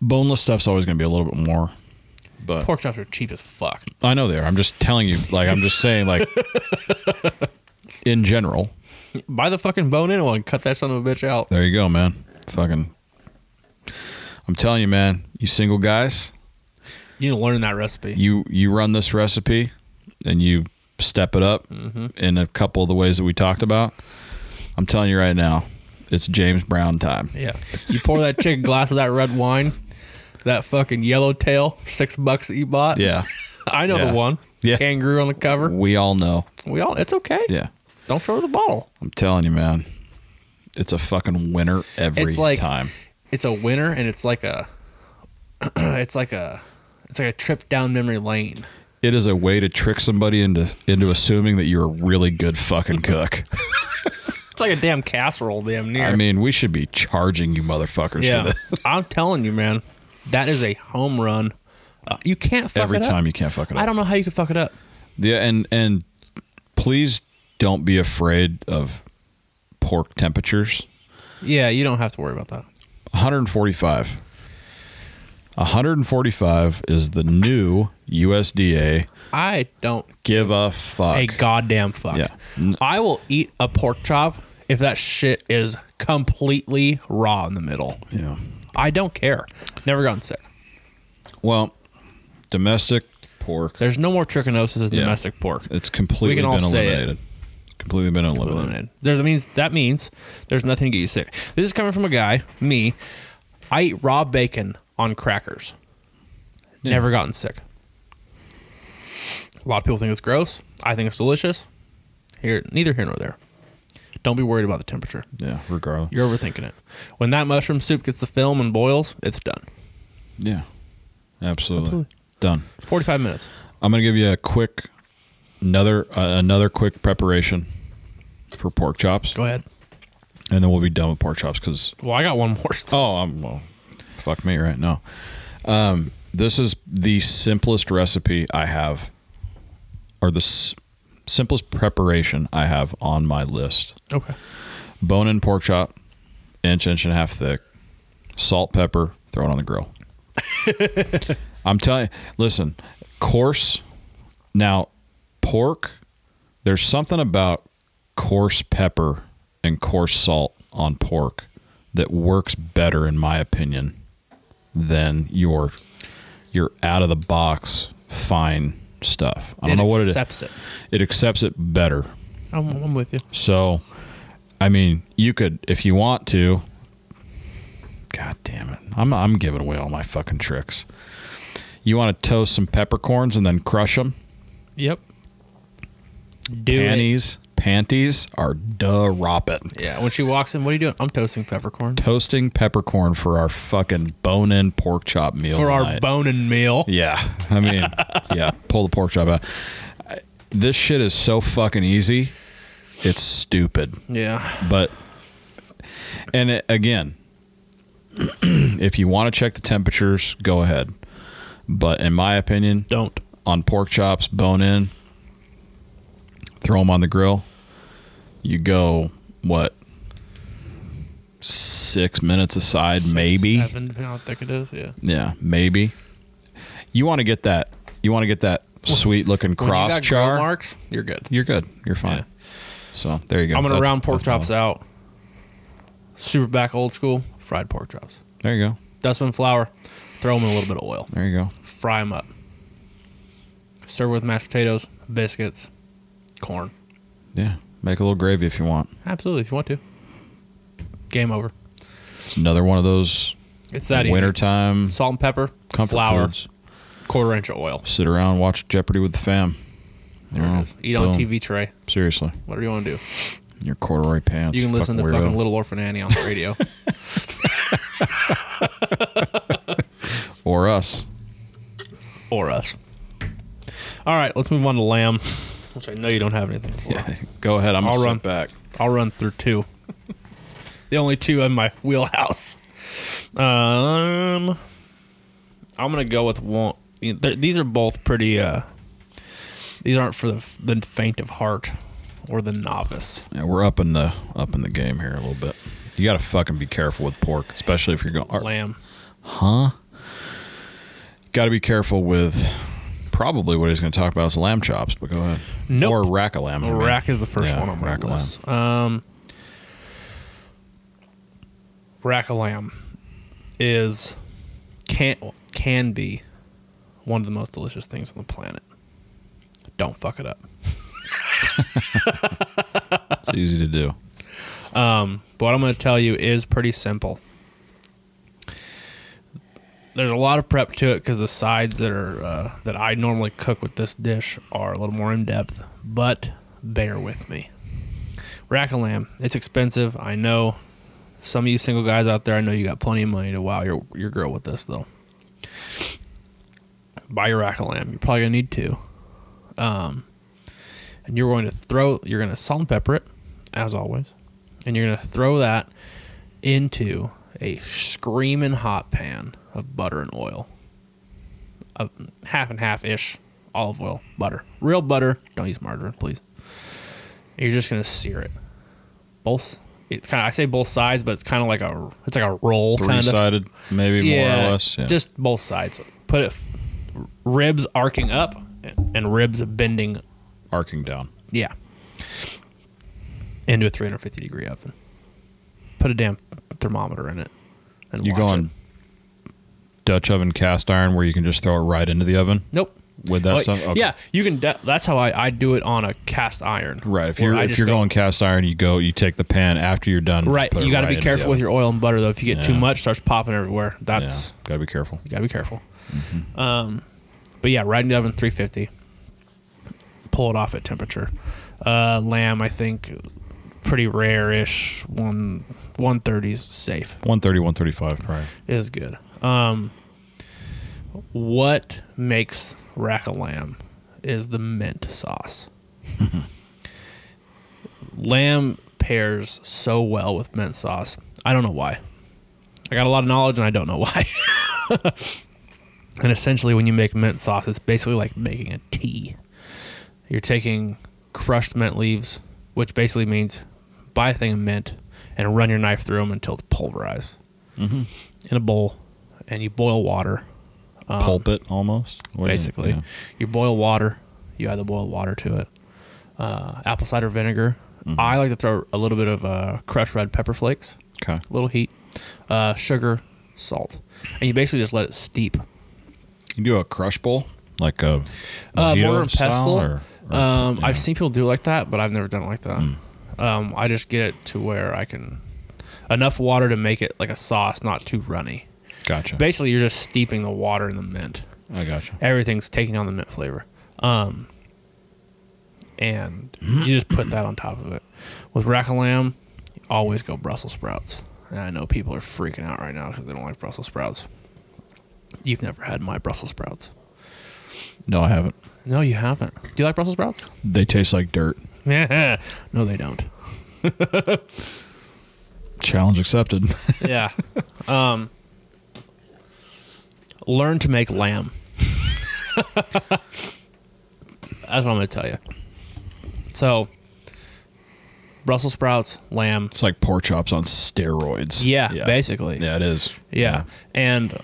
Speaker 3: Boneless stuff's always going to be a little bit more. But
Speaker 4: Pork chops are cheap as fuck.
Speaker 3: I know they are. I'm just telling you. Like I'm just saying. Like in general,
Speaker 4: Buy the fucking bone in one. Cut that son of a bitch out.
Speaker 3: there you go, man. Fucking. I'm telling you, man. You single guys,
Speaker 4: You need to learn that recipe.
Speaker 3: you you run this recipe, and you step it up
Speaker 4: Mm-hmm.
Speaker 3: in a couple of the ways that we talked about. I'm telling you right now, it's James Brown time.
Speaker 4: Yeah. You pour that chick a glass of that red wine, that fucking yellowtail, six bucks that you bought.
Speaker 3: Yeah,
Speaker 4: I know
Speaker 3: Yeah.
Speaker 4: the one.
Speaker 3: Yeah.
Speaker 4: Kangaroo on the cover.
Speaker 3: we all know.
Speaker 4: We all it's okay.
Speaker 3: Yeah,
Speaker 4: Don't throw the bottle.
Speaker 3: I'm telling you, man. It's a fucking winner every
Speaker 4: It's like-
Speaker 3: time.
Speaker 4: It's a winner and it's like a it's like a it's like a trip down memory lane.
Speaker 3: It is a way to trick somebody into into assuming that you're a really good fucking cook.
Speaker 4: It's like a damn casserole damn near.
Speaker 3: I mean, we should be charging you motherfuckers for
Speaker 4: yeah.
Speaker 3: this.
Speaker 4: I'm telling you, man. That is a home run. Uh, you can't fuck
Speaker 3: Every
Speaker 4: it up.
Speaker 3: time you can't fuck it up.
Speaker 4: I don't know how you could fuck it up.
Speaker 3: Yeah, and and please don't be afraid of pork temperatures.
Speaker 4: Yeah, you don't have to worry about that.
Speaker 3: 145. 145 is the new USDA.
Speaker 4: I don't
Speaker 3: Give a
Speaker 4: a
Speaker 3: fuck.
Speaker 4: goddamn fuck.
Speaker 3: Yeah. N-
Speaker 4: I will eat a pork chop if that shit is completely raw in the middle.
Speaker 3: yeah.
Speaker 4: I don't care. Never gotten sick.
Speaker 3: Well, domestic pork.
Speaker 4: There's no more trichinosis in
Speaker 3: Yeah.
Speaker 4: domestic pork.
Speaker 3: It's completely
Speaker 4: We can all
Speaker 3: been
Speaker 4: say it.
Speaker 3: eliminated. Completely been eliminated.
Speaker 4: There, that means that means there's nothing to get you sick. This is coming from a guy, me. I eat raw bacon on crackers. Never gotten sick. A lot of people think it's gross. I think it's delicious. Here, neither here nor there. Don't be worried about the temperature.
Speaker 3: Yeah, regardless.
Speaker 4: You're overthinking it. When that mushroom soup gets the film and boils, it's done.
Speaker 3: Yeah. Absolutely.
Speaker 4: Absolutely.
Speaker 3: Done.
Speaker 4: 45 minutes.
Speaker 3: I'm going to give you a quick another uh, another quick preparation for pork chops
Speaker 4: Go ahead.
Speaker 3: and then we'll be done with pork chops cuz
Speaker 4: Well, I got one more. Still.
Speaker 3: oh, I'm well fuck me right now. Um this is the simplest recipe I have or the s- simplest preparation I have on my list.
Speaker 4: Okay.
Speaker 3: Bone-in pork chop, inch inch and a half thick, salt, pepper, throw it on the grill. I'm telling you, listen, coarse. Now, pork, there's something about coarse pepper and coarse salt on pork that works better, in my opinion, than your your out of the box fine stuff. I don't know what it is.
Speaker 4: accepts it.
Speaker 3: It accepts it better.
Speaker 4: I'm, I'm with you.
Speaker 3: So, I mean, you could if you want to. God damn it! I'm I'm giving away all my fucking tricks. You want to toast some peppercorns and then crush them.
Speaker 4: Yep. Do
Speaker 3: panties, panties are duh ropping.
Speaker 4: it. Yeah. When she walks in, what are you doing? I'm toasting peppercorn
Speaker 3: Toasting peppercorn for our fucking bone-in pork chop meal
Speaker 4: for our
Speaker 3: tonight.
Speaker 4: bone and meal.
Speaker 3: Yeah, I mean, yeah, pull the pork chop out. I- This shit is so fucking easy. It's stupid.
Speaker 4: Yeah.
Speaker 3: but and it, again if you want to check the temperatures go ahead but in my opinion
Speaker 4: Don't.
Speaker 3: on pork chops bone in throw them on the grill you go what six minutes aside maybe
Speaker 4: Seven, depending on how thick it is. Yeah.
Speaker 3: yeah maybe you want to get that you want to get that sweet looking
Speaker 4: When you
Speaker 3: cross
Speaker 4: got grill
Speaker 3: char
Speaker 4: marks, you're good.
Speaker 3: you're good you're fine
Speaker 4: Yeah.
Speaker 3: so there you go
Speaker 4: I'm going to
Speaker 3: That's-
Speaker 4: round pork
Speaker 3: that's my-
Speaker 4: chops out. Super back old school, fried pork chops.
Speaker 3: There you go.
Speaker 4: dustman flour, throw them in a little bit of oil,
Speaker 3: There you go.
Speaker 4: fry them up. Serve with mashed potatoes, biscuits, corn.
Speaker 3: Yeah. Make a little gravy if you want.
Speaker 4: Absolutely, if you want to. Game over.
Speaker 3: It's another one of those
Speaker 4: It's that easy.
Speaker 3: wintertime
Speaker 4: Salt and pepper,
Speaker 3: comfort
Speaker 4: flour,
Speaker 3: foods.
Speaker 4: quarter inch of oil.
Speaker 3: Sit around, watch Jeopardy with the fam.
Speaker 4: There
Speaker 3: Well,
Speaker 4: it is. Eat on
Speaker 3: boom.
Speaker 4: TV tray.
Speaker 3: Seriously.
Speaker 4: Whatever you want to do.
Speaker 3: in Your corduroy pants.
Speaker 4: You can listen to
Speaker 3: fucking
Speaker 4: fucking
Speaker 3: weirdo.
Speaker 4: Little Orphan Annie on the radio.
Speaker 3: Or us.
Speaker 4: or us. All right, let's move on to lamb, which I know you don't have anything for.
Speaker 3: Yeah. Go ahead. I'm
Speaker 4: I'll
Speaker 3: going to
Speaker 4: run.
Speaker 3: sit back.
Speaker 4: I'll run through two. the only two in my wheelhouse. Um, I'm gonna go with one. you know, th- These are both pretty. uh These aren't for the the faint of heart or the novice.
Speaker 3: Yeah, we're up in the up in the game here a little bit. You got to fucking be careful with pork, especially if you're going.
Speaker 4: Lamb.
Speaker 3: Huh? Got to be careful with probably what he's going to talk about is lamb chops, but go ahead.
Speaker 4: Nope.
Speaker 3: Or rack of lamb. I mean.
Speaker 4: Rack is the first
Speaker 3: Yeah,
Speaker 4: one on my
Speaker 3: rack of
Speaker 4: list. Um, rack of lamb is can can be one of the most delicious things on the planet. Don't fuck it up.
Speaker 3: It's easy to do.
Speaker 4: But what I'm going to tell you is pretty simple. There's a lot of prep to it because the sides that are uh, that I normally cook with this dish are a little more in depth. But bear with me. Rack of lamb. It's expensive. I know. Some of you single guys out there, I know you got plenty of money to wow your your girl with this though. Buy your rack of lamb. You're probably gonna need two. Um, and you're going to throw. You're going to salt and pepper it, as always and you're gonna throw that into a screaming hot pan of butter and oil, a half and half ish olive oil, butter, real butter. Don't use margarine, please. And you're just gonna sear it. Both, it's kind of I say both sides, but it's kind of like a it's like a roll
Speaker 3: Three
Speaker 4: kind of
Speaker 3: sided, maybe more or less. Yeah.
Speaker 4: just both sides. Put it ribs arcing up and ribs bending
Speaker 3: arcing down.
Speaker 4: yeah. Into a 350 degree oven. Put a damn thermometer in it. And
Speaker 3: You
Speaker 4: watch
Speaker 3: going
Speaker 4: it.
Speaker 3: Dutch oven cast iron where you can just throw it right into the oven
Speaker 4: Nope.
Speaker 3: with that
Speaker 4: Like,
Speaker 3: stuff? Okay.
Speaker 4: Oh, Yeah, you can. De- that's how I, I do it on a cast iron.
Speaker 3: Right. If
Speaker 4: where
Speaker 3: you're
Speaker 4: I
Speaker 3: if
Speaker 4: just
Speaker 3: you're
Speaker 4: go-
Speaker 3: going cast iron, you go you take the pan after you're done.
Speaker 4: right, you got to be careful with your oil and butter though. If you get too
Speaker 3: Yeah.
Speaker 4: much, starts popping everywhere. That's
Speaker 3: Yeah, gotta be careful.
Speaker 4: You gotta be careful. Um, but yeah, right in the oven, 350. Pull it off at temperature. Uh, lamb, I think, pretty rare-ish. One 130 is safe.
Speaker 3: 130, 135 probably.
Speaker 4: is good. Um, what makes rack of lamb is the mint sauce. lamb pairs so well with mint sauce. I don't know why. I got a lot of knowledge and I don't know why. and essentially, when you make mint sauce, it's basically like making a tea. You're taking crushed mint leaves, which basically means buy a thing of mint and run your knife through them until it's pulverized in a bowl and you boil water
Speaker 3: Pulpit almost. What do you-
Speaker 4: Um, basically
Speaker 3: yeah.
Speaker 4: you boil water you add the boiled water to it uh, apple cider vinegar
Speaker 3: Mm-hmm.
Speaker 4: i like to throw a little bit of uh, crushed red pepper flakes
Speaker 3: Okay.
Speaker 4: a little heat uh, sugar salt and you basically just let it steep
Speaker 3: You do a crush bowl, like a
Speaker 4: uh,
Speaker 3: mojito
Speaker 4: mortar and
Speaker 3: style,
Speaker 4: pestle
Speaker 3: or- or-
Speaker 4: um,
Speaker 3: yeah. Mm.
Speaker 4: i've seen people do it like that but i've never done it like that um, i just get it to where i can enough water to make it like a sauce not too runny
Speaker 3: Gotcha.
Speaker 4: basically you're just steeping the water in the mint
Speaker 3: I gotcha.
Speaker 4: everything's taking on the mint flavor. Um, and you just put that on top of it. With rack of lamb, always go Brussels sprouts. And I know people are freaking out right now because they don't like Brussels sprouts. You've never had my Brussels sprouts.
Speaker 3: No, I haven't.
Speaker 4: No, you haven't. Do you like Brussels sprouts?
Speaker 3: They taste like dirt.
Speaker 4: Yeah. No, they don't.
Speaker 3: Challenge accepted.
Speaker 4: yeah. Um, learn to make lamb. That's what I'm going to tell you. So, Brussels sprouts, lamb.
Speaker 3: it's like pork chops on steroids.
Speaker 4: Yeah, basically.
Speaker 3: Yeah, it is.
Speaker 4: Yeah. And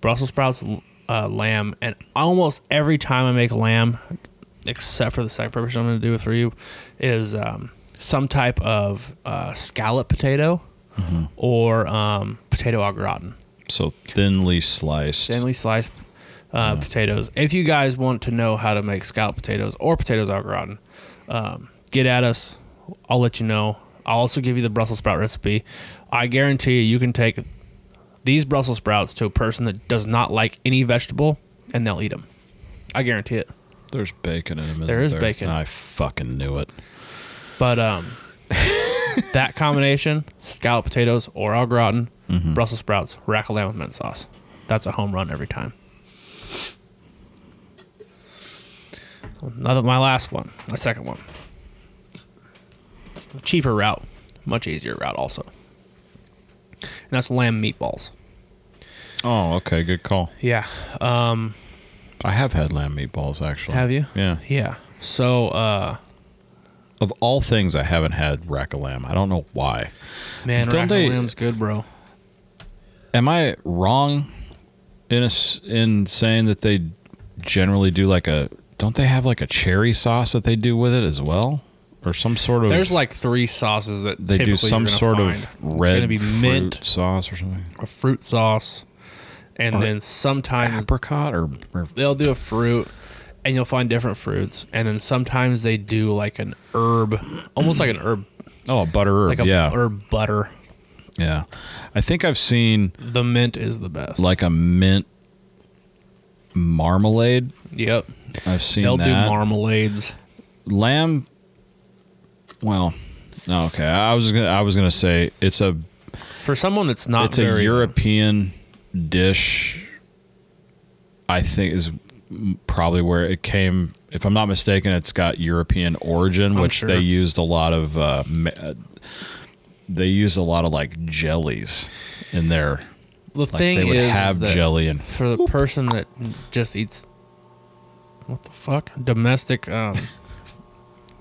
Speaker 4: Brussels sprouts, uh, lamb. And almost every time I make lamb, except for the second purpose I'm going to do it for you, is um, some type of uh, scallop potato or um, potato au gratin.
Speaker 3: So thinly sliced.
Speaker 4: thinly sliced uh, potatoes. If you guys want to know how to make scalloped potatoes or potatoes au gratin, um, get at us. I'll let you know. I'll also give you the Brussels sprout recipe. I guarantee you, you can take these Brussels sprouts to a person that does not like any vegetable, and they'll eat them. I guarantee it.
Speaker 3: There's bacon in them. Isn't
Speaker 4: There is bacon.
Speaker 3: I fucking knew it.
Speaker 4: But um, that combination, scalloped potatoes or au gratin,
Speaker 3: Mm-hmm.
Speaker 4: Brussels sprouts, rack of lamb with mint sauce. That's a home run every time. Another, my last one, my second one. Cheaper route, much easier route also. And that's lamb meatballs.
Speaker 3: Oh, okay. Good call.
Speaker 4: Yeah.
Speaker 3: I have had lamb meatballs actually.
Speaker 4: Have you?
Speaker 3: Yeah.
Speaker 4: Yeah. So, uh,
Speaker 3: Of all things, I haven't had rack of lamb. I don't know why.
Speaker 4: man,
Speaker 3: Don't
Speaker 4: rack
Speaker 3: they-
Speaker 4: of lamb's good, bro.
Speaker 3: Am I wrong in a s in saying that they generally do like a? Don't they have like a cherry sauce that they do with it as well, or some sort of?
Speaker 4: There's like three sauces that
Speaker 3: they do
Speaker 4: typically
Speaker 3: some
Speaker 4: you're gonna
Speaker 3: sort
Speaker 4: find.
Speaker 3: of red
Speaker 4: It's gonna be
Speaker 3: fruit
Speaker 4: mint,
Speaker 3: sauce or something.
Speaker 4: a fruit sauce, and
Speaker 3: Or
Speaker 4: then sometimes
Speaker 3: Apricot or, or
Speaker 4: they'll do a fruit, and you'll find different fruits, and then sometimes they do like an herb, almost like an herb,
Speaker 3: oh, a butter herb.
Speaker 4: like a
Speaker 3: yeah,
Speaker 4: herb butter.
Speaker 3: yeah. I think I've seen
Speaker 4: The mint is the best.
Speaker 3: like a mint marmalade.
Speaker 4: yep,
Speaker 3: I've seen
Speaker 4: they'll
Speaker 3: that.
Speaker 4: do marmalades.
Speaker 3: lamb well no, okay i was gonna i was gonna say it's a
Speaker 4: For someone that's not
Speaker 3: it's
Speaker 4: very uh,
Speaker 3: a european dish i think is m- probably where it came if i'm not mistaken it's got european origin which
Speaker 4: sure.
Speaker 3: they used a lot of uh, ma- uh, they used a lot of like jellies in there
Speaker 4: the
Speaker 3: like
Speaker 4: thing
Speaker 3: they would
Speaker 4: is, is
Speaker 3: have
Speaker 4: that
Speaker 3: jelly and
Speaker 4: for the person that just eats what the fuck domestic um,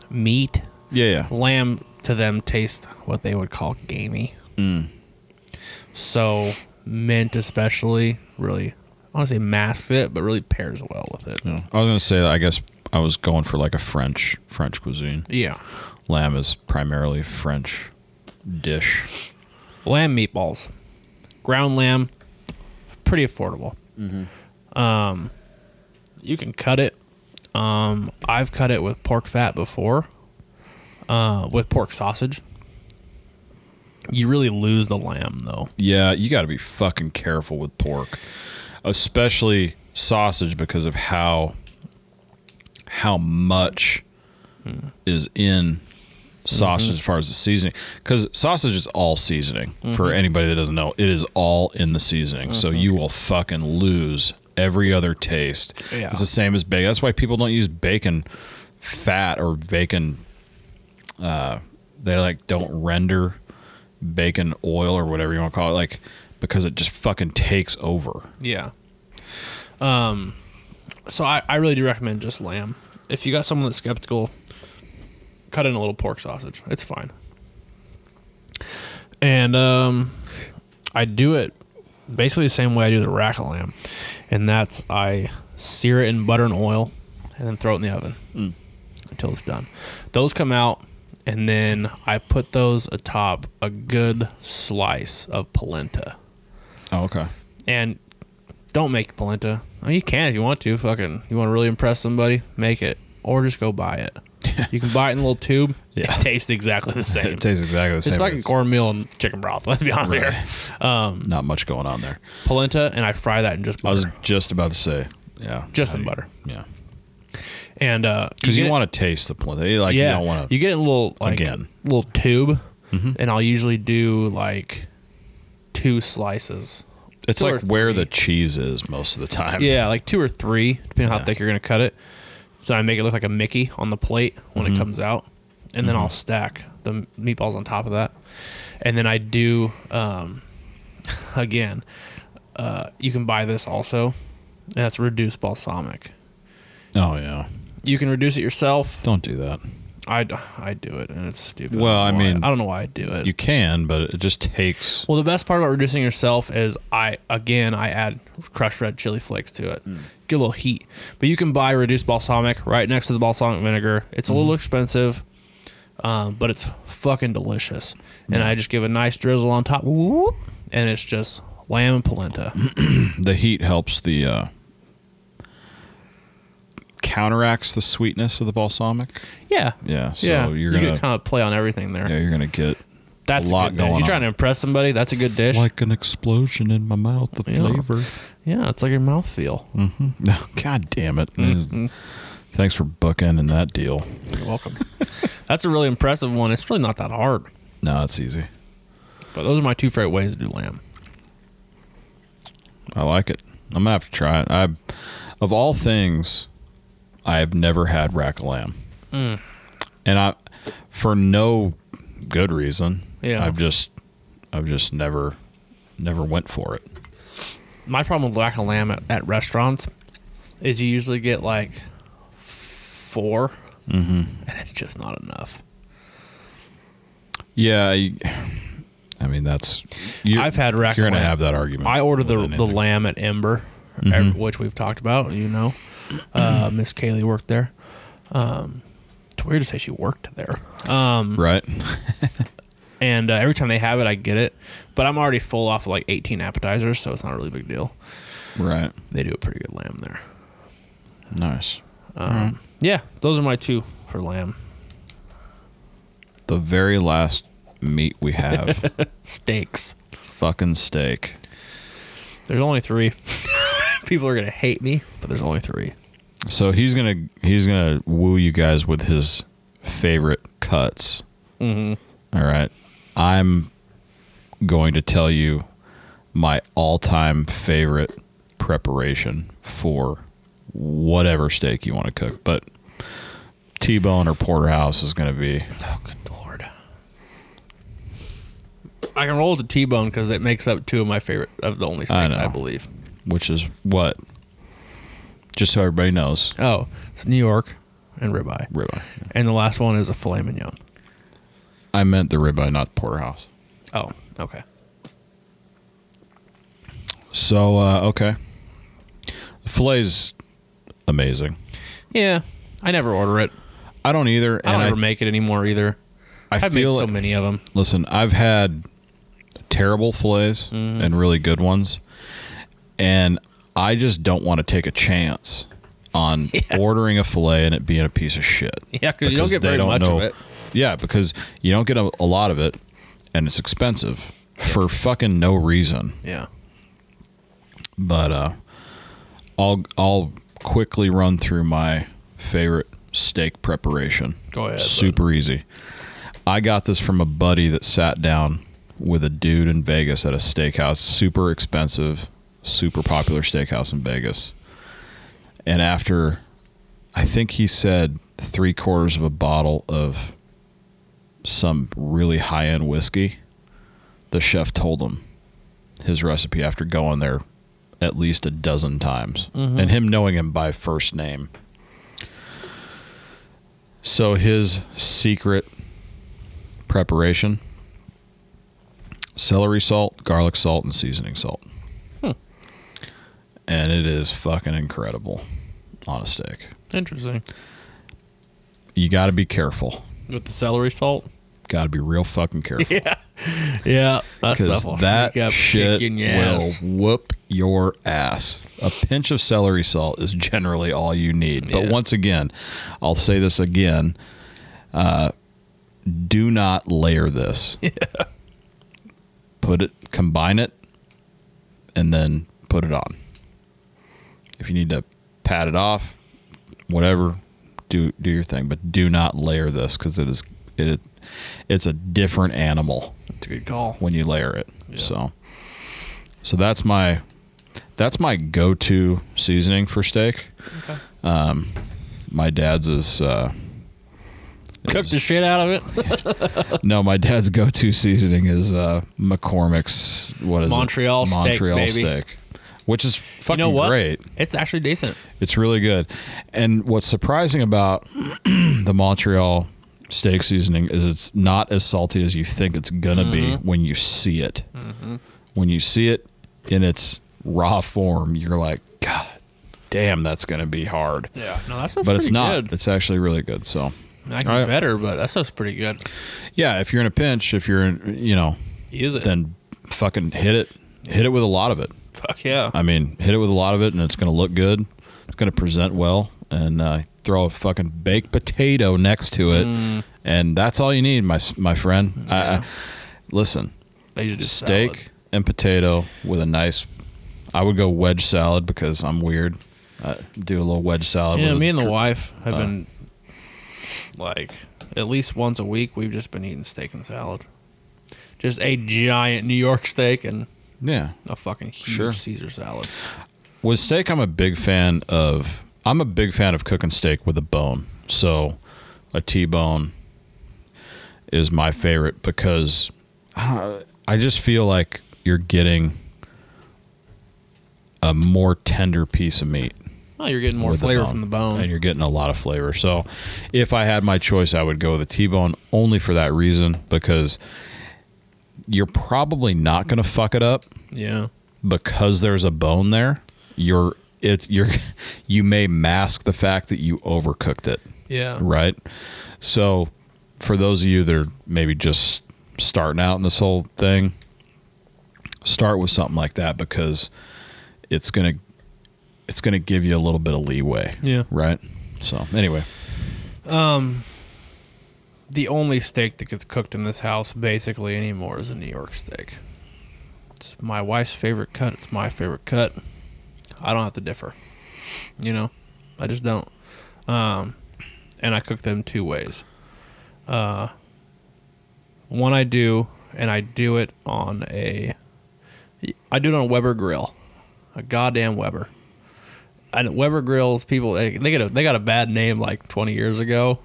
Speaker 4: meat
Speaker 3: yeah yeah
Speaker 4: lamb to them tastes what they would call gamey. So mint especially really I want to say masks it, but really pairs well with it.
Speaker 3: Yeah. i was gonna say i guess i was going for like a french french cuisine
Speaker 4: Yeah.
Speaker 3: lamb is primarily French dish.
Speaker 4: Lamb meatballs. Ground lamb. Pretty affordable. Um you can cut it. Um I've cut it with pork fat before. Uh with pork sausage. You really lose the lamb though.
Speaker 3: Yeah, you got to be fucking careful with pork, especially sausage because of how how much is in sausage as far as the seasoning cuz sausage is all seasoning for anybody that doesn't know. It is all in the seasoning. So you will fucking lose every other taste.
Speaker 4: Yeah.
Speaker 3: It's the same as bacon. That's why people don't use bacon fat or bacon uh, they like don't render bacon oil or whatever you want to call it like because it just fucking takes over
Speaker 4: Yeah. Um, so I, I really do recommend just lamb. If you got someone that's skeptical, cut in a little pork sausage. It's fine. And um, I do it basically the same way I do the rack of lamb, and that's I sear it in butter and oil, and then throw it in the oven until it's done. Those come out, and then I put those atop a good slice of polenta
Speaker 3: oh okay
Speaker 4: and don't make polenta. I mean, you can if you want to. Fucking, you want to really impress somebody, make it, or just go buy it. you can buy it in a little tube.
Speaker 3: Yeah.
Speaker 4: It tastes exactly the same.
Speaker 3: it tastes exactly the same
Speaker 4: it's
Speaker 3: but
Speaker 4: fucking cornmeal and chicken broth. Let's be honest here.
Speaker 3: not much going on there
Speaker 4: Polenta, and I fry that in just
Speaker 3: i was
Speaker 4: butter,
Speaker 3: just about to say yeah
Speaker 4: just
Speaker 3: how
Speaker 4: in
Speaker 3: do you-
Speaker 4: butter,
Speaker 3: yeah
Speaker 4: and uh,
Speaker 3: because you,
Speaker 4: get it-
Speaker 3: want to taste the polenta You- like you don't want to
Speaker 4: You get it in a little like
Speaker 3: Again. Mm-hmm.
Speaker 4: little tube, and I'll usually do like two slices.
Speaker 3: it's
Speaker 4: two
Speaker 3: like
Speaker 4: or
Speaker 3: where
Speaker 4: three.
Speaker 3: the cheese is most of the time
Speaker 4: Yeah, like two or three, depending on
Speaker 3: Yeah.
Speaker 4: how thick you're gonna cut it. So I make it look like a Mickey on the plate when
Speaker 3: Mm-hmm.
Speaker 4: it comes out, and then I'll stack the m- meatballs on top of that, and then I do um, again. Uh, you can buy this also, and that's reduced balsamic.
Speaker 3: oh yeah
Speaker 4: You can reduce it yourself.
Speaker 3: don't do that
Speaker 4: I, d- I do it, and it's stupid.
Speaker 3: Well, I
Speaker 4: don't know why-
Speaker 3: mean,
Speaker 4: I don't know why I do it.
Speaker 3: you can but it just takes
Speaker 4: Well, the best part about reducing yourself is I again I add crushed red chili flakes to it.
Speaker 3: Mm.
Speaker 4: Get a little heat. But you can buy reduced balsamic right next to the balsamic vinegar. It's a
Speaker 3: Mm-hmm.
Speaker 4: little expensive, um, but it's fucking delicious. And I just give a nice drizzle on top, whoop, and it's just lamb and polenta.
Speaker 3: the heat helps the uh, counteracts the sweetness of the balsamic.
Speaker 4: Yeah.
Speaker 3: Yeah, so
Speaker 4: yeah.
Speaker 3: you're
Speaker 4: you
Speaker 3: gonna
Speaker 4: could kind of play on everything there.
Speaker 3: yeah you're gonna get
Speaker 4: That's
Speaker 3: a
Speaker 4: a,
Speaker 3: lot
Speaker 4: good dish.
Speaker 3: going
Speaker 4: You're trying
Speaker 3: on.
Speaker 4: to impress somebody. That's a good dish.
Speaker 3: like an explosion in my mouth. The
Speaker 4: Yeah.
Speaker 3: flavor.
Speaker 4: yeah, it's like your mouth feel.
Speaker 3: Mm. God damn it!
Speaker 4: Mm-hmm.
Speaker 3: Thanks for bookending that deal.
Speaker 4: You're welcome. That's a really impressive one. It's really not that hard.
Speaker 3: No, it's easy.
Speaker 4: But those are my two favorite ways to do lamb.
Speaker 3: I like it. I'm gonna have to try it. I, of all things, I have never had rack of lamb,
Speaker 4: Mm.
Speaker 3: and I, for no good reason.
Speaker 4: Yeah.
Speaker 3: I've just, I've just never, never went for it.
Speaker 4: My problem with rack of lamb at, at restaurants is you usually get like 4 and it's just not enough.
Speaker 3: Yeah, I, I mean that's. You,
Speaker 4: I've had rack
Speaker 3: You're
Speaker 4: of
Speaker 3: gonna
Speaker 4: lamb.
Speaker 3: have that argument.
Speaker 4: I order
Speaker 3: with
Speaker 4: the the
Speaker 3: anything.
Speaker 4: lamb at Ember, ev- which we've talked about. You know, uh, Miss Kaylee worked there. Um, it's weird to say she worked there. Um,
Speaker 3: right.
Speaker 4: and uh, every time they have it, I get it. But I'm already full off of like 18 appetizers, so it's not a really big deal.
Speaker 3: Right.
Speaker 4: They do a pretty good lamb there.
Speaker 3: Nice.
Speaker 4: Yeah, those are my two for lamb
Speaker 3: The very last meat we have,
Speaker 4: steaks.
Speaker 3: fucking steak.
Speaker 4: There's only three. People are gonna hate me, but there's only three.
Speaker 3: So he's gonna he's gonna woo you guys with his favorite cuts. Mm-hmm. right, I'm going to tell you my all-time favorite preparation for whatever steak you want to cook, but T-bone or porterhouse is going to be
Speaker 4: Oh, good lord. I can roll with the T-bone because it makes up two of my favorite of the only
Speaker 3: I
Speaker 4: steaks I
Speaker 3: know.
Speaker 4: believe.
Speaker 3: which is what just so everybody knows
Speaker 4: Oh, it's New York and ribeye.
Speaker 3: ribeye.
Speaker 4: And the last one is a filet mignon.
Speaker 3: I meant the ribeye, not porterhouse.
Speaker 4: Oh, okay.
Speaker 3: So uh, okay, the filet's amazing.
Speaker 4: Yeah, I never order it.
Speaker 3: I don't either,
Speaker 4: I don't
Speaker 3: and I,
Speaker 4: ever make it anymore either.
Speaker 3: I
Speaker 4: I've made
Speaker 3: feel.
Speaker 4: so many of them.
Speaker 3: Listen, I've had terrible fillets
Speaker 4: Mm-hmm.
Speaker 3: and really good ones, and I just don't want to take a chance on ordering a fillet and it being a piece of shit.
Speaker 4: Yeah, 'cause you don't get
Speaker 3: they
Speaker 4: very much of it.
Speaker 3: Yeah, because you don't get a, a lot of it, and it's expensive for fucking no reason.
Speaker 4: Yeah.
Speaker 3: but uh, I'll I'll quickly run through my favorite steak preparation.
Speaker 4: Go ahead, bud.
Speaker 3: Super easy. I got this from a buddy that sat down with a dude in Vegas at a steakhouse, super expensive, super popular steakhouse in Vegas. And after, I think he said three quarters of a bottle of some really high end whiskey, the chef told him his recipe after going there at least a dozen times and him knowing him by first name. So his secret preparation celery salt, garlic salt, and seasoning salt. And it is fucking incredible on a steak.
Speaker 4: Interesting.
Speaker 3: You got to be careful.
Speaker 4: With the celery salt.
Speaker 3: Got to be real fucking careful.
Speaker 4: Yeah, that
Speaker 3: because
Speaker 4: stuff will
Speaker 3: that
Speaker 4: sneak up,
Speaker 3: shit
Speaker 4: kick you in your
Speaker 3: will
Speaker 4: ass.
Speaker 3: whoop your ass. A pinch of celery salt is generally all you need. But
Speaker 4: Yeah.
Speaker 3: once again, I'll say this again: uh, do not layer this. Put it, combine it, and then put it on. If you need to pat it off, whatever, do do your thing. But do not layer this because it is it. It's a different animal
Speaker 4: It's a good call.
Speaker 3: when you layer it. So so that's my that's my go-to seasoning for steak. Um, my dad's is uh,
Speaker 4: Cook the shit out of it.
Speaker 3: no, my dad's go-to seasoning is uh, McCormick's what is
Speaker 4: Montreal
Speaker 3: it?
Speaker 4: steak,
Speaker 3: Montreal
Speaker 4: baby.
Speaker 3: steak, which is
Speaker 4: you
Speaker 3: fucking
Speaker 4: know what?
Speaker 3: great.
Speaker 4: It's actually decent.
Speaker 3: It's really good. And what's surprising about the Montreal steak seasoning is it's not as salty as you think it's going to be
Speaker 4: Mm-hmm.
Speaker 3: when you see it. When you see it in its raw form, you're like, God damn, that's going to be hard.
Speaker 4: Yeah. No, that stuff's
Speaker 3: But it's
Speaker 4: pretty
Speaker 3: not.
Speaker 4: good.
Speaker 3: It's actually really good. So,
Speaker 4: I can
Speaker 3: All right.
Speaker 4: do better, but that stuff's pretty good.
Speaker 3: yeah, if you're in a pinch, if you're in, you know,
Speaker 4: Use it.
Speaker 3: then fucking hit it. Hit it with a lot of it.
Speaker 4: Fuck yeah.
Speaker 3: I mean, hit it with a lot of it, and it's going to look good. It's going to present well, and uh, throw a fucking baked potato next to it,
Speaker 4: Mm.
Speaker 3: and that's all you need, my s- my friend. I, I, listen,
Speaker 4: They should just
Speaker 3: steak
Speaker 4: salad.
Speaker 3: and potato with a nice. I would go wedge salad because I'm weird. I do a little wedge salad.
Speaker 4: Yeah,
Speaker 3: with
Speaker 4: me and the
Speaker 3: dr-
Speaker 4: wife have
Speaker 3: uh,
Speaker 4: been like at least once a week. We've just been eating steak and salad. Just a giant New York steak and
Speaker 3: Yeah,
Speaker 4: a fucking huge
Speaker 3: Sure.
Speaker 4: Caesar salad.
Speaker 3: With steak, I'm a big fan of. I'm a big fan of cooking steak with a bone. So, a T-bone is my favorite because uh, I just feel like you're getting a more tender piece of meat.
Speaker 4: Oh, you're getting more
Speaker 3: with
Speaker 4: flavor from the
Speaker 3: and
Speaker 4: bone.
Speaker 3: you're getting a lot of flavor. So, if I had my choice, I would go with a T-bone only for that reason because you're probably not going to fuck it up
Speaker 4: Yeah.
Speaker 3: because there's a bone there, you're it you're you may mask the fact that you overcooked it,
Speaker 4: Yeah.
Speaker 3: right? So for those of you that are maybe just starting out in this whole thing, start with something like that because it's going to it's going to give you a little bit of leeway.
Speaker 4: Yeah.
Speaker 3: Right? So, anyway,
Speaker 4: The only steak that gets cooked in this house basically anymore is a New York steak. It's my wife's favorite cut. It's my favorite cut. I don't have to differ. You know, I just don't. Um, and I cook them two ways. Uh, one I do, and I do it on a, I do it on a Weber grill, a goddamn Weber. And Weber grills, people they they get a they got a bad name like 20 years ago.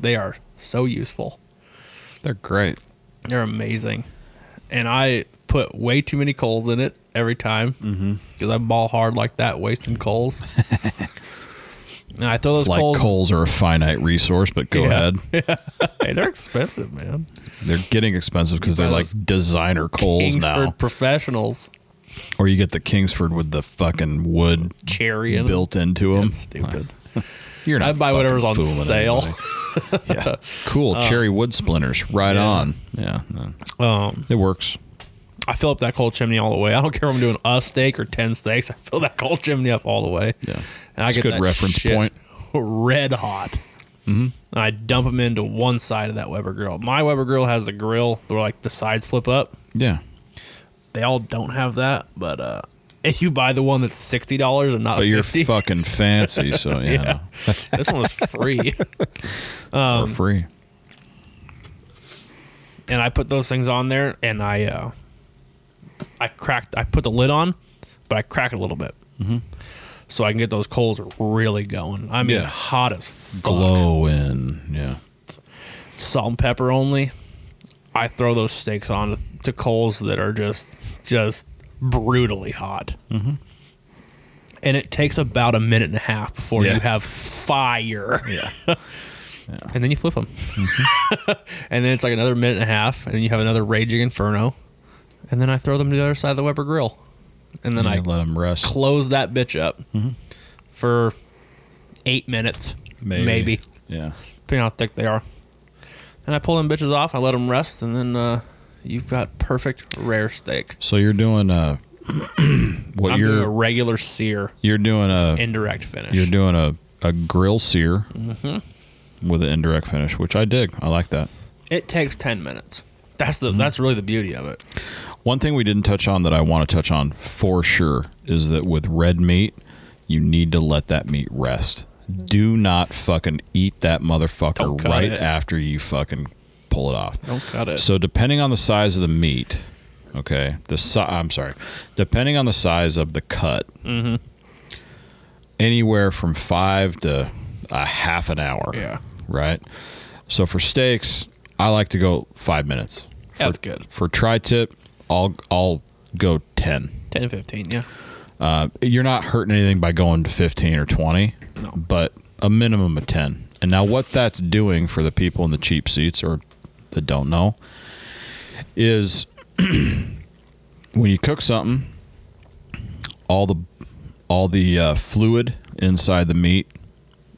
Speaker 4: They are so useful.
Speaker 3: they're great.
Speaker 4: They're amazing. And I put way too many coals in it every time because
Speaker 3: Mm-hmm.
Speaker 4: I ball hard like that, wasting coals. and I throw those
Speaker 3: Like
Speaker 4: coals.
Speaker 3: coals are a finite resource, but go
Speaker 4: Yeah.
Speaker 3: ahead.
Speaker 4: Hey, they're expensive, man.
Speaker 3: They're getting expensive because they're
Speaker 4: buy
Speaker 3: like
Speaker 4: those
Speaker 3: designer coals
Speaker 4: Kingsford
Speaker 3: now.
Speaker 4: professionals.
Speaker 3: Or you get the Kingsford with the fucking wood
Speaker 4: Cherry in 'em.
Speaker 3: built into them.
Speaker 4: That's stupid.
Speaker 3: You're not.
Speaker 4: I buy
Speaker 3: fucking
Speaker 4: whatever's on
Speaker 3: fooling
Speaker 4: sale. Um,
Speaker 3: anybody. yeah, cool cherry wood splinters. Right
Speaker 4: yeah.
Speaker 3: on. Yeah, no,
Speaker 4: Um,
Speaker 3: it works.
Speaker 4: I fill up that coal chimney all the way. I don't care if I'm doing a steak or ten steaks. I fill that coal chimney up all the way.
Speaker 3: Yeah.
Speaker 4: and I
Speaker 3: It's a
Speaker 4: get
Speaker 3: good
Speaker 4: that
Speaker 3: reference
Speaker 4: shit
Speaker 3: point.
Speaker 4: red hot. Mm-hmm. And I dump them into one side of that Weber grill. My Weber grill has the grill where like the sides flip up.
Speaker 3: Yeah,
Speaker 4: They all don't have that, but uh, if you buy the one that's sixty dollars and not
Speaker 3: but you're
Speaker 4: 50,
Speaker 3: fucking fancy, so yeah,
Speaker 4: Yeah. this one was free.
Speaker 3: no,
Speaker 4: Um,
Speaker 3: for free.
Speaker 4: and I put those things on there, and I uh, I cracked. I put the lid on, but I crack it a little bit, mm-hmm. so I can get those coals really going. I mean,
Speaker 3: Yeah.
Speaker 4: hot as fuck.
Speaker 3: Glow in. Yeah,
Speaker 4: salt and pepper only. I throw those steaks on to coals that are just just brutally hot. Mm-hmm. And it takes about a minute and a half before
Speaker 3: Yeah.
Speaker 4: you have fire.
Speaker 3: yeah. Mm-hmm.
Speaker 4: And then you flip them. and then it's like another minute and a half, and then you have another raging inferno. And then I throw them to the other side of the Weber grill. And then
Speaker 3: And I
Speaker 4: I
Speaker 3: let them rest.
Speaker 4: close that bitch up
Speaker 3: Mm-hmm.
Speaker 4: for eight minutes,
Speaker 3: maybe.
Speaker 4: maybe
Speaker 3: Yeah.
Speaker 4: depending on how thick they are. And I pull them bitches off. I let them rest, and then uh, you've got perfect rare steak.
Speaker 3: So you're doing uh, what
Speaker 4: I'm
Speaker 3: you're
Speaker 4: doing a regular sear,
Speaker 3: you're doing a
Speaker 4: indirect finish. Mm-hmm.
Speaker 3: you're doing a a grill sear with an indirect finish, which I dig. I like that.
Speaker 4: it takes ten minutes. That's
Speaker 3: Mm-hmm.
Speaker 4: the that's really the beauty of it.
Speaker 3: One thing we didn't touch on that I want to touch on for sure is that with red meat, you need to let that meat rest. Do not fucking eat that
Speaker 4: Mm-hmm. Don't
Speaker 3: motherfucker
Speaker 4: cut
Speaker 3: right
Speaker 4: it.
Speaker 3: after you fucking pull it off.
Speaker 4: Don't cut it.
Speaker 3: So depending on the size of the meat, okay, the si- I'm sorry, depending on the size of the cut,
Speaker 4: Mm-hmm.
Speaker 3: anywhere from five to a half an hour.
Speaker 4: Yeah.
Speaker 3: Right. So for steaks, I like to go five minutes. For,
Speaker 4: That's good.
Speaker 3: For tri-tip, I'll I'll go ten.
Speaker 4: 10, 15, yeah.
Speaker 3: Uh, you're not hurting anything by going to 15 or 20,
Speaker 4: No.
Speaker 3: but a minimum of 10. And now, what that's doing for the people in the cheap seats or that don't know is when you cook something, all the all the uh, fluid inside the meat,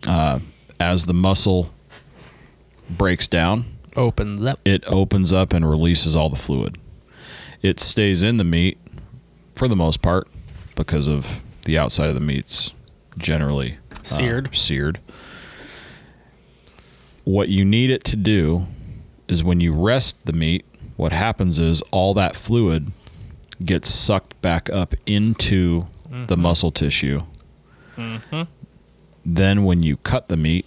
Speaker 3: uh, as the muscle breaks down,
Speaker 4: Opens up.
Speaker 3: it opens up and releases all the fluid. It stays in the meat for the most part, because of the outside of the meats generally uh,
Speaker 5: Seared.
Speaker 3: seared. What you need it to do is when you rest the meat, what happens is all that fluid gets sucked back up into the muscle tissue. Then when you cut the meat,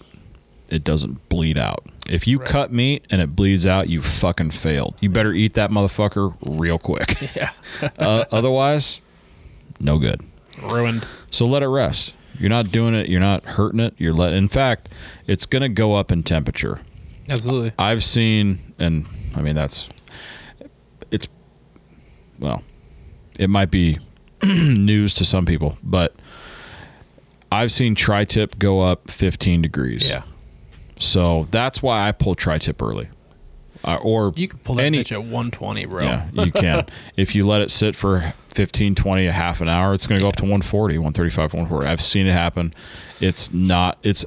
Speaker 3: it doesn't bleed out. If you cut meat and it bleeds out, you fucking failed. You better eat that motherfucker real quick.
Speaker 5: Yeah.
Speaker 3: uh, otherwise, no good.
Speaker 5: Ruined.
Speaker 3: So let it rest. You're not doing it. You're not hurting it. You're let. In fact, it's going to go up in temperature.
Speaker 5: Absolutely.
Speaker 3: I've seen, and I mean that's, it's, well, it might be news to some people, but I've seen tri-tip go up 15 degrees.
Speaker 5: Yeah.
Speaker 3: So that's why I pull tri-tip early, uh, or
Speaker 5: You can pull that
Speaker 3: any,
Speaker 5: bitch at 120, bro.
Speaker 3: yeah, you can. if you let it sit for 15, 20, a half an hour, it's going to go up to 140, 135, 140. I've seen it happen. It's not, it's,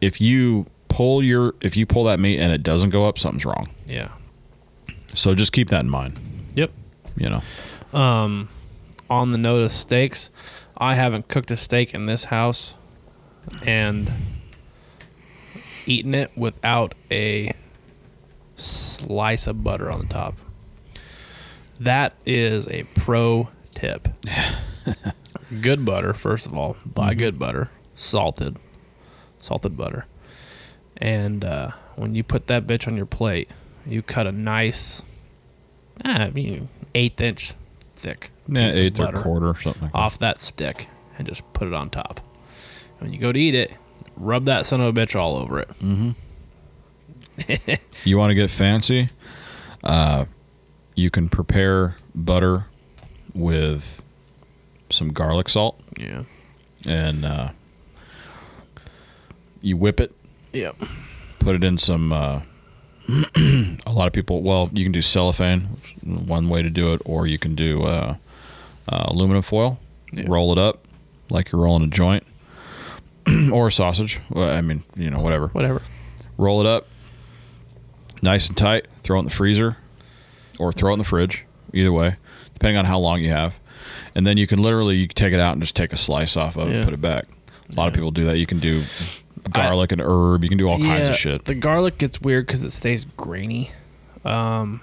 Speaker 3: if you pull your, if you pull that meat and it doesn't go up, something's wrong.
Speaker 5: Yeah.
Speaker 3: So just keep that in mind,
Speaker 4: Yep.
Speaker 3: you know.
Speaker 4: on the note of steaks, I haven't cooked a steak in this house and eaten it without a slice of butter on the top. That is a pro tip. good butter, first of all. Buy
Speaker 3: Mm-hmm.
Speaker 4: good butter, salted, salted butter. And uh, when you put that bitch on your plate, you cut a nice, ah, I mean, eighth inch thick
Speaker 3: Yeah,
Speaker 4: piece of
Speaker 3: eighth or
Speaker 4: butter
Speaker 3: quarter, something like
Speaker 4: off that stick and just put it on top. When you go to eat it, rub that son of a bitch all over it.
Speaker 3: that. You want to get fancy? Uh, you can prepare butter with some garlic salt
Speaker 4: Yeah.
Speaker 3: and uh, you whip it
Speaker 4: Yep.
Speaker 3: put it in some uh, a lot of people well you can do cellophane one way to do it or you can do uh, uh, aluminum foil roll it up like you're rolling a joint or a sausage well, i mean you know whatever
Speaker 4: Whatever.
Speaker 3: roll it up nice and tight throw it in the freezer or throw it in the fridge either way depending on how long you have and then you can literally you can take it out and just take a slice off of it
Speaker 4: Yeah.
Speaker 3: and put it back a lot of people do that you can do garlic and herb you can do all kinds of shit
Speaker 4: The garlic gets weird because it stays grainy. Um,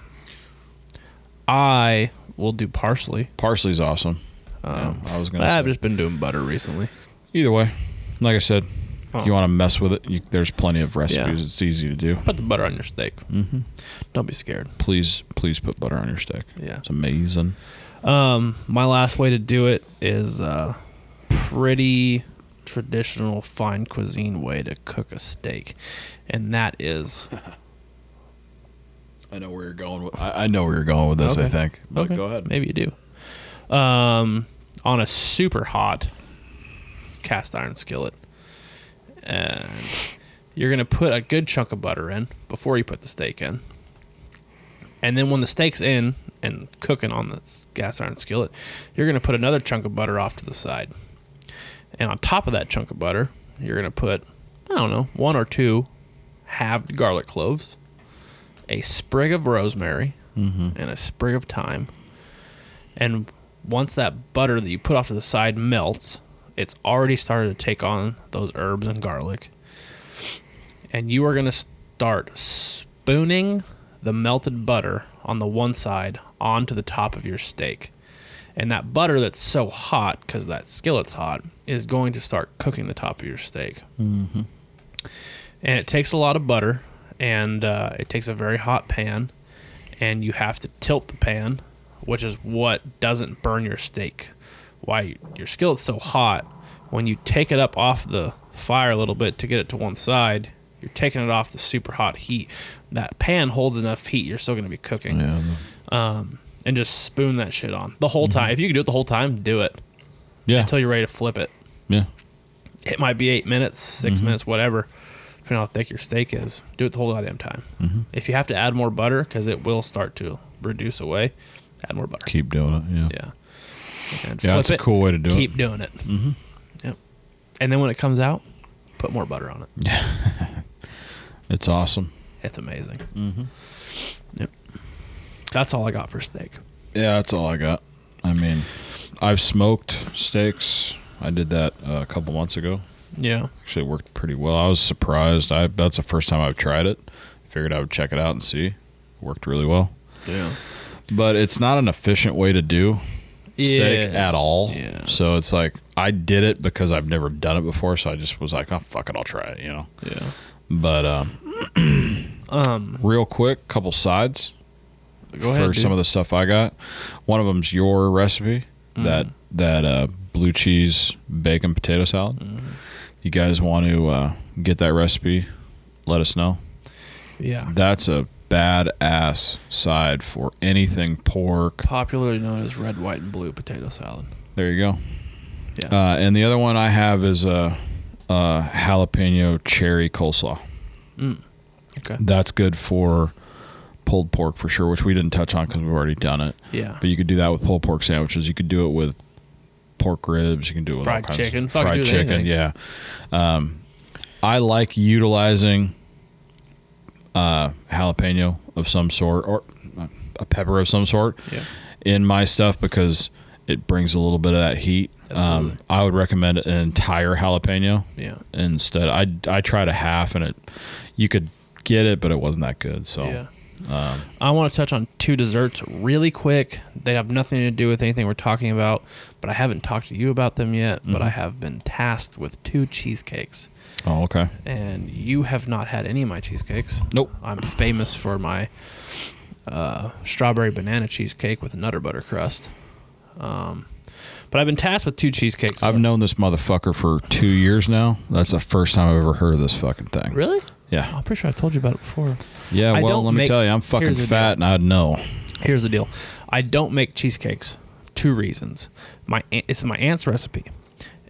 Speaker 4: I will do parsley.
Speaker 3: Parsley's awesome. Yeah, I was gonna.
Speaker 4: I've
Speaker 3: say.
Speaker 4: Oh. just been doing butter recently.
Speaker 3: Either way, like I said,
Speaker 4: Oh.
Speaker 3: if you want to mess with it, you, there's plenty of recipes. It's easy to do.
Speaker 4: Put the butter on your steak. Mm-hmm. Don't be scared.
Speaker 3: Please, please put butter on your steak.
Speaker 4: Yeah.
Speaker 3: it's amazing.
Speaker 4: Um, my last way to do it is a pretty traditional fine cuisine way to cook a steak, and that is
Speaker 3: I know where you're going. With, I, I know where you're going with this. I
Speaker 4: Okay.
Speaker 3: think. But
Speaker 4: Okay,
Speaker 3: go ahead.
Speaker 4: Maybe you do. Um, on a super hot cast iron skillet, and you're gonna put a good chunk of butter in before you put the steak in, and then when the steak's in and cooking on the s- cast iron skillet, you're gonna put another chunk of butter off to the side, and on top of that chunk of butter, you're gonna put I don't know one or two halved garlic cloves, a sprig of rosemary and a sprig of thyme. And once that butter that you put off to the side melts, it's already started to take on those herbs and garlic. And you are going to start spooning the melted butter on the one side onto the top of your steak. And that butter that's so hot, because that skillet's hot, is going to start cooking the top of your steak. Mm-hmm. And it takes a lot of butter, and uh, it takes a very hot pan and you have to tilt the pan, which is what doesn't burn your steak. Why your skillet's so hot, when you take it up off the fire a little bit to get it to one side, you're taking it off the super hot heat. That pan holds enough heat, you're still going to be cooking. Um, and just spoon that shit on the
Speaker 3: Mm-hmm.
Speaker 4: whole time. If you can do it the whole time, do it
Speaker 3: Yeah,
Speaker 4: until you're ready to flip it.
Speaker 3: yeah.
Speaker 4: It might be eight minutes, 6
Speaker 3: Mm-hmm.
Speaker 4: minutes, whatever, depending on how thick your steak is. Do it the whole goddamn time.
Speaker 3: Mm-hmm.
Speaker 4: If you have to add more butter, because it will start to reduce away, add more butter.
Speaker 3: Keep doing it. Yeah,
Speaker 4: Yeah. And
Speaker 3: yeah. That's a cool way to do
Speaker 4: Keep
Speaker 3: it.
Speaker 4: doing it. Mm-hmm. Yep. And then when it comes out, put more butter on it.
Speaker 3: It's awesome.
Speaker 4: It's amazing. Mm-hmm. Yep. That's all I got for steak.
Speaker 3: Yeah, that's all I got. I mean, I've smoked steaks. I did that uh, a couple months ago.
Speaker 4: Yeah.
Speaker 3: Actually, it worked pretty well. I was surprised. I that's the first time I've tried it. Figured I would check it out and see. worked really well.
Speaker 4: Yeah.
Speaker 3: But it's not an efficient way to do steak
Speaker 4: Yes.
Speaker 3: at all.
Speaker 4: Yeah.
Speaker 3: So it's like I did it because I've never done it before. So I just was like, oh fuck it, I'll try it. You know.
Speaker 4: Yeah.
Speaker 3: But um,
Speaker 4: Um.
Speaker 3: real quick, couple sides
Speaker 4: Go
Speaker 3: for
Speaker 4: ahead.
Speaker 3: some of the stuff I got. One of them's your recipe
Speaker 4: Mm.
Speaker 3: that that uh, blue cheese bacon potato salad.
Speaker 4: Mm.
Speaker 3: You guys want to uh, get that recipe? Let us know.
Speaker 4: yeah.
Speaker 3: That's a badass side for anything pork.
Speaker 4: Popularly known as red, white, and blue potato salad.
Speaker 3: There you go.
Speaker 4: Yeah.
Speaker 3: Uh, and the other one I have is a, a jalapeno cherry coleslaw.
Speaker 4: Okay.
Speaker 3: That's good for pulled pork for sure, which we didn't touch on because we've already done it.
Speaker 4: Yeah.
Speaker 3: But you could do that with pulled pork sandwiches. You could do it with pork ribs. You can do it with all
Speaker 4: Fried
Speaker 3: kinds
Speaker 4: chicken.
Speaker 3: Of,
Speaker 4: Fuck, do
Speaker 3: fried
Speaker 4: it
Speaker 3: chicken.
Speaker 4: anything.
Speaker 3: Yeah. Um, I like utilizing uh, jalapeno of some sort or uh, a pepper of some sort
Speaker 4: Yeah.
Speaker 3: in my stuff because it brings a little bit of that heat. Um,
Speaker 4: Absolutely.
Speaker 3: I would recommend an entire jalapeno
Speaker 4: Yeah.
Speaker 3: instead. I I tried a half and it you could get it, but it wasn't that good. So
Speaker 4: Yeah. I want to touch on two desserts really quick. They have nothing to do with anything we're talking about, but I haven't talked to you about them yet. But I have been tasked with two cheesecakes,
Speaker 3: oh okay.
Speaker 4: and you have not had any of my cheesecakes.
Speaker 3: Nope.
Speaker 4: I'm famous for my uh, strawberry banana cheesecake with nutter butter crust. Um, but I've been tasked with two cheesecakes.
Speaker 3: I've known this motherfucker for two years now. That's the first time I've ever heard of this fucking thing.
Speaker 4: really.
Speaker 3: Yeah.
Speaker 4: I'm pretty sure I told you about it before.
Speaker 3: Yeah.
Speaker 4: I
Speaker 3: Well,
Speaker 4: don't
Speaker 3: let me
Speaker 4: make-
Speaker 3: tell you, I'm fucking
Speaker 4: here's the
Speaker 3: fat, and I know.
Speaker 4: Here's the deal. I don't make cheesecakes. Two reasons. My aunt, it's my aunt's recipe,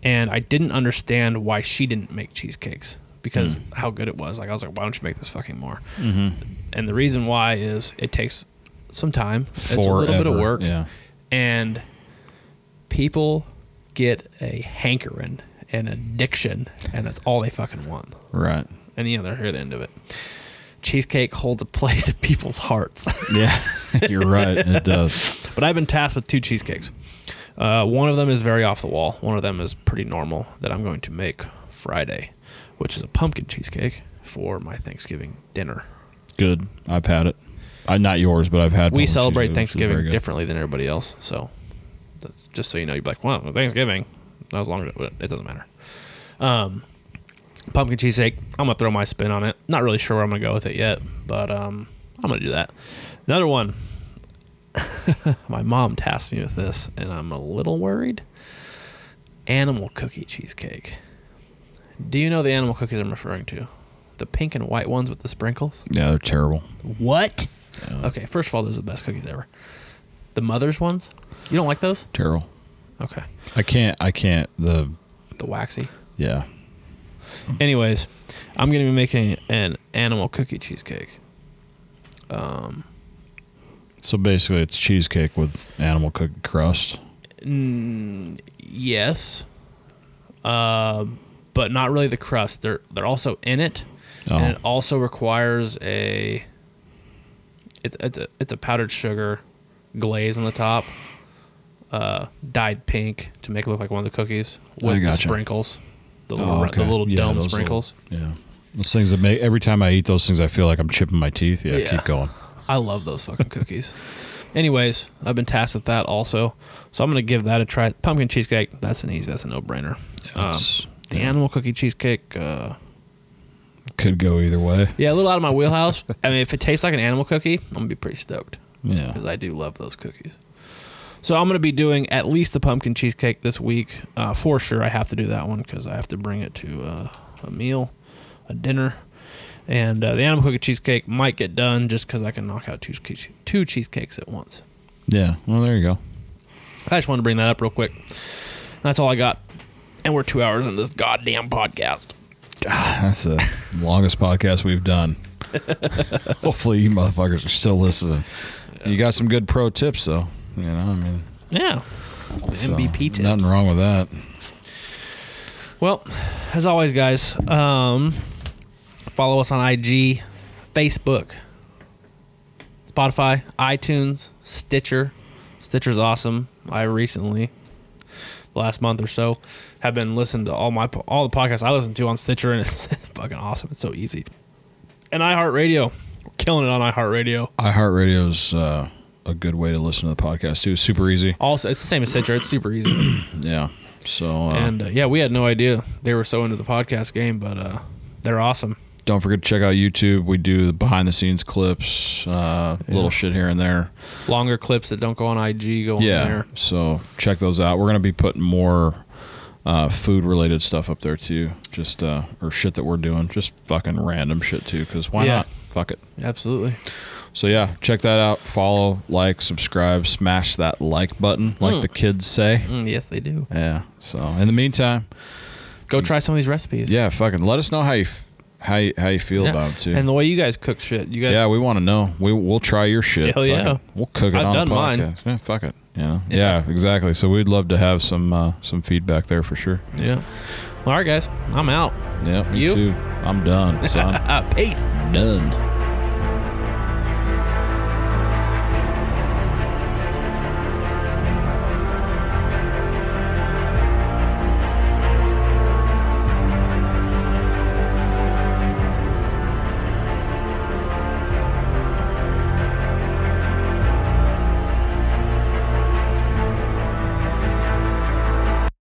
Speaker 4: and I didn't understand why she didn't make cheesecakes
Speaker 3: Hmm.
Speaker 4: because how good it was. Like I was like, why don't you make this fucking more? And the reason why is it takes some time. It's a little bit of
Speaker 3: Forever,
Speaker 4: work.
Speaker 3: Yeah.
Speaker 4: and people get a hankering and addiction, and that's all they fucking want.
Speaker 3: Right.
Speaker 4: And you know they're here at the end of it. Cheesecake holds a place in people's hearts.
Speaker 3: Yeah. You're right. It does.
Speaker 4: But I've been tasked with two cheesecakes. Uh, one of them is very off the wall. One of them is pretty normal that I'm going to make Friday, which is a pumpkin cheesecake for my Thanksgiving dinner.
Speaker 3: Good. I've had it. I not yours, but I've had.
Speaker 4: we
Speaker 3: pumpkin cheesecake,
Speaker 4: celebrate
Speaker 3: which is very
Speaker 4: Thanksgiving
Speaker 3: good.
Speaker 4: differently than everybody else, so that's just so you know. You'd be like, "Well, Thanksgiving." That was longer. It doesn't matter. Um, pumpkin cheesecake. I'm gonna throw my spin on it. Not really sure where I'm gonna go with it yet, but um, I'm gonna do that. Another one. my mom tasked me with this, and I'm a little worried. Animal cookie cheesecake. Do you know the animal cookies I'm referring to? The pink and white ones with the sprinkles.
Speaker 3: Yeah, they're terrible.
Speaker 4: What? Okay, first of all, those are the best cookies ever. The mother's ones? You don't like those?
Speaker 3: Terrible.
Speaker 4: Okay.
Speaker 3: I can't. I can't. The
Speaker 4: The waxy.
Speaker 3: yeah. Mm-hmm.
Speaker 4: Anyways, I'm going to be making an animal cookie cheesecake. Um,
Speaker 3: So basically, it's cheesecake with animal cooked crust.
Speaker 4: mm, yes. Uh, but not really the crust. They're they're also in it.
Speaker 3: Oh.
Speaker 4: And it also requires a it's it's a, it's a powdered sugar glaze on the top. Uh, dyed pink to make it look like one of the cookies with the
Speaker 3: gotcha.
Speaker 4: sprinkles, the little,
Speaker 3: Oh,
Speaker 4: ra-
Speaker 3: okay.
Speaker 4: the little
Speaker 3: Yeah,
Speaker 4: dome
Speaker 3: those
Speaker 4: sprinkles.
Speaker 3: Yeah. Those things that make every time I eat those things, I feel like I'm chipping my teeth. Yeah.
Speaker 4: Yeah.
Speaker 3: Keep going.
Speaker 4: I love those fucking cookies. Anyways, I've been tasked with that also, so I'm gonna give that a try. Pumpkin cheesecake, that's an easy, that's a no brainer. Um,
Speaker 3: It's-
Speaker 4: the
Speaker 3: yeah.
Speaker 4: animal cookie cheesecake, uh,
Speaker 3: could go either way.
Speaker 4: yeah, a little out of my wheelhouse. I mean, if it tastes like an animal cookie, I'm gonna be pretty stoked.
Speaker 3: Yeah.
Speaker 4: because I do love those cookies. So I'm going to be doing at least the pumpkin cheesecake this week uh, for sure. I have to do that one because I have to bring it to uh, a meal, a dinner, and uh, the animal cookie cheesecake might get done just because I can knock out two cheese- two cheesecakes at once.
Speaker 3: Yeah. Well, there you go.
Speaker 4: I just wanted to bring that up real quick. That's all I got, and we're two hours into this goddamn podcast.
Speaker 3: That's the longest podcast we've done. Hopefully, you motherfuckers are still listening. You got some good pro tips, though. You know, I mean,
Speaker 4: Yeah, the
Speaker 3: so,
Speaker 4: MVP tips.
Speaker 3: Nothing wrong with that.
Speaker 4: Well, as always, guys, um, follow us on IG, Facebook, Spotify, iTunes, Stitcher. Stitcher's awesome. I recently the last month or so, have been listening to all my po- all the podcasts I listen to on Stitcher, and it's, it's fucking awesome. It's so easy. And iHeartRadio, We're killing it on iHeartRadio.
Speaker 3: iHeartRadio's uh, a good way to listen to the podcast too. Super easy.
Speaker 4: Also, it's the same as Stitcher. It's super easy.
Speaker 3: Yeah. So uh,
Speaker 4: and uh, yeah, we had no idea they were so into the podcast game, but uh, they're awesome.
Speaker 3: don't forget to check out YouTube. We do the behind the scenes clips, uh, little shit here and there.
Speaker 4: Longer clips that don't go on IG go
Speaker 3: yeah.
Speaker 4: on there.
Speaker 3: So check those out. We're gonna be putting more uh, food related stuff up there too. Just uh, or shit that we're doing. Just fucking random shit too. Because why
Speaker 4: Yeah.
Speaker 3: not? Fuck it.
Speaker 4: Absolutely.
Speaker 3: So yeah, check that out. Follow, like, subscribe, smash that like button, like the kids say.
Speaker 4: Mm, yes, they do.
Speaker 3: Yeah. So in the meantime,
Speaker 4: Go try some of these recipes.
Speaker 3: yeah, fucking let us know how you f- how you, how you feel
Speaker 4: Yeah.
Speaker 3: about it too.
Speaker 4: And the way you guys cook shit, you guys.
Speaker 3: yeah, we want to know. We we'll try your shit.
Speaker 4: Hell
Speaker 3: Fuck
Speaker 4: yeah.
Speaker 3: it. We'll cook it
Speaker 4: I've
Speaker 3: on
Speaker 4: done
Speaker 3: the
Speaker 4: mine.
Speaker 3: podcast. Yeah, fuck it. You know?
Speaker 4: Yeah.
Speaker 3: yeah. exactly. So we'd love to have some uh, some feedback there for sure.
Speaker 4: yeah. All right, guys, I'm out.
Speaker 3: Yeah, me
Speaker 4: You?
Speaker 3: too. I'm done, son.
Speaker 4: Uh, peace.
Speaker 3: done.